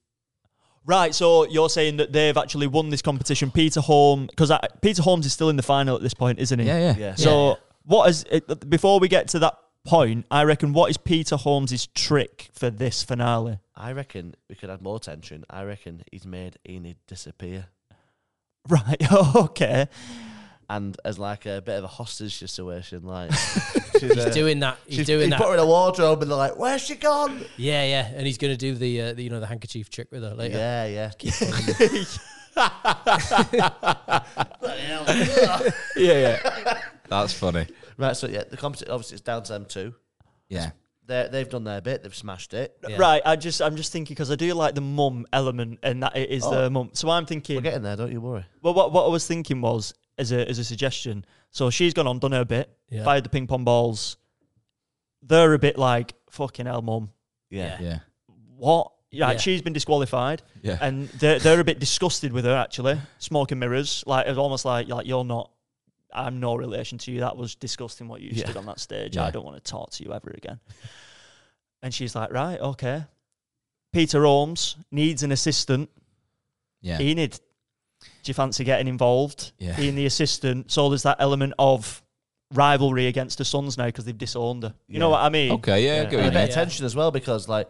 S2: Right, so you're saying that they've actually won this competition. Peter Holmes, because Peter Holmes is still in the final at this point, isn't he?
S1: Yeah. Yeah.
S3: Yeah.
S2: So what is it, before we get to that point? I reckon what is Peter Holmes's trick for this finale? [LAUGHS]
S3: I reckon we could add more tension. I reckon he's made Enid disappear.
S2: Right, [LAUGHS] okay,
S3: And as like a bit of a hostage situation, like
S5: He's doing that. He's doing
S3: uh, he
S5: that.
S3: put her in a wardrobe and they're like, "Where's she gone?"
S5: yeah, yeah. And he's gonna do the, uh, the you know the handkerchief trick with her later.
S3: Yeah, yeah.
S1: Yeah. That's funny.
S3: right, so yeah, the competition obviously it's down to them two.
S1: [LAUGHS] Yeah.
S3: They they've done their bit. They've smashed it.
S5: Yeah.
S2: right. I just I'm just thinking because I do like the mum element and that it is the mum. So I'm
S3: We're
S2: thinking.
S3: getting there. Don't you worry.
S2: Well, what what I was thinking was as a as a suggestion. So she's gone on, done her bit,
S5: Yeah.
S2: fired the ping pong balls. They're a bit like fucking hell, mum.
S3: Yeah.
S1: Yeah.
S2: what? Yeah,
S5: Yeah.
S2: she's been disqualified,
S1: Yeah.
S2: and they're, they're a bit disgusted with her actually. Smoke and mirrors, like it's almost like like you're not, I'm no relation to you. That was disgusting what you
S3: Yeah.
S2: did on that stage. I
S1: Yeah.
S2: don't want to talk to you ever again. And she's like, right, okay. Peter Holmes needs an assistant.
S1: Yeah.
S2: Enid, do you fancy getting involved?
S1: Yeah.
S2: Being the assistant, so there's that element of rivalry against her sons now because they've disowned her. You know
S3: Yeah.
S2: what I mean?
S1: Okay. Yeah. I get what
S3: And a
S1: you
S3: bit
S1: mean.
S3: of tension as well because like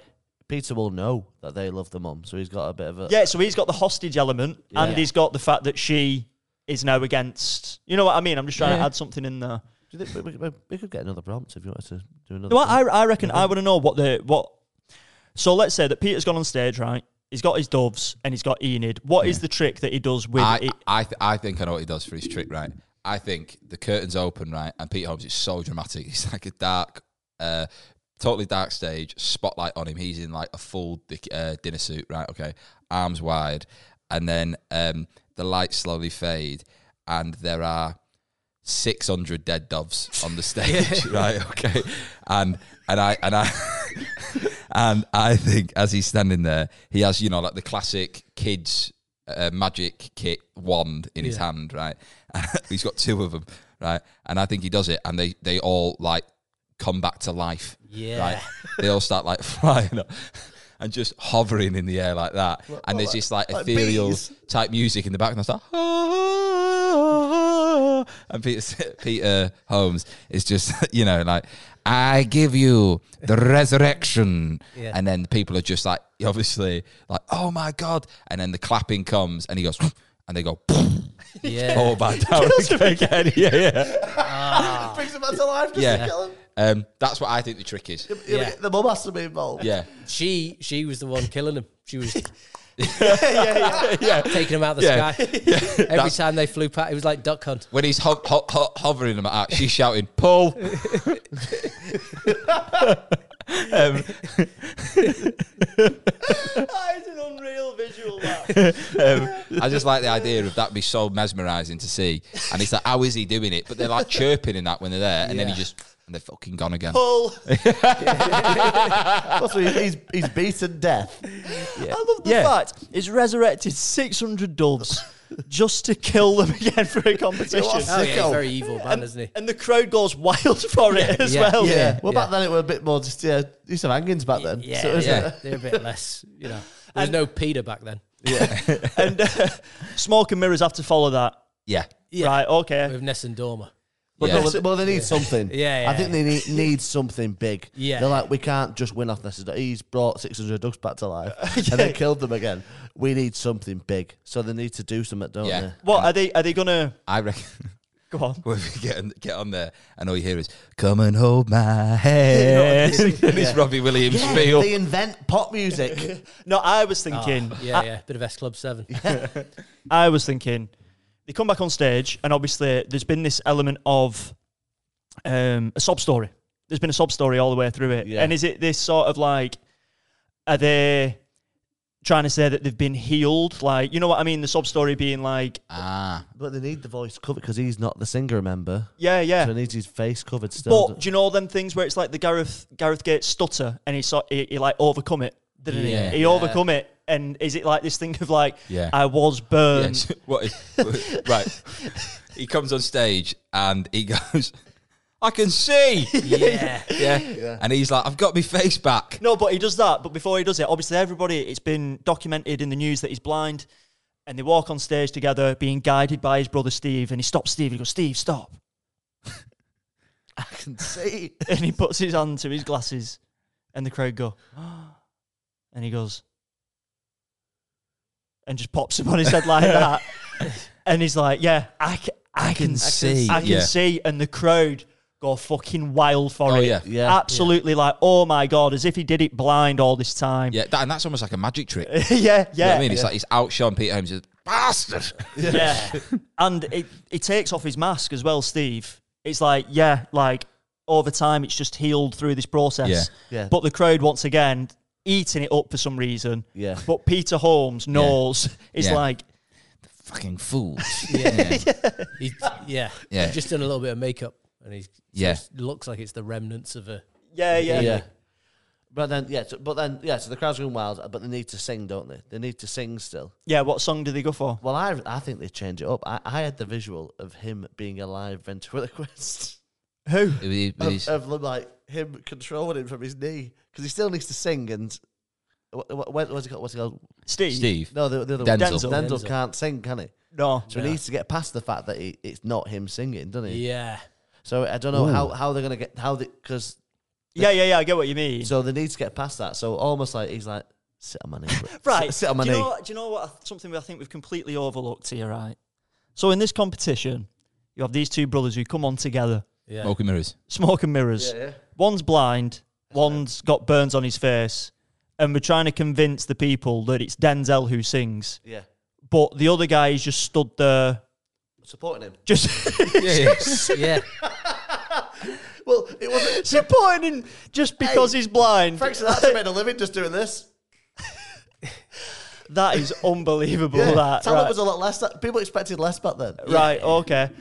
S3: Peter will know that they love the mum, so he's got a bit of a
S2: Yeah, so he's got the hostage element, and
S3: Yeah.
S2: he's got the fact that she is now against. You know what I mean? I'm just trying to
S1: Yeah.
S2: add something in there.
S3: Do you think we, we, we could get another prompt if you wanted to do another?
S2: No, I,
S3: prompt?
S2: I reckon I want to know what the what. So let's say that Peter's gone on stage, right? He's got his doves and he's got Enid. What is the trick that he does with
S1: I,
S2: it?
S1: I, th- I think I know what he does for his trick, right? I think the curtains open, right? And Pete Holmes is so dramatic. [LAUGHS] It's like a dark, uh, totally dark stage, spotlight on him. He's in like a full dick, uh, dinner suit, right? Okay. Arms wide. And then um, the lights slowly fade, and there are 600 dead doves on
S5: [LAUGHS]
S1: the stage, right? Okay. And, and I, and I, [LAUGHS] and I think as he's standing there, he has, you know, like the classic kids uh, magic kit wand in his
S5: Yeah.
S1: hand, right? [LAUGHS] he's got two of them, right? And I think he does it, and they they all like come back to life,
S5: Yeah.
S1: right? They all start like [LAUGHS] flying up. And just hovering in the air like that, and there's this like, ethereal
S3: bees.
S1: type music in the background. I was like, "Ah." and Peter, [LAUGHS] Peter Holmes is just, [LAUGHS] you know, like, I give you the resurrection.
S5: Yeah.
S1: And then people are just like, [LAUGHS] obviously, like, oh my God. And then the clapping comes and he goes, [LAUGHS] and they go,
S5: Yeah.
S1: [LAUGHS] oh, back down again. [LAUGHS] Yeah, yeah.
S3: brings him back to life. Doesn't
S1: Yeah.
S3: yeah. Kill him?
S1: Um, that's what I think the trick is.
S3: Yeah,
S5: Yeah.
S3: but The mum has to be involved.
S1: Yeah.
S5: She she was the one killing him. She was [LAUGHS] taking him out of the
S1: Yeah.
S5: sky. Every time they flew past, it was like duck hunt.
S1: When he's ho- [LAUGHS] ho- ho- hovering them out, she's shouting, pull. Um,
S3: that is an unreal visual.
S1: I just like the idea of that be so mesmerising to see. And it's like, how is he doing it? But they're like chirping in that when they're there, and then he
S5: Yeah.
S1: just and they're fucking gone again.
S3: Pull. That's what he- he's he's beaten death.
S2: I love the
S1: Yeah.
S2: fact he's resurrected 600 [LAUGHS] doves just to kill them again [LAUGHS] for a competition.
S3: What a
S5: Oh, yeah, he's
S3: sicko.
S5: very evil man, isn't he?
S2: and the crowd goes wild for it as
S5: yeah,
S2: well.
S5: yeah.
S3: Well, back then it were a bit more just yeah. Used to have hangings back then.
S5: Yeah,
S3: So it was-
S1: yeah.
S5: they're a bit less. You know, there's no Peter back then.
S2: And uh, smoke and mirrors have to follow that.
S1: Yeah.
S2: Right, okay.
S5: with Ness and Dormer.
S3: But
S1: Yeah.
S3: no, well, well, they need something.
S5: Yeah,
S3: I think
S5: yeah.
S3: they need, need something big.
S5: Yeah.
S3: They're like, we can't just win off Nestor. He's brought 600 ducks back to life and then killed them again. We need something big. So they need to do something, don't
S1: Yeah.
S3: they?
S2: What are they? Are they gonna
S1: I reckon. [LAUGHS]
S2: go on?
S1: when we get on, get on there, and all you hear is "Come and hold my
S3: [LAUGHS]
S1: hand." and it's Robbie Williams
S3: Yeah,
S1: feel.
S3: they invent pop music. [LAUGHS]
S2: No, I was thinking.
S1: Ah.
S5: Yeah,
S3: Ah.
S2: I,
S5: yeah, bit of S Club Seven.
S2: I was thinking. They come back on stage, and obviously there's been this element of um, a sob story. There's been a sob story all the way through it.
S3: Yeah.
S2: And is it this sort of like, are they trying to say that they've been healed? Like, you know what I mean? The sob story being like,
S1: Ah,
S3: but they need the voice covered because he's not the singer, remember?
S2: yeah, yeah.
S3: So he needs his face covered still.
S2: But do you know them things where it's like the Gareth Gareth Gates stutter and he sort he, he like overcome it, didn't
S1: Yeah.
S2: he? He overcome it, and is it like this thing of like
S1: Yeah.
S2: I was burned?
S1: yes. [LAUGHS] what is [LAUGHS] right? He comes on stage and he goes, "I can
S3: [LAUGHS]
S1: see."
S5: yeah,
S1: yeah. and he's like, "I've got my face back."
S2: No, but he does that. But before he does it, obviously everybody it's been documented in the news that he's blind, and they walk on stage together, being guided by his brother Steve, and he stops Steve. He goes, Steve, stop, [LAUGHS]
S3: I can see.
S2: and he puts his hand to his glasses, and the crowd go, [GASPS] and he goes, and just pops him on his head like that, and he's like, yeah, I can, I can,
S1: see,
S2: I can
S1: yeah.
S2: see, and the crowd go fucking wild for
S1: Oh,
S2: it.
S1: yeah.
S3: Yeah.
S2: Absolutely, like, oh my god, as if he did it blind all this time.
S1: Yeah, that, and that's almost like a magic
S3: [LAUGHS]
S1: trick. You know
S2: [LAUGHS] yeah, yeah.
S1: what I mean, it's like he's outshone Peter Holmes. he's, Bastard.
S2: yeah. and it, it takes off his mask as well, Steve. It's like, yeah, like over time, it's just healed through this process.
S1: Yeah.
S3: Yeah.
S2: But the crowd, once again, eating it up for some reason.
S3: Yeah.
S2: But Peter Holmes knows it's
S1: Yeah.
S2: like,
S1: [LAUGHS] Fucking
S3: [LAUGHS]
S1: fools.
S5: yeah, He's, yeah.
S1: Yeah.
S5: He's just done a little bit of makeup, and he
S1: Yeah.
S5: looks like it's the remnants of a.
S2: yeah, yeah.
S3: yeah. But then, yeah, so, but then, yeah, so the crowd's going wild, but they need to sing, don't they? They need to sing still.
S2: Yeah, what song do they go for?
S3: Well, I, I think they change it up. I, I had the visual of him being a live ventriloquist.
S2: Who?
S1: It was- it
S3: [LAUGHS] of,
S1: was-
S3: of them, like him controlling him from his knee because he still needs to sing and what, what, what's it called? What's it called?
S2: Steve?
S1: Steve.
S3: No, the, the other
S1: Denzel.
S3: one.
S2: Denzel.
S3: Denzel
S5: Denzel.
S3: can't sing, can he?
S2: No.
S3: So he
S5: Yeah.
S3: needs to get past the fact that he, it's not him singing, doesn't he?
S5: Yeah,
S3: So I don't know how, how they're gonna get how they because
S2: Yeah, yeah, yeah. I get what you mean.
S3: so they need to get past that. So almost like he's like sit on my knee, bro.
S2: [LAUGHS] right.
S3: Sit, sit on my
S2: do, you
S3: knee.
S2: know, what- do you know what? I- Something I think we've completely overlooked here, right? So in this competition, you have these two brothers who come on together.
S5: yeah.
S1: Smoke and
S3: [LAUGHS]
S1: mirrors.
S2: smoke and mirrors. One's blind, one's got burns on his face, and we're trying to convince the people that it's Denzel who sings,
S3: Yeah,
S2: but the other guy is just stood there,
S3: supporting him. [LAUGHS]
S2: just [LAUGHS]
S1: Yeah, yeah.
S5: yeah.
S3: Well,
S2: [LAUGHS]
S3: it wasn't.
S2: supporting him just because he's blind.
S3: Frank Sinatra made a living just doing this.
S2: that is unbelievable. That
S3: talent
S2: right.
S3: was a lot less. People expected less back then.
S2: Right, okay.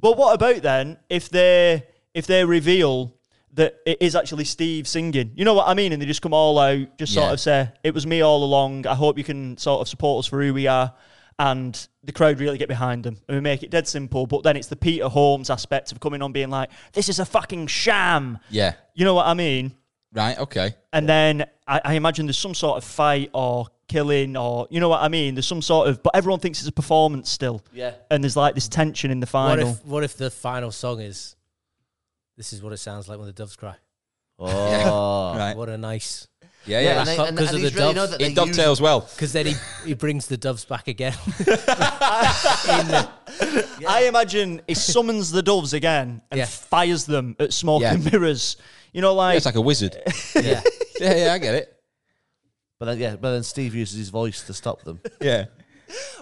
S2: But what about then if they if they reveal that it is actually Steve singing? You know what I mean? And they just come all out, just
S1: Yeah.
S2: sort of say, It was me all along. I hope you can sort of support us for who we are and the crowd really get behind them. And we make it dead simple, but then it's the Peter Holmes aspect of coming on being like, This is a fucking sham.
S1: [LAUGHS] Yeah.
S2: You know what I mean?
S1: Right. Okay.
S2: And then I, I imagine there's some sort of fight or killing or you know what I mean? There's some sort of but everyone thinks it's a performance still.
S3: Yeah.
S2: And there's like this tension in the
S5: What
S2: final.
S5: if what if the final song is? This is what it sounds like when the doves cry.
S3: Oh.
S1: Right.
S5: What a nice.
S1: Yeah.
S3: Yeah,
S1: Yeah.
S3: and, they,
S5: that's
S3: and,
S5: because
S3: and
S5: of
S3: he's
S5: the
S3: really
S5: doves.
S3: know that
S1: It
S3: they use,
S1: dovetails well.
S5: Because then he, he brings the doves back again.
S2: I imagine he summons the doves again and
S5: Yeah.
S2: fires them at smoke
S1: Yeah.
S2: and mirrors. You know, like,
S1: It's like a wizard.
S3: [LAUGHS]
S1: [LAUGHS]
S5: yeah.
S1: yeah. Yeah. I get it.
S3: but then yeah, but then Steve uses his voice to stop
S2: [LAUGHS]
S3: them.
S1: Yeah.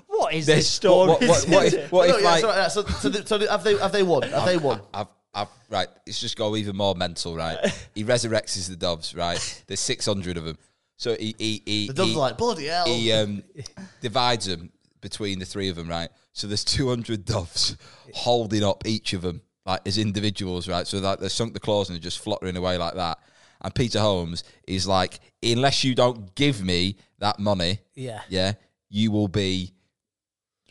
S2: what is
S1: This-
S2: this story?
S1: What, what, what, what if, what
S2: [LAUGHS]
S3: No,
S1: if
S3: [LAUGHS] Oh, yeah, uh,
S1: like
S2: [LAUGHS]
S3: so, yeah, so, so, they- so they- have they have they won? Have they won?
S1: I've I've, right, it's just go even more mental, right?
S3: [LAUGHS]
S1: He resurrects the doves, right? There's 600 of them. So he he he,
S3: The doves
S1: he,
S3: are like, bloody
S1: [LAUGHS]
S3: hell.
S1: he um divides them between the three of them, right? So there's 200 doves holding up each of them like as individuals, right? So that they sunk the claws and they're just fluttering away like that. And Peter Holmes is like, unless you don't give me that money,
S5: Yeah.
S1: yeah, you will be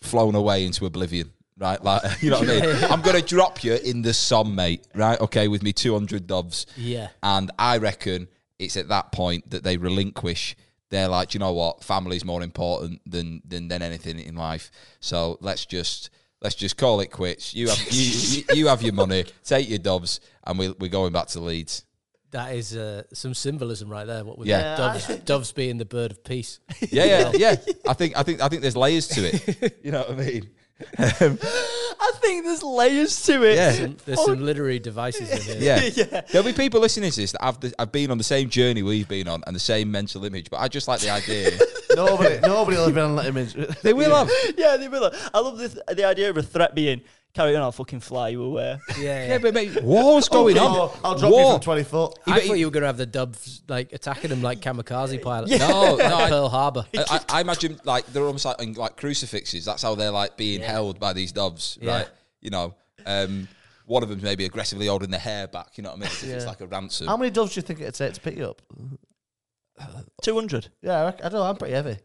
S1: flown away into oblivion. Right, like [LAUGHS] you know what I mean. I'm gonna drop you in the sun, mate. Right, okay, with me 200 doves.
S5: Yeah.
S1: And I reckon it's at that point that they relinquish. They're like, "Do you know what? Family's more important than than than anything in life. So let's just let's just call it quits. You have you, you, you have your
S5: [LAUGHS]
S1: money, take your dobs, and we we're going back to Leeds.
S5: That is uh, some symbolism right there. What with
S1: Yeah.
S5: the doves, doves being the bird of peace.
S1: Yeah, yeah, yeah. I think I think I think there's layers to it. You know what I mean? Um,
S2: I think there's layers to it.
S1: Yeah.
S5: [LAUGHS] There's some literary devices in here.
S1: Yeah. There'll be people listening to this that have the, have been on the same journey we've been on and the same mental image, but I just like the idea.
S3: nobody, nobody will have been on
S2: [LAUGHS]
S3: that image.
S1: they will have.
S2: Yeah, they will. I love this, the idea of a threat being carry on. I'll fucking fly you away.
S5: yeah, yeah.
S1: Yeah, but mate, war's going on.
S3: Oh, I'll drop you
S1: War.
S3: from 20 foot.
S5: I
S1: e-
S5: thought you were going to have the doves like attacking them like kamikaze pilots.
S1: [LAUGHS] No, no,
S5: [LAUGHS] Like
S1: I-
S5: Pearl Harbor.
S1: I, I I imagine like they're almost like in, like crucifixes. That's how they're like being held by these doves,
S5: Yeah.
S1: right? You know, um, one of them's maybe aggressively holding their hair back. You know what I mean? As if It's
S3: Yeah.
S1: like a ransom.
S3: How many doves do you think it'd take to pick you up?
S2: 200,
S3: Yeah, I, reckon- I don't know. I'm pretty [LAUGHS] heavy.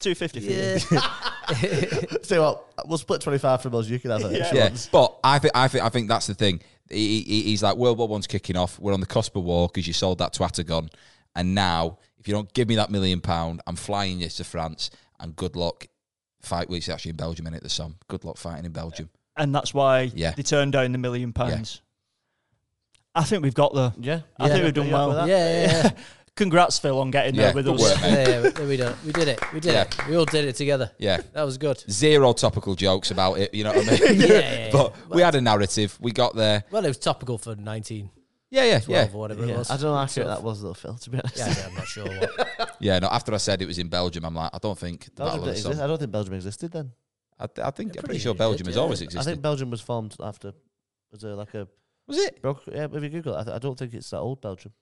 S2: 250 for you.
S3: So what, we'll split 25 from us. You can have it.
S2: Yeah.
S3: if you
S1: yeah,
S3: want.
S1: but I think I think I think that's the thing. He, he, he's like World War One's kicking off. We're on the cusp of war because you sold that to Atagon, and now if you don't give me that million pound, I'm flying you to France. And good luck. Fight. Well, it's actually in Belgium, innit? The Somme. Good luck fighting in Belgium.
S2: And that's why
S1: Yeah.
S2: they turned down the million pounds. I think we've got the.
S3: Yeah.
S2: I think we've done well.
S5: Uh, yeah, yeah, yeah.
S2: Congrats, Phil, on getting
S1: Yeah,
S2: there with
S1: good
S2: us.
S1: work, mate.
S5: yeah, yeah, [LAUGHS] there we go. We did it. We did
S1: Yeah.
S5: it. We all did it together.
S1: Yeah.
S5: That was good.
S1: zero topical jokes about it. You know what I mean?
S5: [LAUGHS] Yeah, yeah, yeah.
S1: [LAUGHS] but we had a narrative. We got there.
S5: Well, it was topical for 19,
S1: Yeah, yeah,
S5: 12 or
S1: yeah,
S5: whatever it was.
S3: I don't know how accurate that was, though, Phil, to be honest.
S5: yeah, yeah, I'm not sure what.
S1: yeah. No, after I said it was in Belgium, I'm like, I don't think the Battle
S3: Belgium
S1: of
S3: didn't
S1: the
S3: exist.
S1: Somme.
S3: I don't think Belgium existed then.
S1: I, th- I think
S5: Yeah,
S1: I'm pretty
S5: pretty
S1: sure
S5: sure it
S1: Belgium
S5: did,
S1: has
S5: yeah.
S1: always
S5: I
S1: existed.
S3: I think Belgium was formed after, was there like a,
S1: was it?
S3: broke, yeah, if you Google it, I, I don't think it's that old Belgium.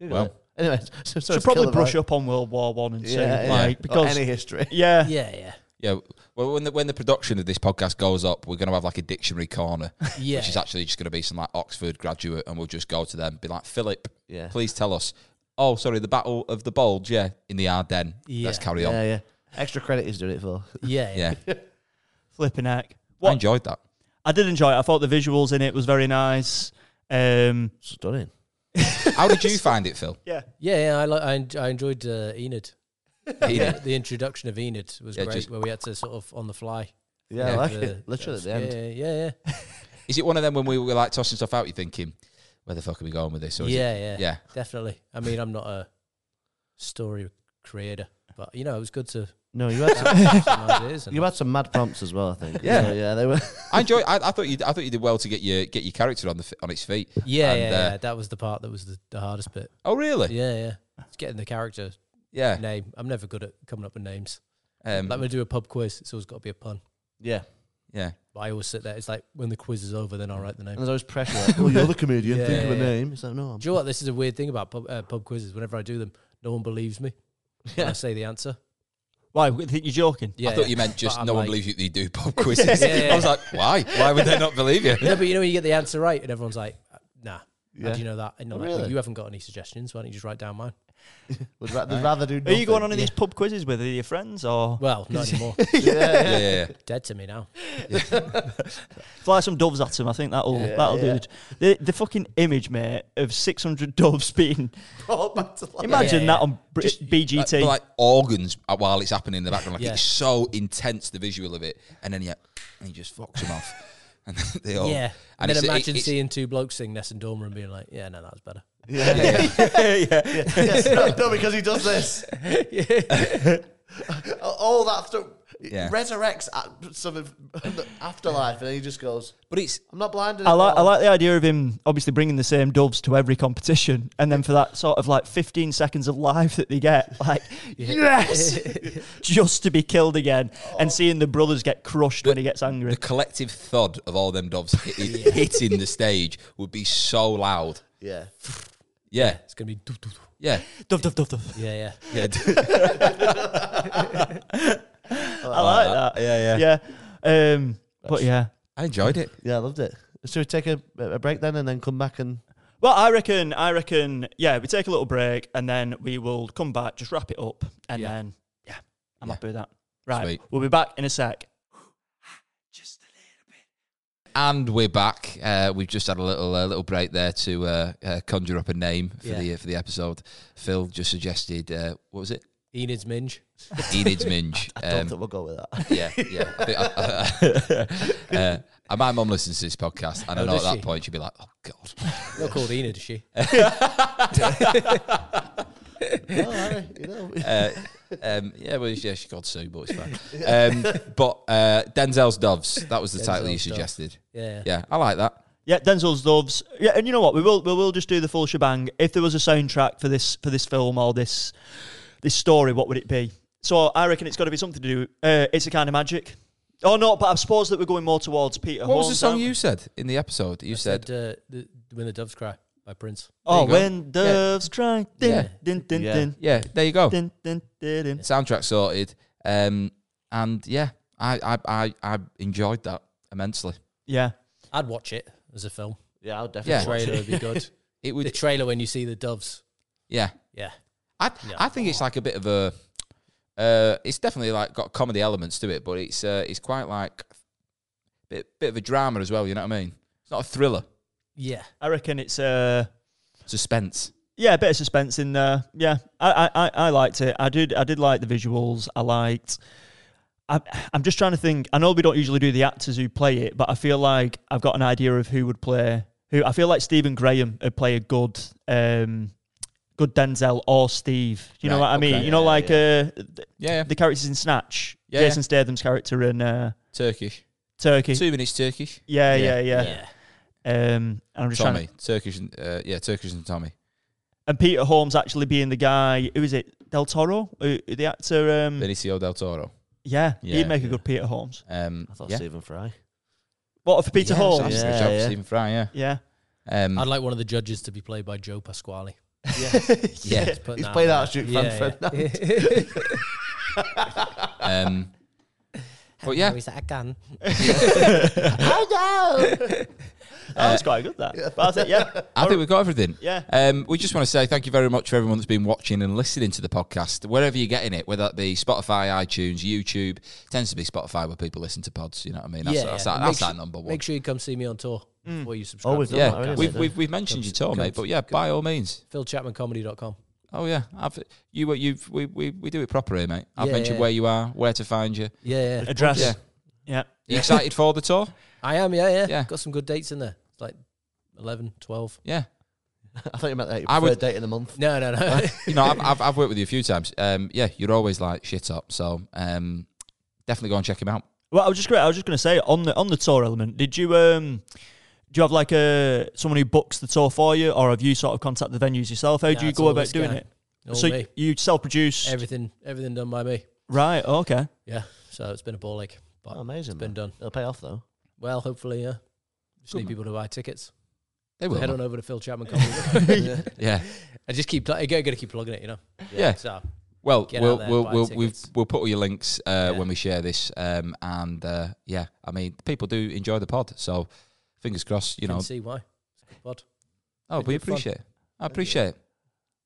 S3: Google
S1: Well.
S3: it. Anyway, [LAUGHS] so, so
S2: Should probably brush up on World War One and see,
S3: Yeah, yeah.
S2: like,
S1: Or
S2: because
S3: any history.
S2: yeah,
S5: Yeah, yeah.
S1: Yeah. Well, when the when the production of this podcast goes up, we're going to have like a dictionary corner,
S5: Yeah.
S1: which is actually just going to be some like Oxford graduate, and we'll just go to them, be like, Philip,
S3: [LAUGHS] Yeah.
S1: please tell us. Oh, sorry, the Battle of the Bulge, yeah, in the Ardennes. Let's
S5: Yeah.
S1: carry on.
S3: Yeah, yeah. Extra credit he's doing it for.
S5: yeah, yeah.
S1: Yeah,
S2: flipping heck.
S1: I
S2: What
S1: enjoyed that.
S2: I did enjoy it. I thought the visuals in it was very nice. Um,
S3: Stunning.
S1: How did you find it, Phil?
S2: yeah,
S5: Yeah, yeah, I, li- I, en- I enjoyed uh, Enid.
S1: Enid.
S5: The introduction of Enid was
S1: Yeah,
S5: great,
S1: just-
S5: where we had to sort of on the fly.
S3: Yeah, I
S5: Yeah,
S3: like
S5: the-
S3: it. Oh, Literally at the
S5: Yeah,
S3: end.
S5: yeah, yeah, yeah.
S1: Is it one of them when we were like tossing stuff out, you're thinking, where the fuck are we going with this? Or is it-
S5: yeah, yeah,
S1: yeah.
S5: Definitely. I mean, I'm not a story creator, but you know, it was good to
S3: No, you
S5: [LAUGHS]
S3: had some,
S5: have some ideas. And
S3: you had some mad prompts as well, I think.
S1: Yeah.
S3: So, yeah, they were.
S1: I enjoy. I, I thought you. I thought you did well to get your get your character on the f- on its feet.
S5: yeah,
S1: and,
S5: yeah,
S1: uh,
S5: yeah. That was the part that was the, the hardest bit.
S1: Oh really?
S5: Yeah, yeah. It's getting the character
S1: Yeah.
S5: name. I'm never good at coming up with names.
S1: Um,
S5: Like when I do a pub quiz, it's always got to be a pun.
S3: Yeah.
S1: yeah.
S5: But I always sit there. It's like when the quiz is over, then I'll write the name.
S3: And there's always pressure. Like, oh, you're the comedian.
S5: Yeah,
S3: think of a
S5: yeah, yeah.
S3: name. It's like, no, I'm.
S5: Do you know what? This is a weird thing about pub, uh, pub quizzes. Whenever I do them, no one believes me. When I say the answer.
S2: why? we think You're joking?
S5: Yeah,
S1: I thought
S5: yeah.
S1: you meant just
S5: But I'm
S1: no one
S5: like-
S1: believes you. They
S5: [LAUGHS]
S1: do pub quizzes.
S5: Yeah, yeah,
S1: I was like, why? Why would they not believe
S5: [LAUGHS]
S1: you?
S5: No, but you know when you get the answer right, and everyone's like, "Uh, "Nah, how
S3: Yeah.
S5: do you know that?" And I'm
S3: Oh,
S5: like, well,
S3: really?
S5: you haven't got any suggestions. Why don't you just write down mine?
S3: Would ra- they'd rather do
S2: Are you [LAUGHS] going on
S3: nothing.
S2: any of these pub quizzes with your friends or
S5: Well, not anymore.
S1: Yeah, yeah, yeah.
S5: Dead to me now.
S2: fly some doves at him? I think that'll
S3: Yeah,
S2: that'll
S3: yeah.
S2: do. it. The the fucking image, mate, of six hundred doves being.
S3: Brought back to life.
S2: Imagine
S5: yeah,
S2: that on Br-
S1: Just, Like,
S2: BGT.
S1: but, like organs uh, while it's happening in the background. Like
S5: E Yeah.
S1: it's so intense the visual of it, and then yeah, and he just fucks them off. [LAUGHS] And they all
S5: yeah.
S1: Oh. And
S5: And, then
S1: it's- it-
S5: imagine
S1: it's-
S5: seeing two blokes sing Ness and Dormer and being like, "Yeah, no, that was better."
S3: Yeah, yeah, [LAUGHS] yeah. No, no, because he does this. All Oh, that stuff.
S1: Yeah.
S3: resurrects a- some of the afterlife, and then he just goes,
S1: But it's
S3: "I'm not blinded."
S2: I
S3: at
S2: like I
S3: all."
S2: like the idea of him obviously bringing the same doves to every competition, and then for that sort of like 15 seconds of life that they get, like yes, just to be killed again, and seeing the brothers get crushed when he gets angry.
S1: the collective thud of all them
S5: [LAUGHS]
S1: doves hit, hitting the stage would be so loud.
S3: Yeah,
S1: Yeah,
S5: It's gonna be. doo, doo, doo.
S1: yeah,
S2: Dove, dove, dove, dove.
S5: Yeah, yeah. [LAUGHS]
S1: yeah.
S2: I like that.
S1: Yeah,
S2: Yeah. Um, but yeah.
S1: I enjoyed it.
S3: yeah, I loved it. Should we take a, a break then, and then come back and
S2: Well, I reckon, I reckon, yeah, we take a little break and then we will come back, just wrap it up, and
S5: Yeah.
S2: then, yeah, I'm
S1: Yeah.
S2: happy with that. Right.
S1: Sweet.
S2: We'll be back in a sec.
S1: And we're back. Uh, we've just had a little uh, little break there to uh, uh, conjure up a name for
S5: Yeah.
S1: the for the episode. Phil just suggested uh, what
S5: [LAUGHS]
S1: was it?
S5: Enid's minge.
S1: Enid's
S5: [LAUGHS]
S1: Minge.
S3: don't
S1: Um,
S3: think we'll go with that.
S1: yeah, yeah. I think I- uh, [LAUGHS] uh, my mum listens to this podcast, and I
S5: Oh,
S1: know at
S5: does
S1: that
S5: she?
S1: point she'd be like, "Oh
S5: [LAUGHS]
S1: God."
S5: Not called Enid, is she?
S3: [LAUGHS] No, Harry, you [LAUGHS] know.
S1: Uh, um, yeah, well, yeah, she called Sue, but it's fine. Um, but uh, Denzel's Doves. That was the title you
S5: Denzel's Doves.
S1: suggested.
S5: Yeah.
S1: Yeah, I like that.
S2: Yeah, Denzel's Doves. Yeah, and you know what? We will we will just do the full shebang. If there was a soundtrack for this for this film or this this story, what would it be? So I reckon it's got to be something to do. Uh, it's a kind of magic. Oh no, but I suppose that we're going more towards Peter.
S1: What was the
S2: Horn's
S1: song
S2: Down-
S1: you said in the episode? You
S5: I
S1: said,
S5: said uh, the, "When the Doves Cry" by Prince.
S1: There you
S2: Oh,
S1: go.
S2: when doves cry, din,
S1: Yeah.
S2: din, din,
S3: Yeah. Oh.
S2: din,
S1: yeah, there you go.
S2: din, din, din, din.
S1: Soundtrack sorted. Um, and yeah, I, I, I, I enjoyed that immensely.
S2: Yeah,
S5: I'd watch it as a film.
S3: yeah, I'll
S5: The
S1: Yeah.
S3: definitely. watch
S5: trailer would be good.
S1: It
S5: the
S1: would,
S5: trailer when you see the doves.
S1: yeah.
S5: Yeah,
S1: I,
S5: Yeah.
S1: I think it's like a bit of a. Uh, it's definitely like got comedy elements to it, but it's uh, it's quite like bit bit of a drama as well. You know what I mean? It's not a thriller,
S5: yeah.
S2: I reckon it's uh
S1: suspense.
S2: yeah a bit of suspense in there. Yeah, I I, I, I liked it. I did I did like the visuals. I liked. I'm, I'm just trying to think. I know we don't usually do the actors who play it, but I feel like I've got an idea of who would play who. I feel like Stephen Graham would play a good. um Good Denzel or Steve, you know
S1: Right,
S2: what I mean.
S1: okay.
S2: you know,
S3: Yeah,
S2: like uh, th-
S1: Yeah, yeah.
S2: the characters in Snatch,
S1: Yeah,
S2: Jason Statham's character in uh,
S1: Turkish.
S2: Turkey.
S1: Two minutes Turkish.
S2: Yeah,
S1: Yeah.
S2: yeah, yeah. Um, and I'm just trying to
S1: Tommy, Turkish, and uh, yeah, Turkish and Tommy.
S2: and Peter Holmes actually being the guy who is it Del Toro Who- the actor um
S1: Benicio del Toro.
S2: yeah,
S1: Yeah,
S2: he'd make a good Peter Holmes
S1: Um,
S3: I thought
S1: yeah.
S3: Stephen Fry.
S2: what for Peter
S1: Yeah,
S2: Holmes
S1: that's
S2: yeah,
S1: a good
S3: Yeah,
S1: job,
S3: yeah.
S1: Stephen Fry. Yeah.
S3: [LAUGHS]
S1: Um,
S5: I'd like one of the judges to be played by Joe Pasquale. [LAUGHS]
S1: yeah.
S5: Just putting
S3: He's
S5: that
S3: played
S5: out
S3: out Street
S5: there.
S3: Fan
S5: yeah.
S1: um, but yeah,
S5: Is that a gun? Uh,
S2: that was Oh, quite good that but I think, yeah
S1: I think we've got everything.
S5: [LAUGHS]
S2: Yeah.
S1: Um, we just want to say thank you very much for everyone that's been watching and listening to the podcast, wherever you're getting it, whether that be Spotify, iTunes, YouTube. Tends to be Spotify where people listen to pods. You know what I mean? That's, that's,
S5: yeah.
S1: our-
S5: Make
S1: that's
S5: sure-
S1: our number one.
S5: Make sure you come see me on tour before you subscribe.
S3: Oh, we've
S5: to
S3: done
S5: the
S1: yeah,
S3: that already,
S5: podcast.
S1: we've,
S3: yeah.
S1: we've, we've mentioned your tour,
S5: Come-
S1: mate. But yeah, by all means.
S5: PhilChapmanComedy.com.
S1: Oh yeah, I've, you you we, we we do it proper here, mate. I've
S5: Yeah,
S1: mentioned
S5: yeah.
S1: where you are, where to find you.
S5: Yeah, yeah.
S2: address
S1: Yeah.
S2: yeah,
S1: You excited for the
S5: [LAUGHS]
S1: tour?
S5: I am, yeah, yeah,
S1: Yeah.
S5: Got some good dates in there. It's like 11, 12.
S1: Yeah.
S3: [LAUGHS] I thought you meant like your
S1: I
S3: preferred
S1: would-
S3: date in the month.
S5: No, no, no.
S1: you know, I've, I've, I've worked with you a few times. Um, yeah, you're always like shit up. So um, definitely go and check him out.
S2: well I was just gonna, I was just gonna say on the on the tour element did you um do you have like a someone who books the tour for you or have you sort of contacted the venues yourself how
S5: Nah,
S2: do you
S5: it's
S2: go
S5: all
S2: about
S5: this
S2: doing
S5: guy.
S2: it
S5: [LAUGHS] All
S2: so
S5: me.
S2: you self produce
S5: Everything, everything done by me.
S2: right okay
S5: Yeah. So it's been a ball ache. But
S3: Oh, amazing.
S5: it's been
S3: man.
S5: done.
S3: It'll pay off though.
S5: Well, hopefully, yeah. Just
S1: Good
S5: need
S1: man.
S5: people to buy tickets.
S1: They
S5: So
S1: will.
S5: head
S1: man.
S5: on over to Phil
S1: [LAUGHS]
S5: Chapman Comedy.
S3: yeah.
S1: Yeah,
S5: I just keep, I gotta keep plugging it, you know.
S1: yeah.
S5: So
S1: Well,
S5: Get out
S1: we'll
S5: there,
S1: we'll
S5: buy
S1: we'll, we've,
S5: tickets.
S1: we'll put all your links uh,
S5: Yeah.
S1: when we share this. Um, and uh, yeah, I mean, people do enjoy the pod, so fingers crossed. You
S5: you
S1: know,
S5: can
S1: [LAUGHS]
S5: see why. It's good pod.
S1: oh,
S5: been
S1: we
S5: good fun.
S1: appreciate. it. I appreciate. it.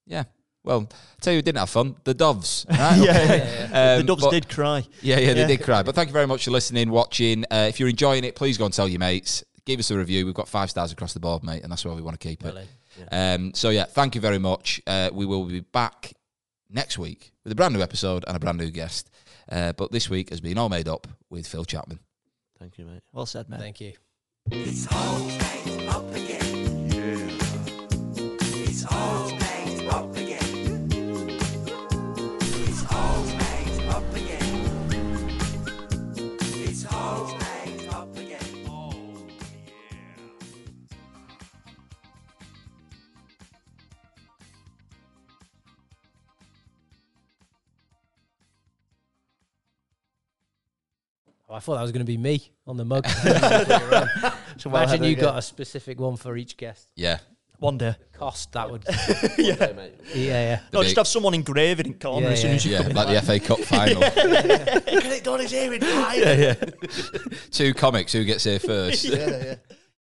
S1: Yeah. Well, tell you, who didn't have fun. The doves. right?
S2: Yeah,
S5: Yeah,
S1: Okay.
S5: yeah, yeah.
S1: Um,
S2: the doves
S1: but-
S2: did cry
S1: Yeah, yeah, they
S2: Yeah.
S1: did cry. But thank you very much for listening, watching. Uh, if you're enjoying it, please go and tell your mates. Give us a review. We've got five stars across the board, mate, and that's why we want to keep it.
S5: Well, eh.
S1: Um, so yeah, thank you very much. Uh, we will be back next week with a brand new episode and a brand new guest. Uh, but this week has been all made up with Phil Chapman.
S3: Thank you, mate.
S2: well said man
S5: Thank you.
S6: It's all made up again. Yeah. It's all made up again. It's all made up again.
S5: Oh, I thought that was going to be me on
S1: [LAUGHS]
S5: the mug. [LAUGHS]
S3: So why
S5: Imagine
S3: don't
S5: you
S3: get-
S5: got a specific one for each guest.
S1: Yeah.
S2: One day.
S5: Cost
S2: [LAUGHS]
S5: that would.
S3: Okay, mate.
S5: yeah, yeah.
S1: The
S2: No,
S1: big-
S2: just have someone engraved in corner
S5: Yeah,
S2: as soon
S5: yeah.
S2: as you
S1: yeah,
S2: come
S1: like the FA Cup final.
S3: Get it done, he's here in time.
S1: Two comics who gets here first.
S3: yeah, yeah.